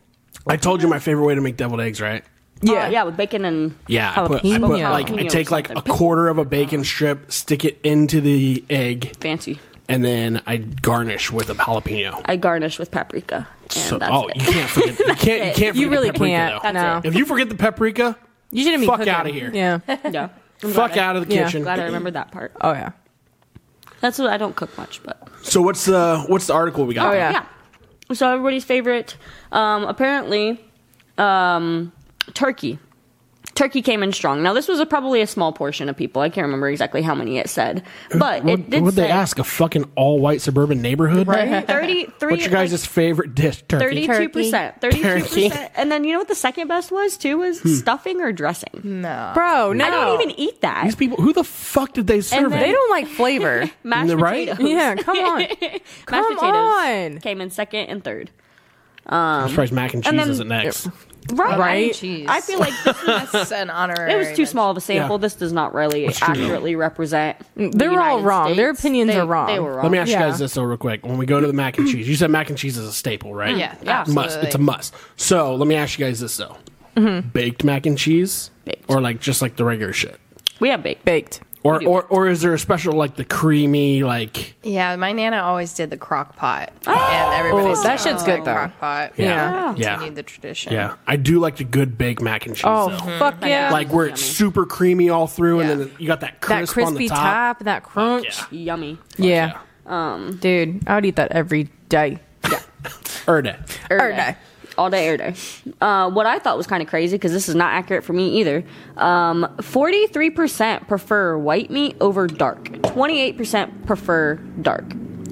I told you my favorite way to make deviled eggs, right?
Yeah, Uh, yeah, with bacon and
Yeah, I put, I put,
Jalapeno.
like I
Jalapeno
take
or
like a
something.
quarter of a bacon strip, stick it into the egg,
fancy.
and then I garnish with a jalapeno.
I garnish with paprika, and
So,
that's
oh,
it.
you can't forget. You can't. You can't. Forget
You really
the paprika,
can't.
Though.
no,
That's
If you forget the paprika,
you shouldn't be
Fuck
cooking.
outta here.
Yeah.
Yeah. I'm
fuck
glad I-
out of the
Yeah.
kitchen.
Glad I remembered that part.
Oh yeah.
That's what I don't cook much, but
So what's the what's the article we got?
Oh, yeah.
yeah. So everybody's favorite, um, apparently, um, turkey. Turkey came in strong. Now this was a, probably a small portion of people. I can't remember exactly how many it said, but it
Uh, What
did
would
say
they ask? A fucking all white suburban neighborhood?
thirty three.
What's your guys' favorite dish? Turkey.
Thirty-two percent, thirty-two
Turkey.
percent, and then you know what the second best was too was
Hmm.
stuffing or dressing.
Bro, no.
I don't even eat that.
These people, who the fuck did they serve?
then-
it?
They don't like flavor.
Mashed
Right?
potatoes.
yeah, come on.
Mashed
Come
potatoes
on.
came in second and third.
I'm surprised mac and cheese
then-
isn't next.
Right.
Right?
Cheese.
I feel like this was
that's an honorary.
It was too
mention.
small of a sample.
Yeah.
This does not really accurately represent. the
They're all
United
wrong. Their
States.
opinions
They-
are wrong.
They were wrong.
Let me ask you
Yeah.
guys this though, real quick. When we go to the mac and cheese, you said mac and cheese is a staple, right?
Yeah,
Yeah.
must. It's
absolutely.
a must. So let me ask you guys this though: baked mac and cheese,
Baked.
or like just like the regular shit,
We have baked.
Baked.
or or or is there a special like the creamy like?
Yeah, my nana always did the crock pot, and everybody
Oh,
said
that shit's good, though.
Crock pot.
Yeah. Yeah.
Continued the tradition.
Yeah, I do like the good baked mac and cheese.
Oh
though.
fuck yeah!
like where it's super creamy all through, and then you got that
that
crisp on the
crispy
top.
top, that crunch.
Yummy.
Yeah. Dude, I would eat that every day.
Erde.
Every day. All day, every day. Uh, what I thought was kind of crazy, because this is not accurate for me either. Um, 43% prefer white meat over dark. 28% prefer dark.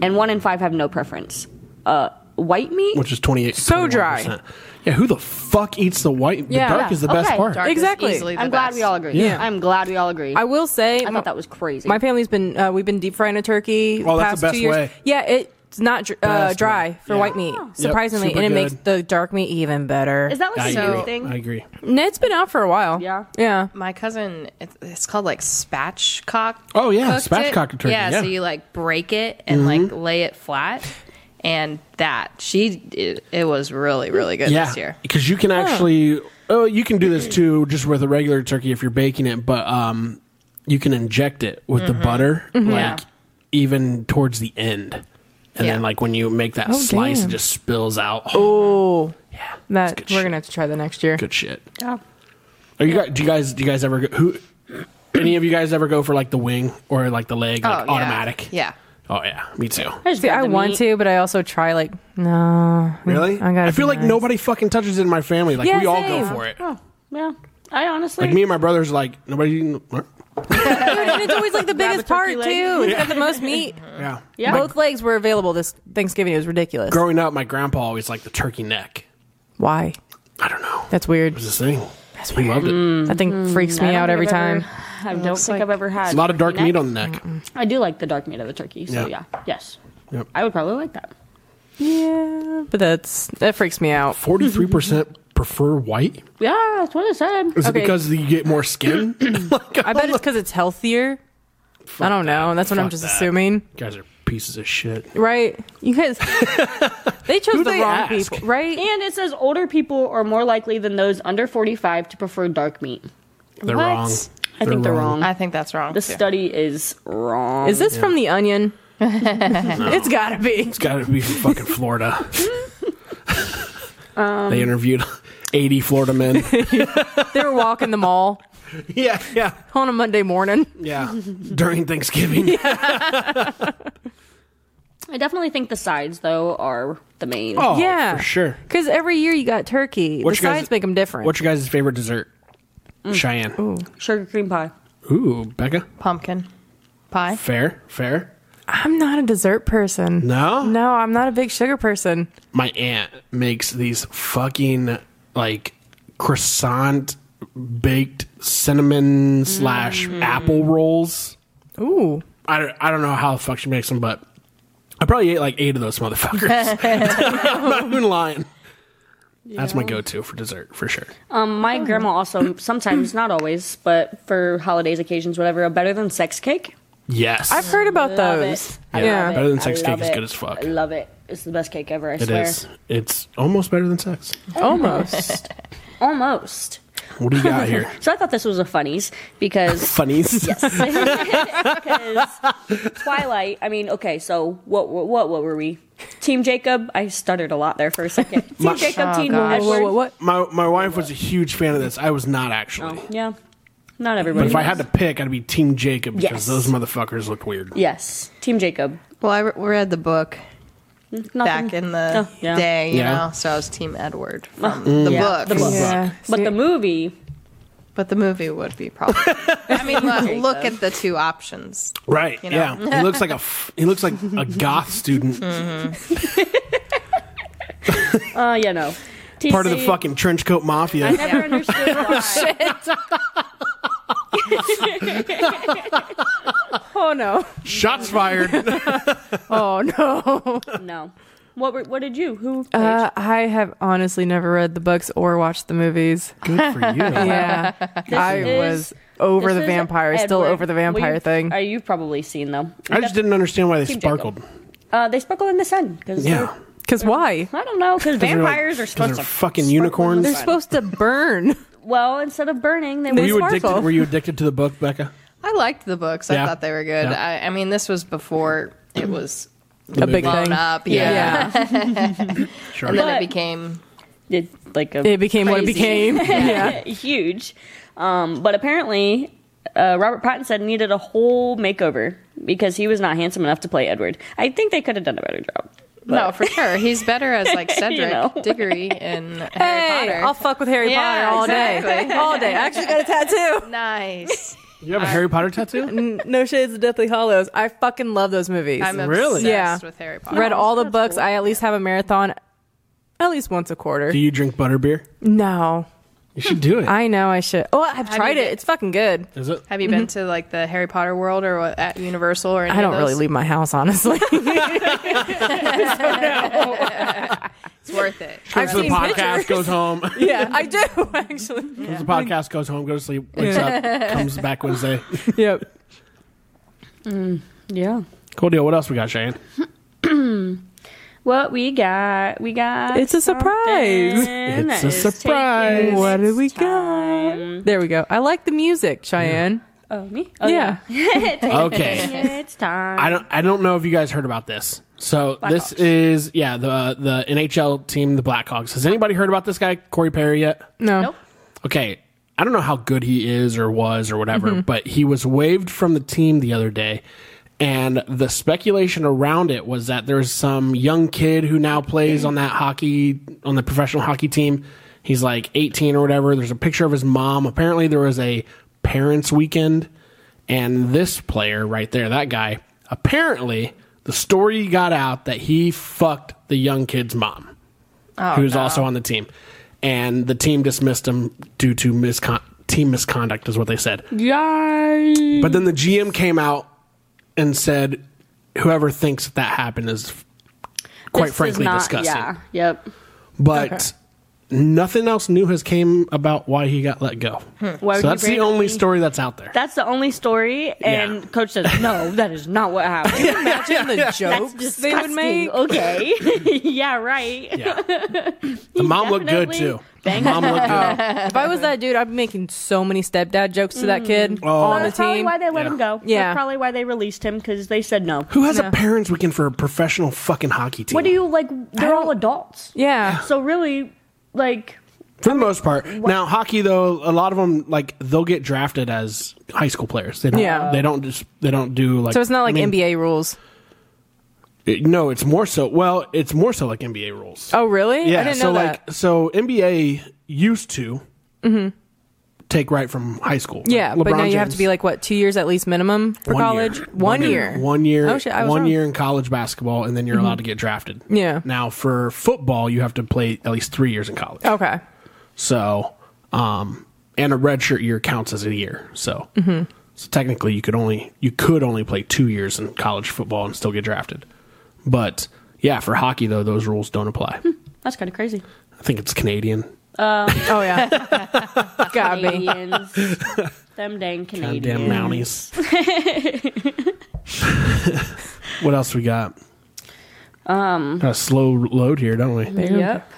And one in five have no preference. Uh, white meat?
Which is twenty eight.
So dry.
Yeah, who the fuck eats the white?
Yeah.
The dark is the best
Okay,
part.
Dark is
Exactly.
easily the
I'm glad
best.
we all agree.
Yeah.
I'm glad we all agree.
I
I
will say,
thought that was crazy.
My family's been uh, we've been deep frying a turkey.
Oh, that's
past
the best
two years.
way.
Yeah, it's not dr- uh,
Best
dry
way.
for
Yeah.
white meat, surprisingly,
super
and it
good.
makes the dark meat even better.
is that
I
what's
agree.
so thing?
I agree.
No, it's been out for a while.
Yeah.
yeah.
My cousin, it's- it's called like spatchcock.
Oh, yeah,
cooked it.
spatchcock turkey,
Yeah,
yeah. Mm-hmm.
so you like break it and like lay it flat, and that she it, it was really really good this year.
Because you can actually, oh, you can do this too, just with a regular turkey if you're baking it, but um, you can inject it with
Mm-hmm.
the butter, like even towards the end. And
Yeah.
then, like when you make that slice,
Oh, damn.
it just spills out. Oh,
That
good
we're
shit.
gonna have to try that next year.
good shit. Yeah. Are you guys? Do you guys? Do you guys ever? Go, who? Any of you guys ever go for like the wing or like the leg, like
Oh, yeah.
automatic?
Yeah.
Oh yeah, me too.
just
See,
grab
I
the
want
meat.
to, but I also try like no.
Really?
I gotta.
I feel
be
like
nice.
nobody fucking touches it in my family. Like
Yeah,
we all go
same.
for it.
Yeah. I honestly.
Like me and my brothers, like nobody.
And it's always like the biggest part
turkey
too.
leg.
It's got the most meat.
Yeah.
Both legs were available this Thanksgiving. It was ridiculous.
Growing up, my grandpa always liked the turkey neck.
Why?
I don't know.
That's weird.
It was his thing. he loved it.
That thing
Hmm.
freaks me out every time.
I don't think I've ever had
A lot of dark
turkey
meat
neck.
on the neck.
I do like the dark meat of the turkey. So
Yeah.
yeah, yes,
Yep.
I would probably like that.
Yeah, but that's that freaks me out.
Forty-three percent prefer white.
Yeah, that's what I said.
Is
Okay.
it because you get more skin? Like,
I bet it's because it's healthier. I don't know. That's what I'm
Fuck
just
that.
assuming.
You guys are pieces of shit.
right? You guys, they chose
Who
the
they
wrong
ask?
people, right?
And it says older people are more likely than those under 45 to prefer dark meat.
They're
What?
wrong.
I think they're wrong.
I think that's wrong.
The
too.
study is wrong.
Is this from The Onion? It's gotta be.
It's got to be from fucking Florida. they interviewed 80 Florida men.
They were walking the mall
yeah, yeah,
on a Monday morning.
yeah. During Thanksgiving.
I definitely think the sides though are the main.
Oh,
Yeah.
for sure.
Because every year you got turkey.
What you
the
guys-
sides make them different.
What's your guys' favorite dessert? Cheyenne. Ooh.
Sugar cream pie.
Becca.
pumpkin pie.
Fair, fair.
I'm not a dessert person.
No?
No, I'm not a big sugar person.
My aunt makes these fucking like croissant baked cinnamon slash apple rolls.
Ooh.
I don't, I don't know how the fuck she makes them, but I probably ate like eight of those motherfuckers. I'm not even lying. That's my go-to for dessert for sure.
Um,
Oh.
my grandma also sometimes, not always, but for holidays, occasions, whatever, a better than sex cake.
Yes,
I've heard about
Love
those.
it. I
Yeah.
love it.
Better than sex
I
cake
love
is
it.
good as fuck.
I love it. It's the best cake ever. I
it
swear.
is. It's almost better than sex.
Almost.
Almost.
What do you got here?
So I thought this was a funnies because
Funnies.
Yes. because Twilight. I mean, okay. So what? What? What what were we? Team Jacob. I stuttered a lot there for a second. Team
My-
Jacob.
Oh,
team
Whoa,
Edward.
whoa, whoa, what?
My my wife was a huge fan of this. I was not actually.
Oh, yeah. Not everybody.
But if I
knows.
had to pick, I'd be Team Jacob because
Yes.
those motherfuckers looked weird.
yes, Team Jacob.
Well, I re- read the book
Nothing.
back in the
Oh, yeah. Mm.
day, you
Yeah.
know, so I was Team Edward from the
yeah,
book.
the book.
Yeah.
But the movie.
But the movie would be probably. I mean, look, look at the two options.
Right?
You know?
Yeah. He looks like a f- he looks like a goth student,
Uh, yeah, no. TC,
part of the fucking trench coat mafia.
I never understood why.
Oh, no.
Shots fired.
Oh, no.
No. What? Were, what did you? Who?
Uh, I have honestly never read the books or watched the movies.
Good for you.
Yeah. I
is-
was over
This
the
is
vampire, still
Edward.
over the
Well,
vampire
you've-
thing.
Uh, you've probably seen them.
I just didn't understand why they
Team Jacob.
sparkled.
Uh, they sparkle in the sun because
Yeah.
Because why?
I don't know because
They're like-
vampires are
'cause
supposed
they're
to
fucking
They're
unicorns.
supposed to burn.
Well, instead of burning, they
Were
would
you addicted?
sparkle.
Were you addicted to the book, Becca?
I liked the books.
Yeah.
I thought they were good.
Yeah.
I, I mean, this was before it was
a big
blown
thing.
up. Yeah.
Yeah.
Sure.
And then
But-
it became.
It, like a
It became what it
Crazy.
became. yeah.
huge. Um, but apparently, uh, Robert Pattinson needed a whole makeover because he was not handsome enough to play Edward. I think they could have done a better job.
No, for sure. He's better as like Cedric
know.
Diggory in Harry
Hey,
Potter.
I'll fuck with Harry
Yeah,
Potter all day.
exactly.
All day. I actually got a tattoo.
nice.
You have a Harry Potter tattoo?
N- No Shades of Deathly Hollows. I fucking love those movies.
I'm obsessed
Really?
Yeah.
with Harry Potter.
Read all the books. I at least have a marathon at least once a quarter.
Do you drink butterbeer?
No.
You should do it.
I know I should. Oh, I've tried
you
it. It's fucking good.
Is it?
Have you been to like the Harry Potter world or what, at Universal or? Any
I
of
don't really
those?
leave my house, honestly.
It's worth it.
Comes to the
seen
podcast,
pictures.
goes home.
yeah, I do, actually.
Comes to the podcast, goes home, goes to sleep, wakes up, comes back Wednesday.
Yep.
Yeah.
Cool deal. What else we got, Shane?
What we got? We got.
It's a surprise.
something
It's
that
a
is taking
surprise.
its
What do we
time.
got? There we go. I like the music, Cheyenne.
Oh me? Oh,
Yeah.
Okay.
it's time.
I don't I don't know if you guys heard about this. So this is yeah the the NHL team the Blackhawks. Has anybody heard about this guy Corey Perry yet?
No.
Okay, I don't know how good he is or was or whatever, but he was waived from the team the other day, and the speculation around it was that there's some young kid who now plays on that hockey on the professional hockey team. He's like 18 or whatever. There's a picture of his mom. Apparently there was a parents weekend. And this player right there, that guy, apparently the story got out that he fucked the young kid's mom,
Oh,
who was also on the team. And the team dismissed him due to miscon- team misconduct, is what they said.
Yay.
But then the GM came out and said, whoever thinks that, that happened is quite
This is
frankly
not-
disgusting.
Yeah. Yep.
But nothing else new has came about why he got let go.
Hmm.
So
Why would you
that's the
randomly-
only story that's out there.
That's the only story, and
Yeah.
Coach says, "No, that is not what happened."
Imagine the jokes
That's
they would
disgusting.
make.
Okay, yeah, right.
yeah. The mom looked good
definitely
too. The
banged
mom looked good.
If I was that dude, I'd be making so many stepdad jokes to that kid on the
That's probably
team.
why they let
Yeah.
him go.
Yeah.
That's probably why they released him because they said no.
Who has a parents weekend for a professional fucking hockey team?
What do you like? They're all adults.
yeah.
So really, like,
For the most part. Now hockey though, a lot of them like they'll get drafted as high school players. They don't.
Yeah.
They don't just. They don't do like.
So it's not like
I mean,
NBA rules.
it- no, it's more so. Well, it's more so like NBA rules.
Oh, really?
yeah.
I didn't
so
know that. Mm-hmm.
like so NBA used to take right from high school.
yeah, but now
Uh, LeBron
you have to
James.
be like what two years at least minimum for college.
Year.
One, year.
One year.
Oh shit! I was
one
wrong. Mm-hmm.
year in college basketball, and then you're allowed to get drafted.
Yeah.
Now for football, you have to play at least three years in college.
Okay.
So, um, and a redshirt year counts as a year. So, so technically, you could only you could only play two years in college football and still get drafted. But yeah, for hockey though, those rules don't apply.
that's kind of crazy.
I think it's Canadian.
Oh yeah. Gotta be.
Canadians, them dang Canadians.
Goddamn Mounties. what else we got? Um, got a slow load here, don't we?
Yep.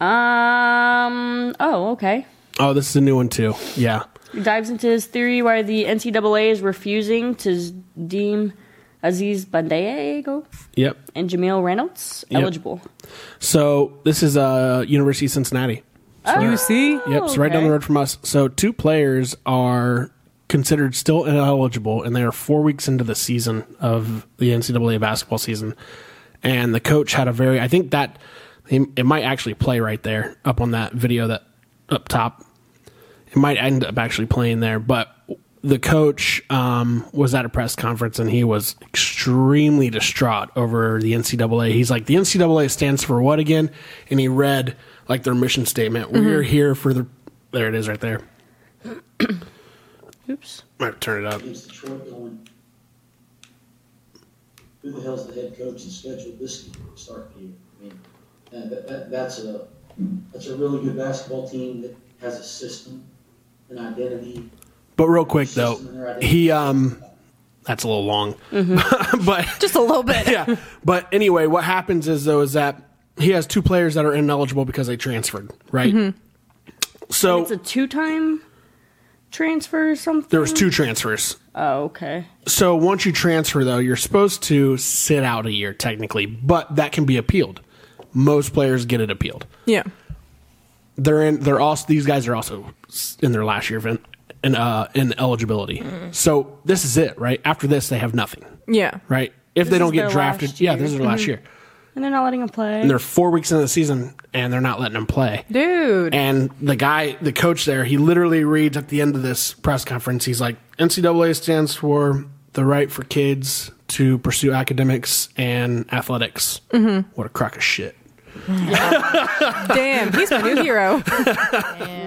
Um. Oh, okay.
Oh, this is a new one too. Yeah.
dives into his theory why the NCAA is refusing to z- deem Aziz Bandayego
Yep.
and Jameel Reynolds
Yep.
eligible.
So this is uh University of Cincinnati.
You see?
Oh,
Yep, it's right down the road from us. So two players are considered still ineligible, and they are four weeks into the season of the NCAA basketball season. And the coach had a very, I think that it might actually play right there up on that video that up top. It might end up actually playing there, but the coach um, was at a press conference and he was extremely distraught over the NCAA. He's like, the NCAA stands for what again? And he read like their mission statement. We're here for the. There it is, right there.
Oops.
Might have to turn it up.
against Detroit going, who the hell's the head coach and scheduled this game to start the year? I mean, and that, that, that's a, that's a really good basketball team that has a system, an identity.
But real quick though, he um, that's a little long, but
Just a little bit.
yeah. But anyway, what happens is though is that he has two players that are ineligible because they transferred, right? So
Mm-hmm. It's a two time transfer or something?
there was two transfers.
Oh, okay.
So once you transfer though, you're supposed to sit out a year technically, but that can be appealed. Most players get it appealed.
Yeah.
They're in. They're also. These guys are also in their last year of in, in, uh, ineligibility.
Mm-hmm.
So this is it, right? After this, they have nothing,
Yeah.
right? If they
This
don't
is
get
their
drafted,
last
yeah,
year.
this is their last year.
And they're not letting him play.
And they're four weeks into the season, and they're not letting them play.
Dude.
And the guy, the coach there, he literally reads at the end of this press conference, he's like, NCAA stands for the right for kids to pursue academics and athletics. Mm-hmm. What a crock of shit.
Damn, he's my new hero.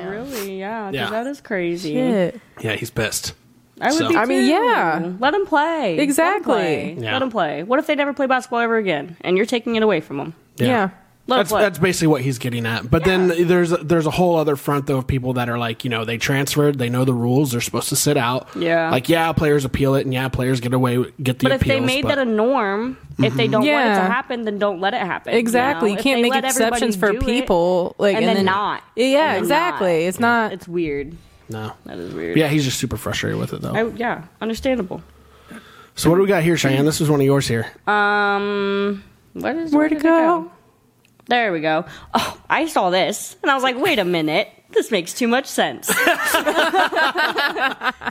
really? Yeah, 'cause
Yeah.
that is crazy.
Shit.
Yeah, he's pissed.
I would
So-
be
I
mean,
too.
yeah.
Let him play.
Exactly.
Let him play.
Yeah.
Let him play. What if they never play basketball ever again and you're taking it away from them?
Yeah.
Let 'em
That's,
play.
that's basically what he's getting at. But then there's there's a whole other front though of people that are like, you know, they transferred, they know the rules, they're supposed to sit out.
Yeah.
Like yeah, players appeal it, and yeah, players get away get the
But if they
appeals,
made
but- Mm-hmm.
that a norm, if they don't want it
Yeah.
to happen, then don't let it happen.
Exactly. You,
know? If
can't
they
make
let everybody
exceptions for
do it,
people like
and, then, not.
Yeah,
And then
exactly.
not.
It's not
It's weird.
no.
That is weird.
Yeah, he's just super frustrated with it though.
I, yeah, understandable.
so what do we got here, Cheyenne? This is one of yours here.
Um, what is
where to
did it
go.
There we go. Oh, I saw this and I was like, wait a minute. This makes too much sense.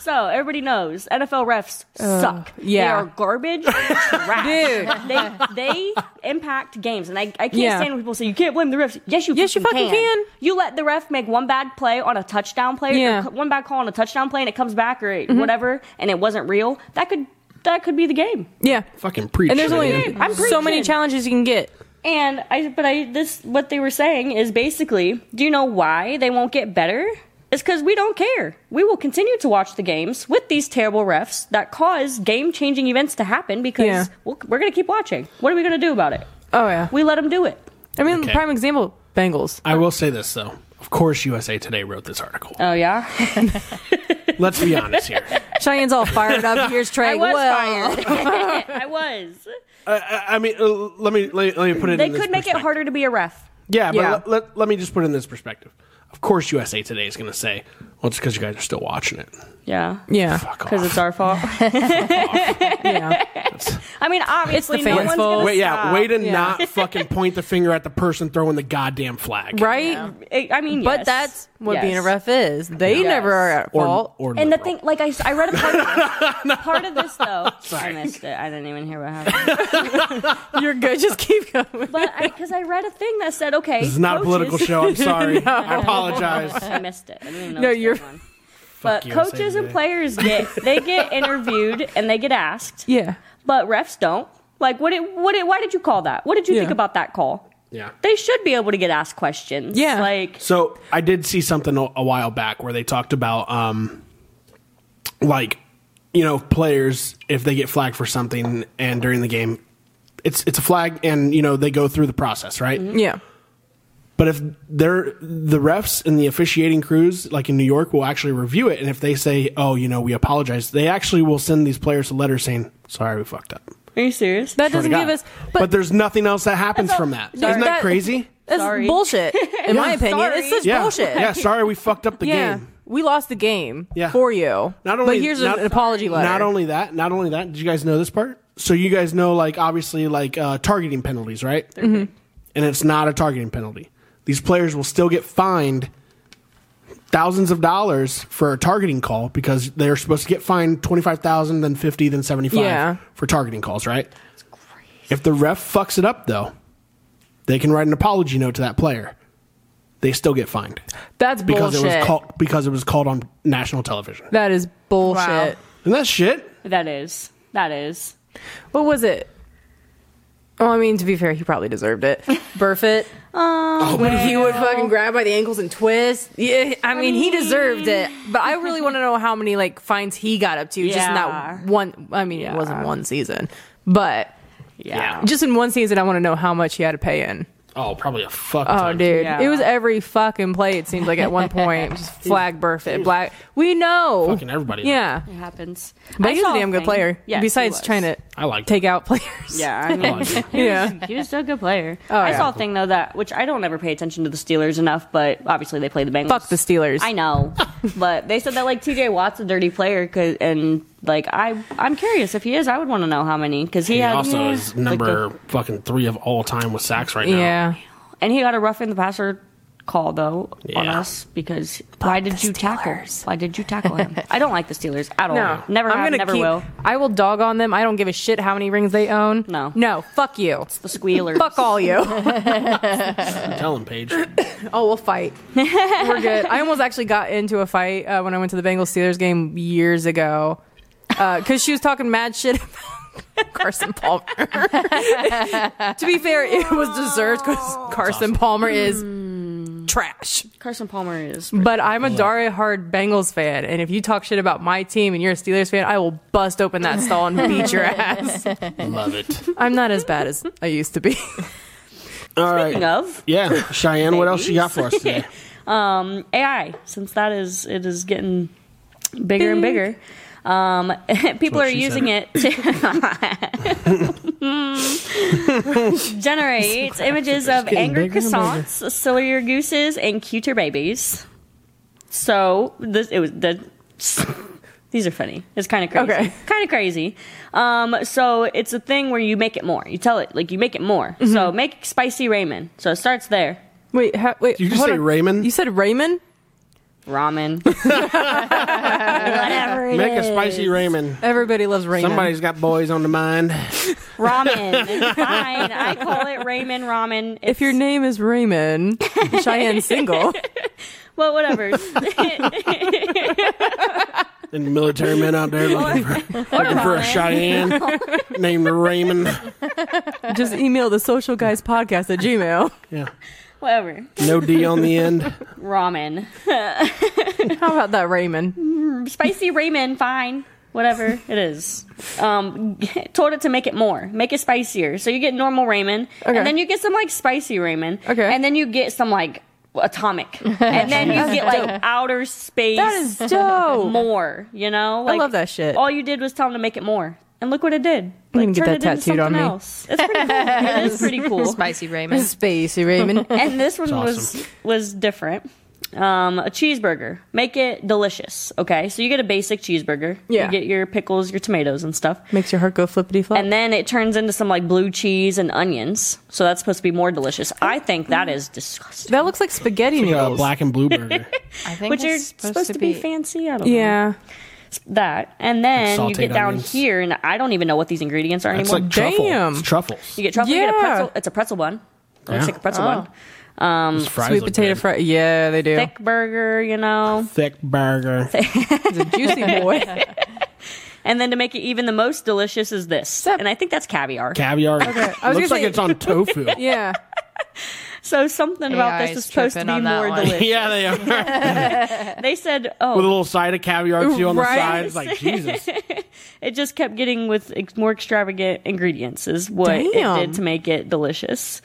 so everybody knows NFL refs suck.
yeah.
They are garbage. trash.
Dude.
They they impact games. And I, I can't
Yeah.
stand when people say you can't blame the refs. Yes, you
Yes, you fucking can.
You let the ref make one bad play on a touchdown play
Yeah. Mm-hmm.
or c- one bad call on a touchdown play and it comes back or it, whatever and it wasn't real. That could that could be the game.
Yeah.
Fucking preach.
And there's only
man.
I'm
so many
preaching.
challenges you can get.
And I, but I, this, what they were saying is basically, do you know why they won't get better? It's because we don't care. We will continue to watch the games with these terrible refs that cause game changing events to happen because
Yeah.
we'll, we're going to keep watching. What are we going to do about it?
Oh yeah.
We let them do it.
I mean,
Okay.
prime example, Bengals.
I will say this though. Of course, USA Today wrote this article.
Oh yeah.
Let's be honest here.
Cheyenne's all fired up. Here's Trey.
I was
well,
fired. I was.
I, I mean, uh, let me let, let me put it.
They
in this
could make it
perspective.
harder to be a ref.
Yeah, but
Yeah.
Let, let, let me just put it in this perspective. Of course, USA Today is going to say, "Well, it's because you guys are still watching it."
Yeah.
Yeah,
Fuck
Because
off.
it's our fault.
yeah.
I mean, obviously, no
fans'
one's
fault.
gonna
Wait, yeah,
stop.
way to not fucking point the finger at the person throwing the goddamn flag,
Right.
I I mean,
But
yes.
that's what
Yes.
being a ref is. They never are at
Or,
fault.
or
And the
liberal.
thing, like I, s- I read a part of, part of this though. I missed it. I didn't even hear what happened.
You're good. Just keep going.
But because I, read a thing that said, okay, Oh,
This is not a political show. I'm sorry. I apologize.
I missed it. I didn't even know
No,
this was
you're-
going on. But
you,
coaches
USA
and
Today.
players get they get interviewed and they get asked,
Yeah.
but refs don't. Like, what? It, what? It, why did you call that? What did you
Yeah.
think about that call?
Yeah.
They should be able to get asked questions.
Yeah.
Like,
So I did see something a, a while back where they talked about, um, like, you know, players if they get flagged for something and during the game, it's it's a flag, and you know they go through the process, right?
Yeah.
But if they're the refs and the officiating crews, like in New York, will actually review it, and if they say, "Oh, you know, we apologize," they actually will send these players a letter saying, "Sorry, we fucked up."
are you serious?
That
Swear to
doesn't
God.
give us.
but,
But,
there's nothing else that happens from that.
no,
Isn't that
that-
crazy?
that's
Sorry.
bullshit, in my opinion. It's just
Yeah,
bullshit.
yeah. Sorry, we fucked up the
Yeah.
game.
We lost the game
Yeah.
for you.
Not only
but here's
not,
an apology letter.
Not only that, not only that. Did you guys know this part? So you guys know, like obviously, like uh, targeting penalties, right? And it's not a targeting penalty. These players will still get fined thousands of dollars for a targeting call because they're supposed to get fined twenty five thousand, then fifty, then seventy five
Yeah.
for targeting calls, right? If the ref fucks it up, though, they can write an apology note to that player. They still get fined
that's
because
bullshit.
it was called because it was called on national television.
that is bullshit.
Isn't that shit?
That is. That is.
What was it? Well, I mean, to be fair, he probably deserved it. Burfitt.
Oh,
when he would fucking grab by the ankles and twist. Yeah, I mean, he deserved it. But I really want to know how many like fines he got up to just in
Yeah.
that one. I mean, it wasn't one season, but
yeah.
just in one season, I want to know how much he had to pay in.
Oh, probably a fuck.
Oh,
ton.
dude,
Yeah.
it was every fucking play. It seemed like at one point, just flag Burfitt, black. We know,
Fucking everybody.
Yeah,
It happens.
but
I
he's a
saw
damn good
thing-
player.
Yes, he
Besides
was.
trying to
I like
take out players.
Yeah, I mean,
yeah.
he was still a good player.
Oh,
I
yeah.
saw a thing though that which I don't ever pay attention to the Steelers enough, but obviously they play the Bengals.
Fuck the Steelers.
I know, but they said that like T.J. Watt's a dirty player, 'cause- and like I, I'm curious if he is. I would want to know how many because he,
He
had
also
yeah,
is
like
number
the-
fucking three of all time with sacks right now.
Yeah.
and he got a rough in the passer call though on
Yeah.
us because why did you tackle? Why did you tackle him? I don't like the Steelers at all.
No,
Never have, never
keep,
will.
I will dog on them. I don't give a shit how many rings they own.
No.
no, fuck you,
The squealers.
fuck all you.
Tell him, Paige.
Oh, we'll fight. We're good. I almost actually got into a fight uh, when I went to the Bengals Steelers game years ago because she was talking mad shit about Carson Palmer. to be fair, it was deserved because Carson Palmer is
Hmm.
trash.
Carson Palmer is.
But I'm a Dari Hard Bengals fan, and if you talk shit about my team and you're a Steelers fan, I will bust open that stall and beat your ass.
Love it.
I'm not as bad as I used to be.
All right.
Speaking of
Yeah, Cheyenne. What else you got for us today?
um, AI, since that is it is getting bigger and bigger. Um, people
what
are
she
using it to generate images of
getting
angry
bigger and bigger.
croissants, sillier gooses, and cuter babies. So this it was the. These are funny. It's kind of crazy.
Okay.
Kind of crazy. Um, so it's a thing where you make it more. You tell it like you make it more. So make spicy ramen. So it starts there.
Wait, ha- wait.
Did you just
hold
say
on.
Raymond?
You said Raymond?
Ramen. Whatever.
Make a spicy Raymond.
Everybody loves Raymond.
Somebody's got boys on the mind.
Ramen. It's fine. I call it Ramen Ramen. It's,
If your name is Raymond, Cheyenne's single.
well, whatever.
And the military men out there looking for, looking for a Cheyenne named Raymond.
Just email the social guys podcast at Gmail.
Yeah.
whatever.
No D on the end.
Ramen.
How about that, Raymond?
Spicy Ramen. Fine. whatever it is. Um, told it to make it more, make it spicier. So you get normal ramen,
Okay.
and then you get some like spicy ramen,
Okay.
and then you get some like atomic, and then you get like outer space.
That is dope.
more. You know, like,
love that shit.
All you did was tell them to make it more, and look what it did.
I'm gonna get
turned
that
it into
tattooed on
something
me.
Else. It's pretty cool. it is pretty cool
Spicy Raymond.
Spacey Raymond.
and this one
awesome.
was was different. Um, a cheeseburger. Make it delicious. Okay, so you get a basic cheeseburger.
Yeah.
You get your pickles, your tomatoes, and stuff.
Makes your heart go flippity flop.
And then it turns into some like blue cheese and onions. So that's supposed to be more delicious. I think that is disgusting.
that looks like spaghetti
Like a
noodles.
black and blue burger.
I think
Which
it's
are supposed, to be, fancy. I don't know.
yeah.
That. And then you
Sauteed
get down
onions.
here, and I don't even know what these ingredients are
It's
anymore.
like truffle.
Damn. Mm,
It's truffles.
you get truffle, you get a
Yeah.
pretzel. It's a pretzel bun. It looks
Yeah.
like a pretzel bun.
Those fries
Sweet
look
potato
good.
fry. Yeah, they do.
Thick burger, you know.
Thick burger.
It's a juicy boy.
And then to make it even the most delicious is this.
that-
and I think that's caviar.
Caviar.
I was
Looks
gonna
like
say-
it's on tofu.
yeah.
so something about
AI
this is
is
supposed to
tripping
be
on that
more
one.
delicious.
yeah, they are.
They said,
With a
oh,
little side of caviar too on the
Right.
side. It's like Jesus.
it just kept getting with ex- more extravagant ingredients is what
Damn.
it did to make it delicious.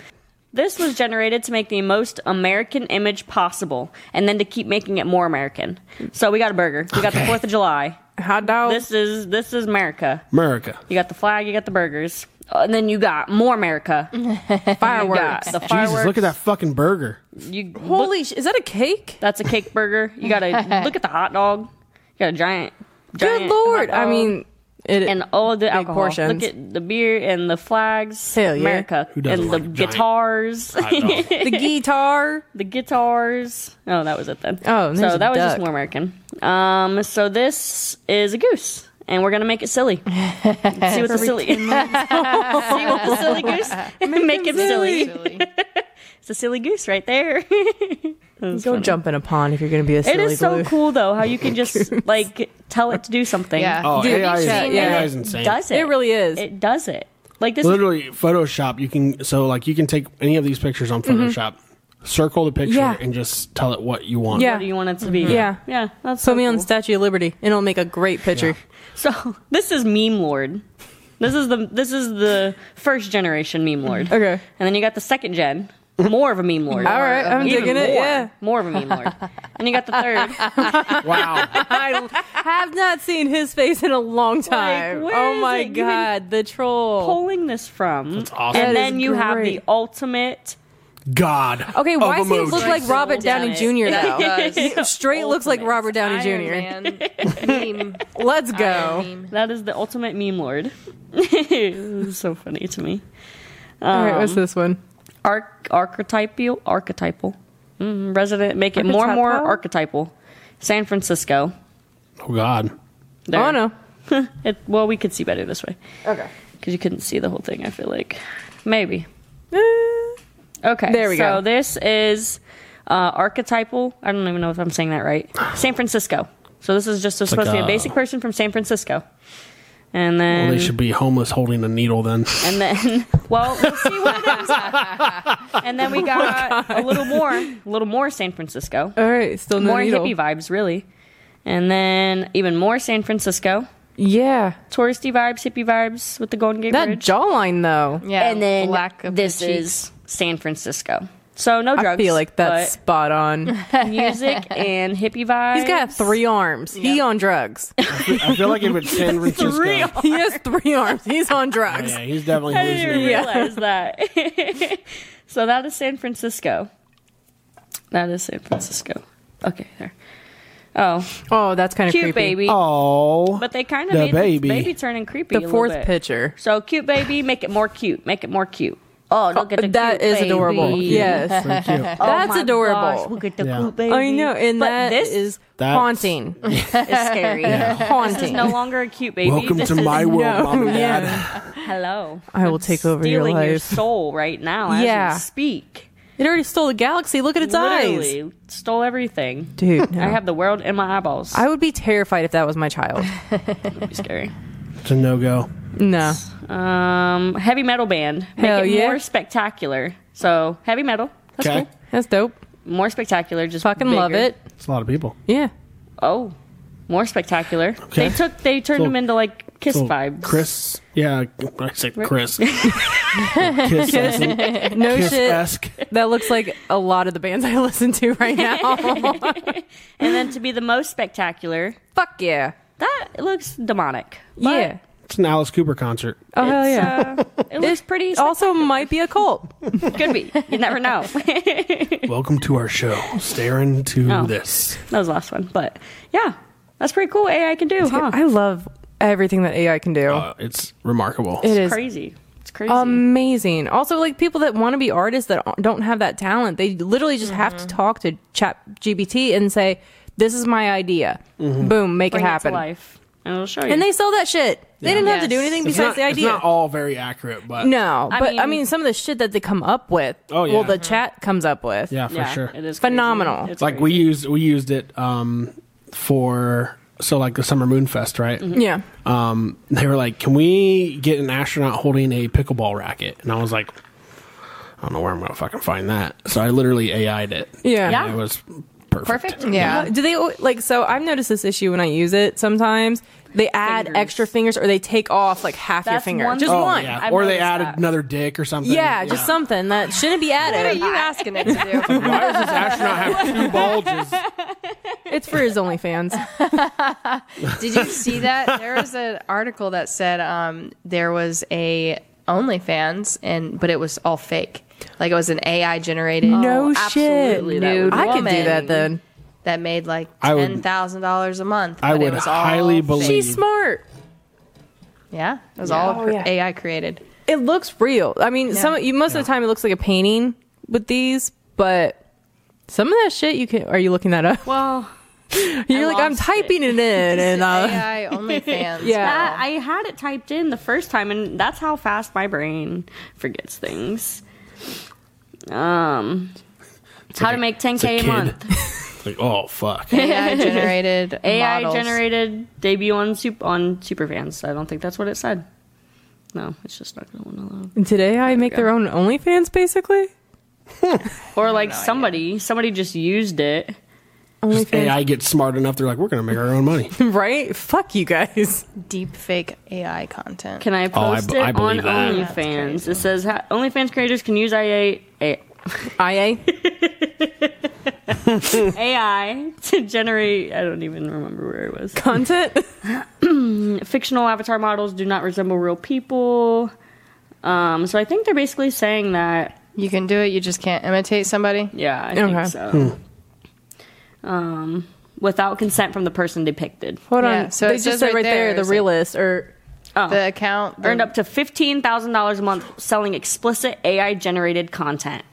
This was generated to make the most American image possible, and then to keep making it more American. So we got a burger. We got the
Okay.
Fourth of July.
Hot dog.
This is this is America.
America.
You got the flag. You got the burgers, uh, and then you got more America.
Mm-hmm.
You got
fireworks.
the fireworks.
Jesus, look at that fucking burger.
You look
Holy sh! Is that a cake?
That's a cake burger. You gotta look at the hot dog. You got a giant, giant
Good lord!
hot
I
dog
mean, it.
and all the alcohol.
portions.
Look at the beer and the flags,
Hell yeah.
America,
Who doesn't
and the
like a giant
guitars,
the guitar.
the guitars. Oh, that was it then.
Oh, and there's
so
a
that was just
duck.
more American. Um, so this is a goose, and we're gonna make it silly. See what the silly, see what the silly goose, make it silly. It's a silly goose right there.
Go jump in a pond if you're going to be a
It
silly
is so
blue.
cool though how you can just like tell it to do something.
Yeah.
Oh,
Dude,
AI, is,
yeah,
AI
yeah.
is insane.
Does it?
It really is.
It does it. Like this.
Literally Photoshop. You can so like you can take any of these pictures on Photoshop, circle the picture,
Mm-hmm. Yeah.
and just tell it what you want.
Yeah.
What do you want it to be?
Yeah.
Yeah. That's so
Put me on
cool.
Statue of Liberty, and it'll make a great picture.
So this is meme lord. This is the this is the first generation meme lord.
Okay.
And then you got the second gen, more of a meme lord.
All right, I'm
Even
digging it.
more,
Yeah,
More of a meme lord. and you got the third.
Wow.
I have not seen his face in a long time.
where
oh
is
my
it? You
god, the troll.
Pulling this from. That's
awesome.
And
That
then
is
you have the
great.
ultimate.
God.
okay,
of
why does he look
emojis.
like Robert
Damn
Downey
it.
Jr. though?
does.
He Straight looks like Robert Downey Jr.
meme.
Let's
Iron
go.
meme.
That is the ultimate meme lord. It's so funny to me. Um,
All right, what's this one?
arch- archetypal archetypal mm, resident make it more and more
Archetypal?
archetypal san francisco
Oh God.
There.
Oh no,
it, well we could see better this way
Okay.
because you couldn't see the whole thing i feel like maybe
Eh,
okay
There we
so
go.
this is uh, archetypal i don't even know if i'm saying that right san francisco so this is just supposed
like
to be a
a-
basic person from san francisco and
Well,
then
they should be homeless holding a needle then.
And then, well, we'll see what it is. and then we
Oh
got a little more, a little more San Francisco,
All right, still no
more
needle.
hippie vibes, really. And then even more San Francisco,
Yeah,
touristy vibes, hippie vibes with the Golden Gate
that
Bridge.
jawline though.
Yeah.
and then
lack of the
this
cheeks.
is San Francisco. So no drugs.
I feel like that's spot on.
but music and hippie vibes.
He's got three arms. He on drugs.
I feel like if it's San Francisco.
he has three arms. He's on drugs.
Yeah, he's definitely
I didn't
losing
even
it.
realize that. so that is San Francisco. That is San Francisco. Okay, there. Oh,
Oh, that's kind of
cute
creepy.
baby.
Oh.
But they kind of
The
made
baby.
the baby turning creepy. a
The
little
fourth
bit.
picture.
So cute baby, make it more cute. Make it more cute. Oh, look at the
That
cute
is adorable.
baby.
Yes.
Very cute.
Oh
That's
my
adorable.
gosh, look at the
Yeah.
cute baby.
I know, and
But
that
this
is
That's-
haunting.
is scary.
Haunting.
This is no longer a cute baby.
Welcome
this
to
is,
my world,
No,
mom and
yeah.
dad.
hello.
I will take over your
Stealing your
life.
soul right now as
Yeah.
you speak.
It already stole the galaxy. Look at its eyes,
Literally stole everything.
dude. no.
I have the world in my eyeballs.
I would be terrified if that was my child.
would be scary.
It's a no go.
No,
Um, heavy metal band. Make
Hell
it
yeah.
more spectacular. So heavy metal. That's
Okay.
cool.
that's dope.
More spectacular. Just
Fucking love
bigger.
it.
It's a lot of people.
Yeah,
Oh, More spectacular.
Okay.
They took they turned
So-
him into like kiss
So,
vibes.
Chris. Yeah, I said Chris. Kiss
No shit.
esque.
That looks like a lot of the bands I listen to right now.
And then to be the most spectacular,
Fuck yeah.
that looks demonic.
Yeah.
It's an Alice Cooper concert.
Oh hell yeah.
Uh, it looks pretty.
also might be a cult.
could be. You never know.
Welcome to our show. Staring to
Oh.
this.
That was the last one. But yeah, that's pretty cool. AI can do, huh?
I love everything that AI can do.
Uh, it's remarkable.
it is
crazy. It's crazy.
Um, amazing. Also, like people that want to be artists that don't have that talent, they literally just have to talk to Chat GBT and say, "This is my idea."
Mm-hmm.
Boom, make
Bring
it
it
happen.
to life, and it'll show you.
and they sell that shit. They didn't have to do
Yes.
anything
It's
besides
not,
the
it's
idea.
not all very accurate, but
no,
I
but I
mean-
mean, some of the shit that they come up with.
Oh, yeah.
Well, the chat comes up with.
yeah, for
yeah,
sure.
It is
Phenomenal.
Crazy. It's
like
crazy.
we used we used it um, for so like the summer moon fest, right?
Yeah.
Um, they were like, "Can we get an astronaut holding a pickleball racket?" And I was like, "I don't know where I'm gonna fucking find that." So I literally AI'd it.
Yeah.
And
Yeah.
it was perfect. Oh,
perfect.
Yeah.
Do they al- like so? I've noticed this issue when I use it sometimes. They add
Fingers.
extra fingers or they take off like half your
That's
finger.
one
just
thing.
Oh,
one.
yeah.
I've
Or they
noticed
added
that.
another dick or something.
Yeah, just something that shouldn't be added.
you asking it to do?
Why does this astronaut have two bulges?
It's for his OnlyFans.
Did you see that? There was an article that said um, there was a OnlyFans, and but it was all fake. Like it was an AI generated. Oh,
no
Oh, absolutely,
shit.
that
would-
I could do
Woman.
that then.
That made like
I would-
ten thousand dollars a month.
I
but
would
it was all
highly
fake.
believe-
She's smart.
Yeah, it was all
Oh, yeah.
AI created.
It looks real. I mean, some you most of the time it looks like a painting with these, but some of that shit you can. Are you looking that up?
Well,
You're like I'm
lost
typing it, in, and uh,
AI OnlyFans.
yeah.
that, I had it typed in the first time, and that's how fast my brain forgets things. Um, how to make 10k
It's a
a, month.
kid. like, oh fuck.
AI generated.
AI
models.
generated debut on sup- on Superfans. I don't think that's what it said. No, it's just not going along.
And Today I make their own OnlyFans basically.
Or like somebody, somebody just used it.
Just
OnlyFans,
AI gets smart enough. They're like, we're gonna make our own money.
right? Fuck you guys.
deep fake AI content.
Can I
Oh, I
post
b- I
it on
believe that.
OnlyFans? It says ha- OnlyFans creators can use IA, A-
IA.
AI to generate. I don't even remember where it was.
content.
Fictional avatar models do not resemble real people. Um, so I think they're basically saying that.
You can do it. You just can't imitate somebody.
Yeah, I
Okay.
think so.
Hmm.
Um, without consent from the person depicted.
Hold
Yeah,
on.
so
they
it
just
says
said
right
right there,
there,
the
it's like-
realist or
Oh.
The account the-
earned up to fifteen thousand dollars a month selling explicit AI generated content.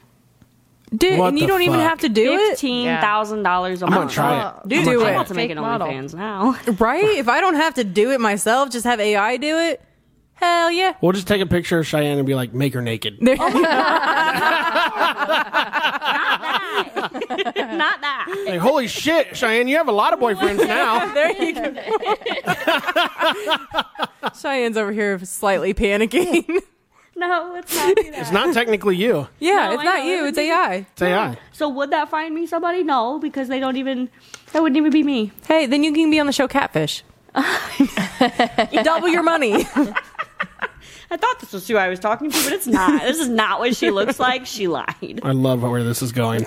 dude,
What
and you
the
don't even
fuck?
have to do it,
Fifteen thousand dollars a
I'm gonna
month.
try
Oh,
it.
dude,
I'm
do
gonna
I
try
want
it.
to make an
Fake model.
OnlyFans now.
right? If I don't have to do it myself, just have AI do it. Hell yeah.
We'll just take a picture of Cheyenne and be like, make her naked.
There-
Not that.
Like, holy shit, Cheyenne, you have a lot of boyfriends now.
there you go. Cheyenne's over here slightly panicking.
No, let's not do that.
It's not technically you.
yeah,
No,
it's
I
not
know, it
you.
would
It's
be-
AI.
It's AI.
So would that find me somebody? No, because they don't even. That wouldn't even be me.
Hey, then you can be on the show Catfish. Double your money.
I thought this was who I was talking to, but it's not. this is not what she looks like. She lied.
I love where this is going.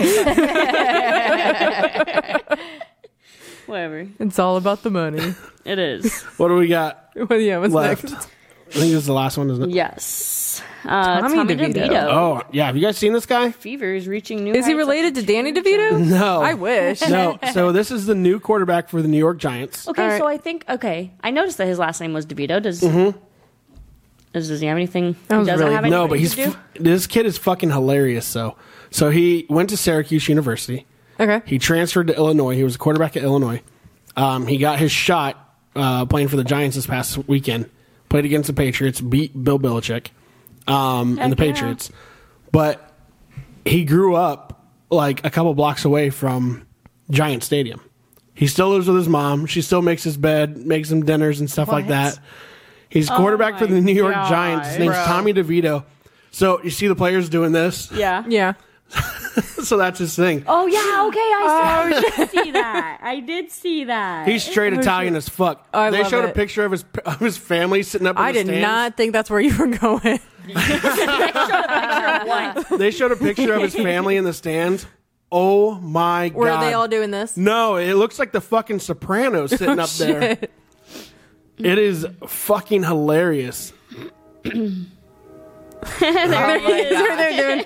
Whatever.
It's all about the money.
It is.
What do we got
Well, yeah, what's
left?
next?
I think this is the last one, isn't it?
Yes. Uh,
Tommy
Tommy,
DeVito.
DeVito.
Oh, yeah. Have you guys seen this guy?
Fever is reaching new.
Is he
heights.
related to Danny DeVito?
No.
I wish.
No. So this is the new quarterback for the New York Giants.
Okay,
All right. Mm-hmm.
so I think okay. I noticed that his last name was DeVito. Does does, does he have anything? He
was
doesn't
really-
have anything
No, but he's
to do?
this kid is fucking hilarious. So, so he went to Syracuse University.
Okay.
He transferred to Illinois. He was a quarterback at Illinois. Um, he got his shot uh, playing for the Giants this past weekend. Played against the Patriots, beat Bill Belichick um, and the
Heck yeah.
Patriots. But he grew up like a couple blocks away from Giant Stadium. He still lives with his mom. She still makes his bed, makes him dinners and stuff like that. He's
Oh
quarterback for the New York Giants. His name's Tommy DeVito. So you see the players doing this.
Yeah.
Yeah.
so that's his thing.
Oh yeah, okay, I, see, I did see that. I did see that.
He's straight Italian as fuck.
Oh, I
they
love
showed a
it.
picture of his of his family sitting up. In
I
the
did
stands.
not think that's where you were going.
They showed a picture of his family in the stands. Oh my
Were
god!
they all doing this?
No, it looks like the fucking Sopranos sitting
Oh,
up there. It is fucking hilarious.
there
Um,
he is.
They're doing,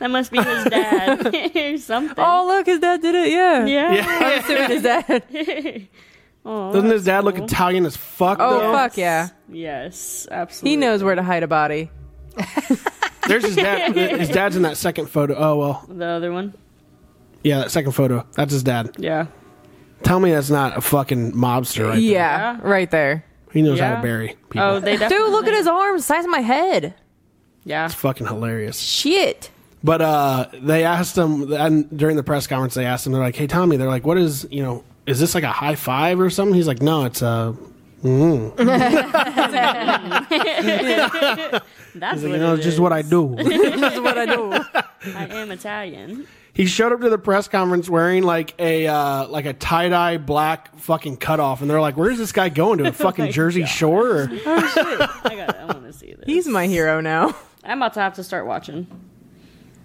That must be his dad or something.
oh, look, his dad did it. Yeah.
yeah.
Yeah.
Assuming his dad.
Doesn't his dad look Italian as fuck?
Oh,
though?
fuck yeah.
Yes, absolutely.
He knows where to hide a body.
There's his dad. His dad's in that second photo. Oh well,
the other one.
yeah, that second photo. That's his dad.
Yeah.
Tell me that's not a fucking mobster, right? there.
yeah, right there.
he knows how
Yeah.
to bury people.
Oh, they definitely.
Dude, look at his arms, size of my head.
Yeah.
It's fucking hilarious.
Shit.
But uh, they asked him and during the press conference. They asked him, they're like, "Hey Tommy," they're like, "What is you know? Is this like a high five or something?" He's like, "No, it's uh, a."
That's
He's
what
like, you know,
it
it's just what I do.
That's what I do.
is. I am Italian.
he showed up to the press conference wearing like a uh, like a tie dye black fucking cutoff, and they're like, "Where's this guy going to a
Oh
fucking Jersey Shore?" Or,
I got. I want to see this.
He's my hero now.
I'm about to have to start watching.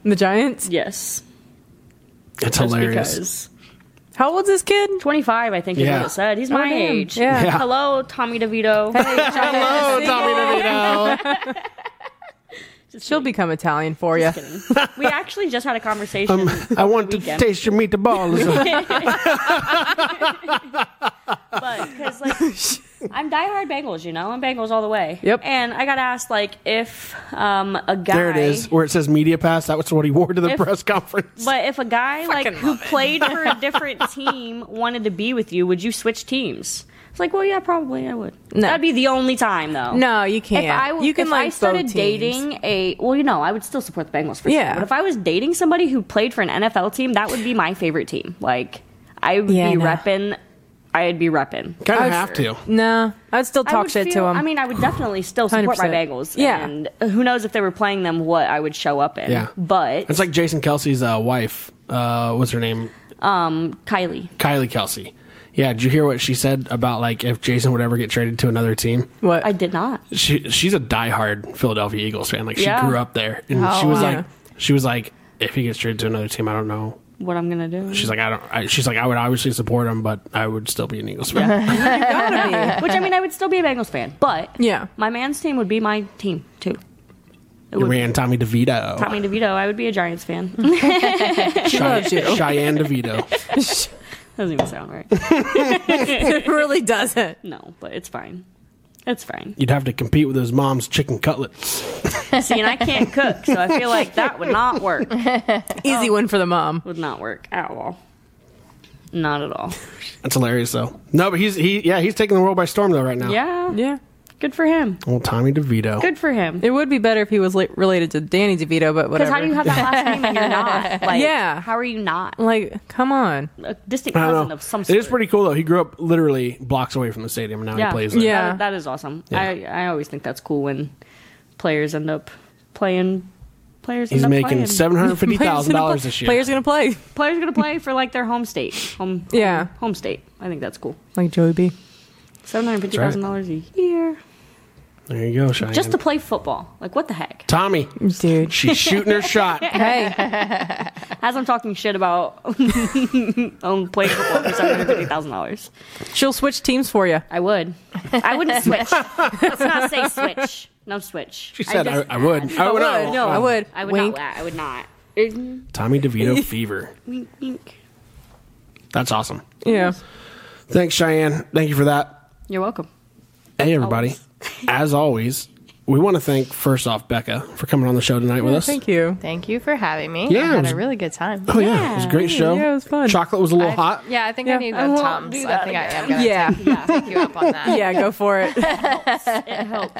The Giants.
Yes.
it's
Just
hilarious.
because.
How old's this kid?
25, I think is
Yeah.
what it said. He's my
damn.
age.
Yeah.
Yeah.
Hello, Tommy DeVito.
Hello, Oh, Tommy DeVito.
She'll become Italian for you.
Kidding. We actually just had a conversation.
I want to
Weekend.
taste your meatballs.
but because like I'm diehard Bengals, you know, I'm Bengals all the way.
Yep.
And I got asked like if um a guy
there it is, where it says media pass. That was what he wore to the
If-
press conference.
But if a guy like who played for a different team wanted to be with you, would you switch teams? It's like, well, yeah, probably I would.
No.
That'd be the only time though.
No, you can't.
If I w-
you can
if
like
I
both
started
teams.
dating a well, you know, I would still support the Bengals for sure.
Yeah.
But if I was dating somebody who played for an NFL team, that would be my favorite team. Like I would
Yeah,
be
no.
repping. I'd be repping.
kind of
I was-
have to.
No, I'd still
I
talk
would
shit to
feel-
him.
I mean, I would definitely still support my
100%.
Bengals.
Yeah.
And who knows if they were playing them, what I would show up in.
Yeah.
But
It's like Jason Kelsey's uh, wife. Uh, what's her name?
um, Kylie.
Kylie Kelsey. Yeah, did you hear what she said about like if Jason would ever get traded to another team?
what?
I did not.
She she's a diehard Philadelphia Eagles fan. Like she
Yeah.
grew up there, and she was
wow.
like, she was like, if he gets traded to another team, I don't know.
What I'm gonna do?
She's like, I don't. I, she's like, I would obviously support him, but I would still be an Eagles fan.
Which I mean, I would still be a Bengals fan, but
Yeah.
my man's team would be my team too. It
You
would
ran Tommy DeVito.
Tommy DeVito, I would be a Giants fan.
Chey- Cheyenne DeVito.
Doesn't even sound right.
it really doesn't.
No, but it's fine. It's fine.
You'd have to compete with his mom's chicken cutlets.
See, and I can't cook, so I feel like that would not work.
Easy one for the mom.
Would not work at all. Not at all.
That's hilarious, though. No, but he's he yeah he's taking the world by storm though right now.
Yeah.
Yeah.
Good for him.
Old Tommy DeVito.
Good for him.
It would be better if he was li- related to Danny DeVito, but
Because
whatever.
how do you have that last name and you're not? Like,
Yeah.
How are you not
like, come on.
a distant
I don't
cousin
know.
of some
It
sort?
is pretty cool though. He grew up literally blocks away from the stadium, and now
Yeah.
he plays there.
Yeah.
That- that is awesome. I I always think that's cool when players end up playing. Players
He's
end up
making
playing.
seven hundred fifty thousand
gonna play-
dollars this year.
Players gonna play
Players gonna play for like their home state. Home.
Yeah.
Home, home state. I think that's cool.
like Joey B.
Seven hundred fifty thousand dollars a year
There you go, Cheyenne.
just to play football. Like what the heck?
Tommy.
Dude,
She's shooting her shot.
hey,
As I'm talking shit about um, playing football for seven hundred fifty thousand dollars.
she'll switch teams for you.
I would. I wouldn't switch. Let's not say switch. No switch.
She said, I,
just-
I, would. Oh. I, would. not.
No, I would.
I would
Wink.
not. I would not. Wink,
Tommy DeVito fever.
wink.
That's awesome.
Yeah.
Thanks, Cheyenne. Thank you for that.
You're welcome.
Hey, everybody. As always, we want to thank, first off, Becca for coming on the show tonight with us.
Thank you.
Thank you for having me.
Yeah,
I
it
had
was-
a really good time.
Oh, yeah. It was a great show.
Yeah, it was fun.
Chocolate was a little hot.
Yeah, I think I need
I
a
won't
Tom's.
do
I think I am going to
Yeah.
pick you up on that.
Yeah, go for it.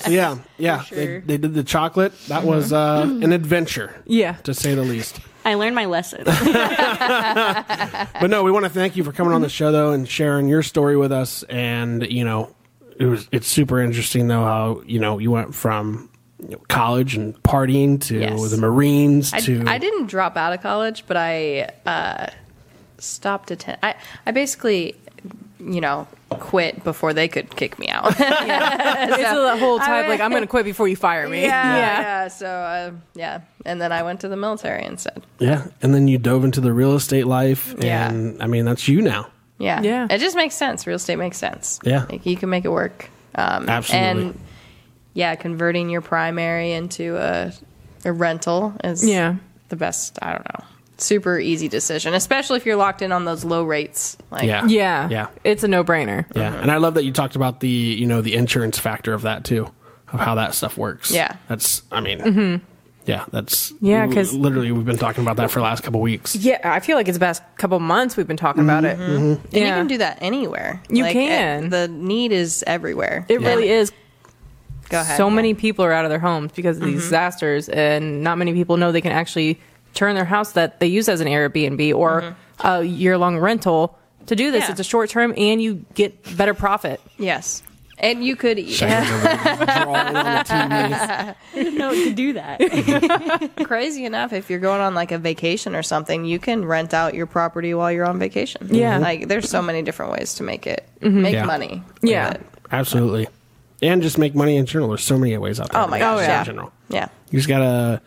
Yeah. Yeah. They, they did the chocolate. That was uh, an adventure,
Mm-hmm. Yeah.
to say the least.
I learned my lesson.
But no, we want to thank you for coming on the show though and sharing your story with us. And you know, it was it's super interesting though how you know you went from you know, college and partying to
Yes.
the Marines
I,
to
I didn't drop out of college, but I uh, stopped attend. I I basically, you know, quit before they could kick me out. yeah,
Basically, the whole time, like, I'm going to quit before you fire me.
yeah. So uh, yeah, and then I went to the military instead.
yeah, and then you dove into the real estate life,
Yeah.
and I mean that's you now.
Yeah.
Yeah.
It just makes sense. Real estate makes sense.
Yeah.
Like you can make it work. Um,
Absolutely.
And yeah, converting your primary into a, a rental is
Yeah.
the best. I don't know. Super easy decision, especially if you're locked in on those low rates. Like,
Yeah,
Yeah.
yeah,
It's a no brainer.
yeah.
Uh-huh.
And I love that you talked about the you know the insurance factor of that too, of how that stuff works.
Yeah. Mm-hmm.
that's I mean, yeah, that's
Yeah,
l-
'cause-
literally we've been talking about that for the last couple weeks.
Yeah. I feel like it's the past couple months we've been talking about it. Yeah.
Mm-hmm. And you can do that anywhere.
You
it-
can.
the need is everywhere.
it really is.
Go ahead. Mm-hmm.
So many people are out of their homes because of these disasters, and not many people know they can actually turn their house that they use as an Airbnb or a year long rental to do this.
Mm-hmm. Yeah.
It's a short term, and you get better profit.
Yes. And you could.
Shane's over there drawing on the TV.
know to do that.
crazy enough if you're going on like a vacation or something you can rent out your property while you're on vacation
Yeah. Mm-hmm.
like there's so many different ways to make it make
Mm-hmm. Yeah.
money
Yeah.
with it.
Absolutely. And just make money in general. There's so many ways out there.
Oh my
to make
gosh,
money
yeah.
In general.
yeah
You just gotta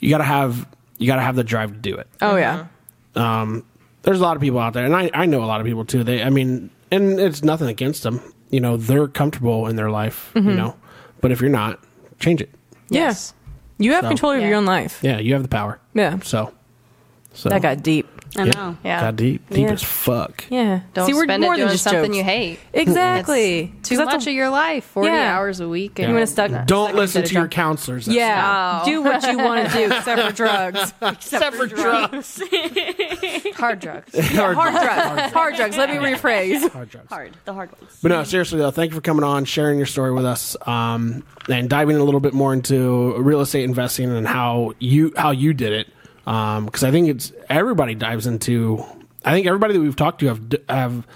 you gotta have you gotta have the drive to do it.
Oh, yeah.
There's a lot of people out there, and I, I know a lot of people too. They I mean, and it's nothing against them. You know, they're comfortable in their life.
Mm-hmm.
You know, but if you're not, change it.
Yes. You have
So-
control of your
Yeah.
own life.
Yeah, you have the power.
Yeah.
So, so
That got deep.
I
yeah.
know.
Yeah.
got deep, deep
Yeah.
as fuck.
Yeah.
don't
See, we're
spend
more
it
than
doing
just
something
jokes.
you hate
Exactly. 'Cause
too
that's
much
a-
of your life 40
Yeah.
hours a week and
You wanna stuck-
Don't
Second
listen
set
to
of
your
junk-
counselors. That's-
Yeah. Do what you want to do, except for drugs.
Except for drugs.
hard drugs
Hard
Hard
drugs.
drugs. Hard drugs. Let me rephrase.
Hard drugs.
hard. The hard ones.
But no, seriously though, thank you for coming on, sharing your story with us, um, and diving a little bit more into real estate investing and how you how you did it. Because I think it's everybody dives into. I think everybody that we've talked to have d- have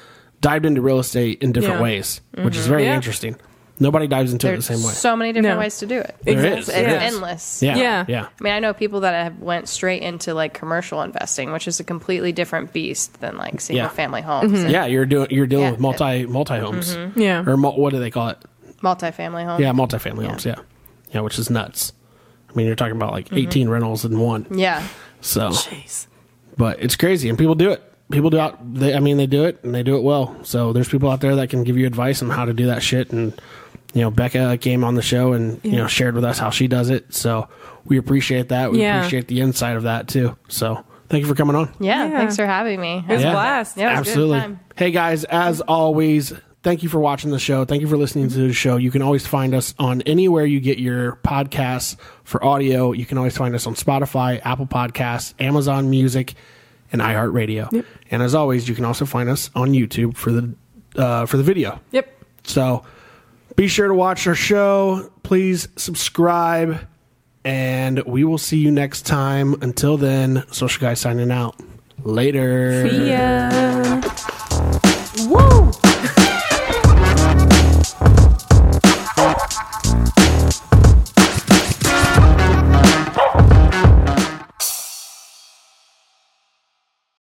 dived into real estate in different
Yeah.
ways, which is very
Yeah.
interesting. Nobody dives into it
there's
the same way.
so many different
No.
ways to do it
There
Exactly.
is,
it's
there is.
endless
Yeah, yeah,
Yeah.
I mean, I know people that have went straight into like commercial investing, which is a completely different beast than like single family homes,
Mm-hmm.
and
Yeah, You're doing you're dealing
Yeah.
with multi multi homes.
Yeah.
or mul- what do they call it?
multifamily homes.
Yeah, multifamily homes. Yeah, yeah, which is nuts. I mean, you're talking about like 18 rentals in one.
Yeah.
So.
Jeez.
but it's crazy and people do it people do out they i mean they do it and they do it well so there's people out there that can give you advice on how to do that shit and you know becca came on the show and you know shared with us how she does it so we appreciate that we
Yeah.
appreciate the insight of that too so thank you for coming on
yeah.
Yeah.
Thanks for having me.
It was a blast.
Yeah, it was a good
Absolutely.
time.
Hey guys, as always, thank you for watching the show. Thank you for listening to the show. You can always find us on anywhere you get your podcasts for audio. You can always find us on Spotify, Apple Podcasts, Amazon Music, and iHeartRadio. And as always, you can also find us on YouTube for the uh, for the video.
Yep.
So be sure to watch our show. Please subscribe. And we will see you next time. Until then, Social Guy signing out. Later.
Yeah.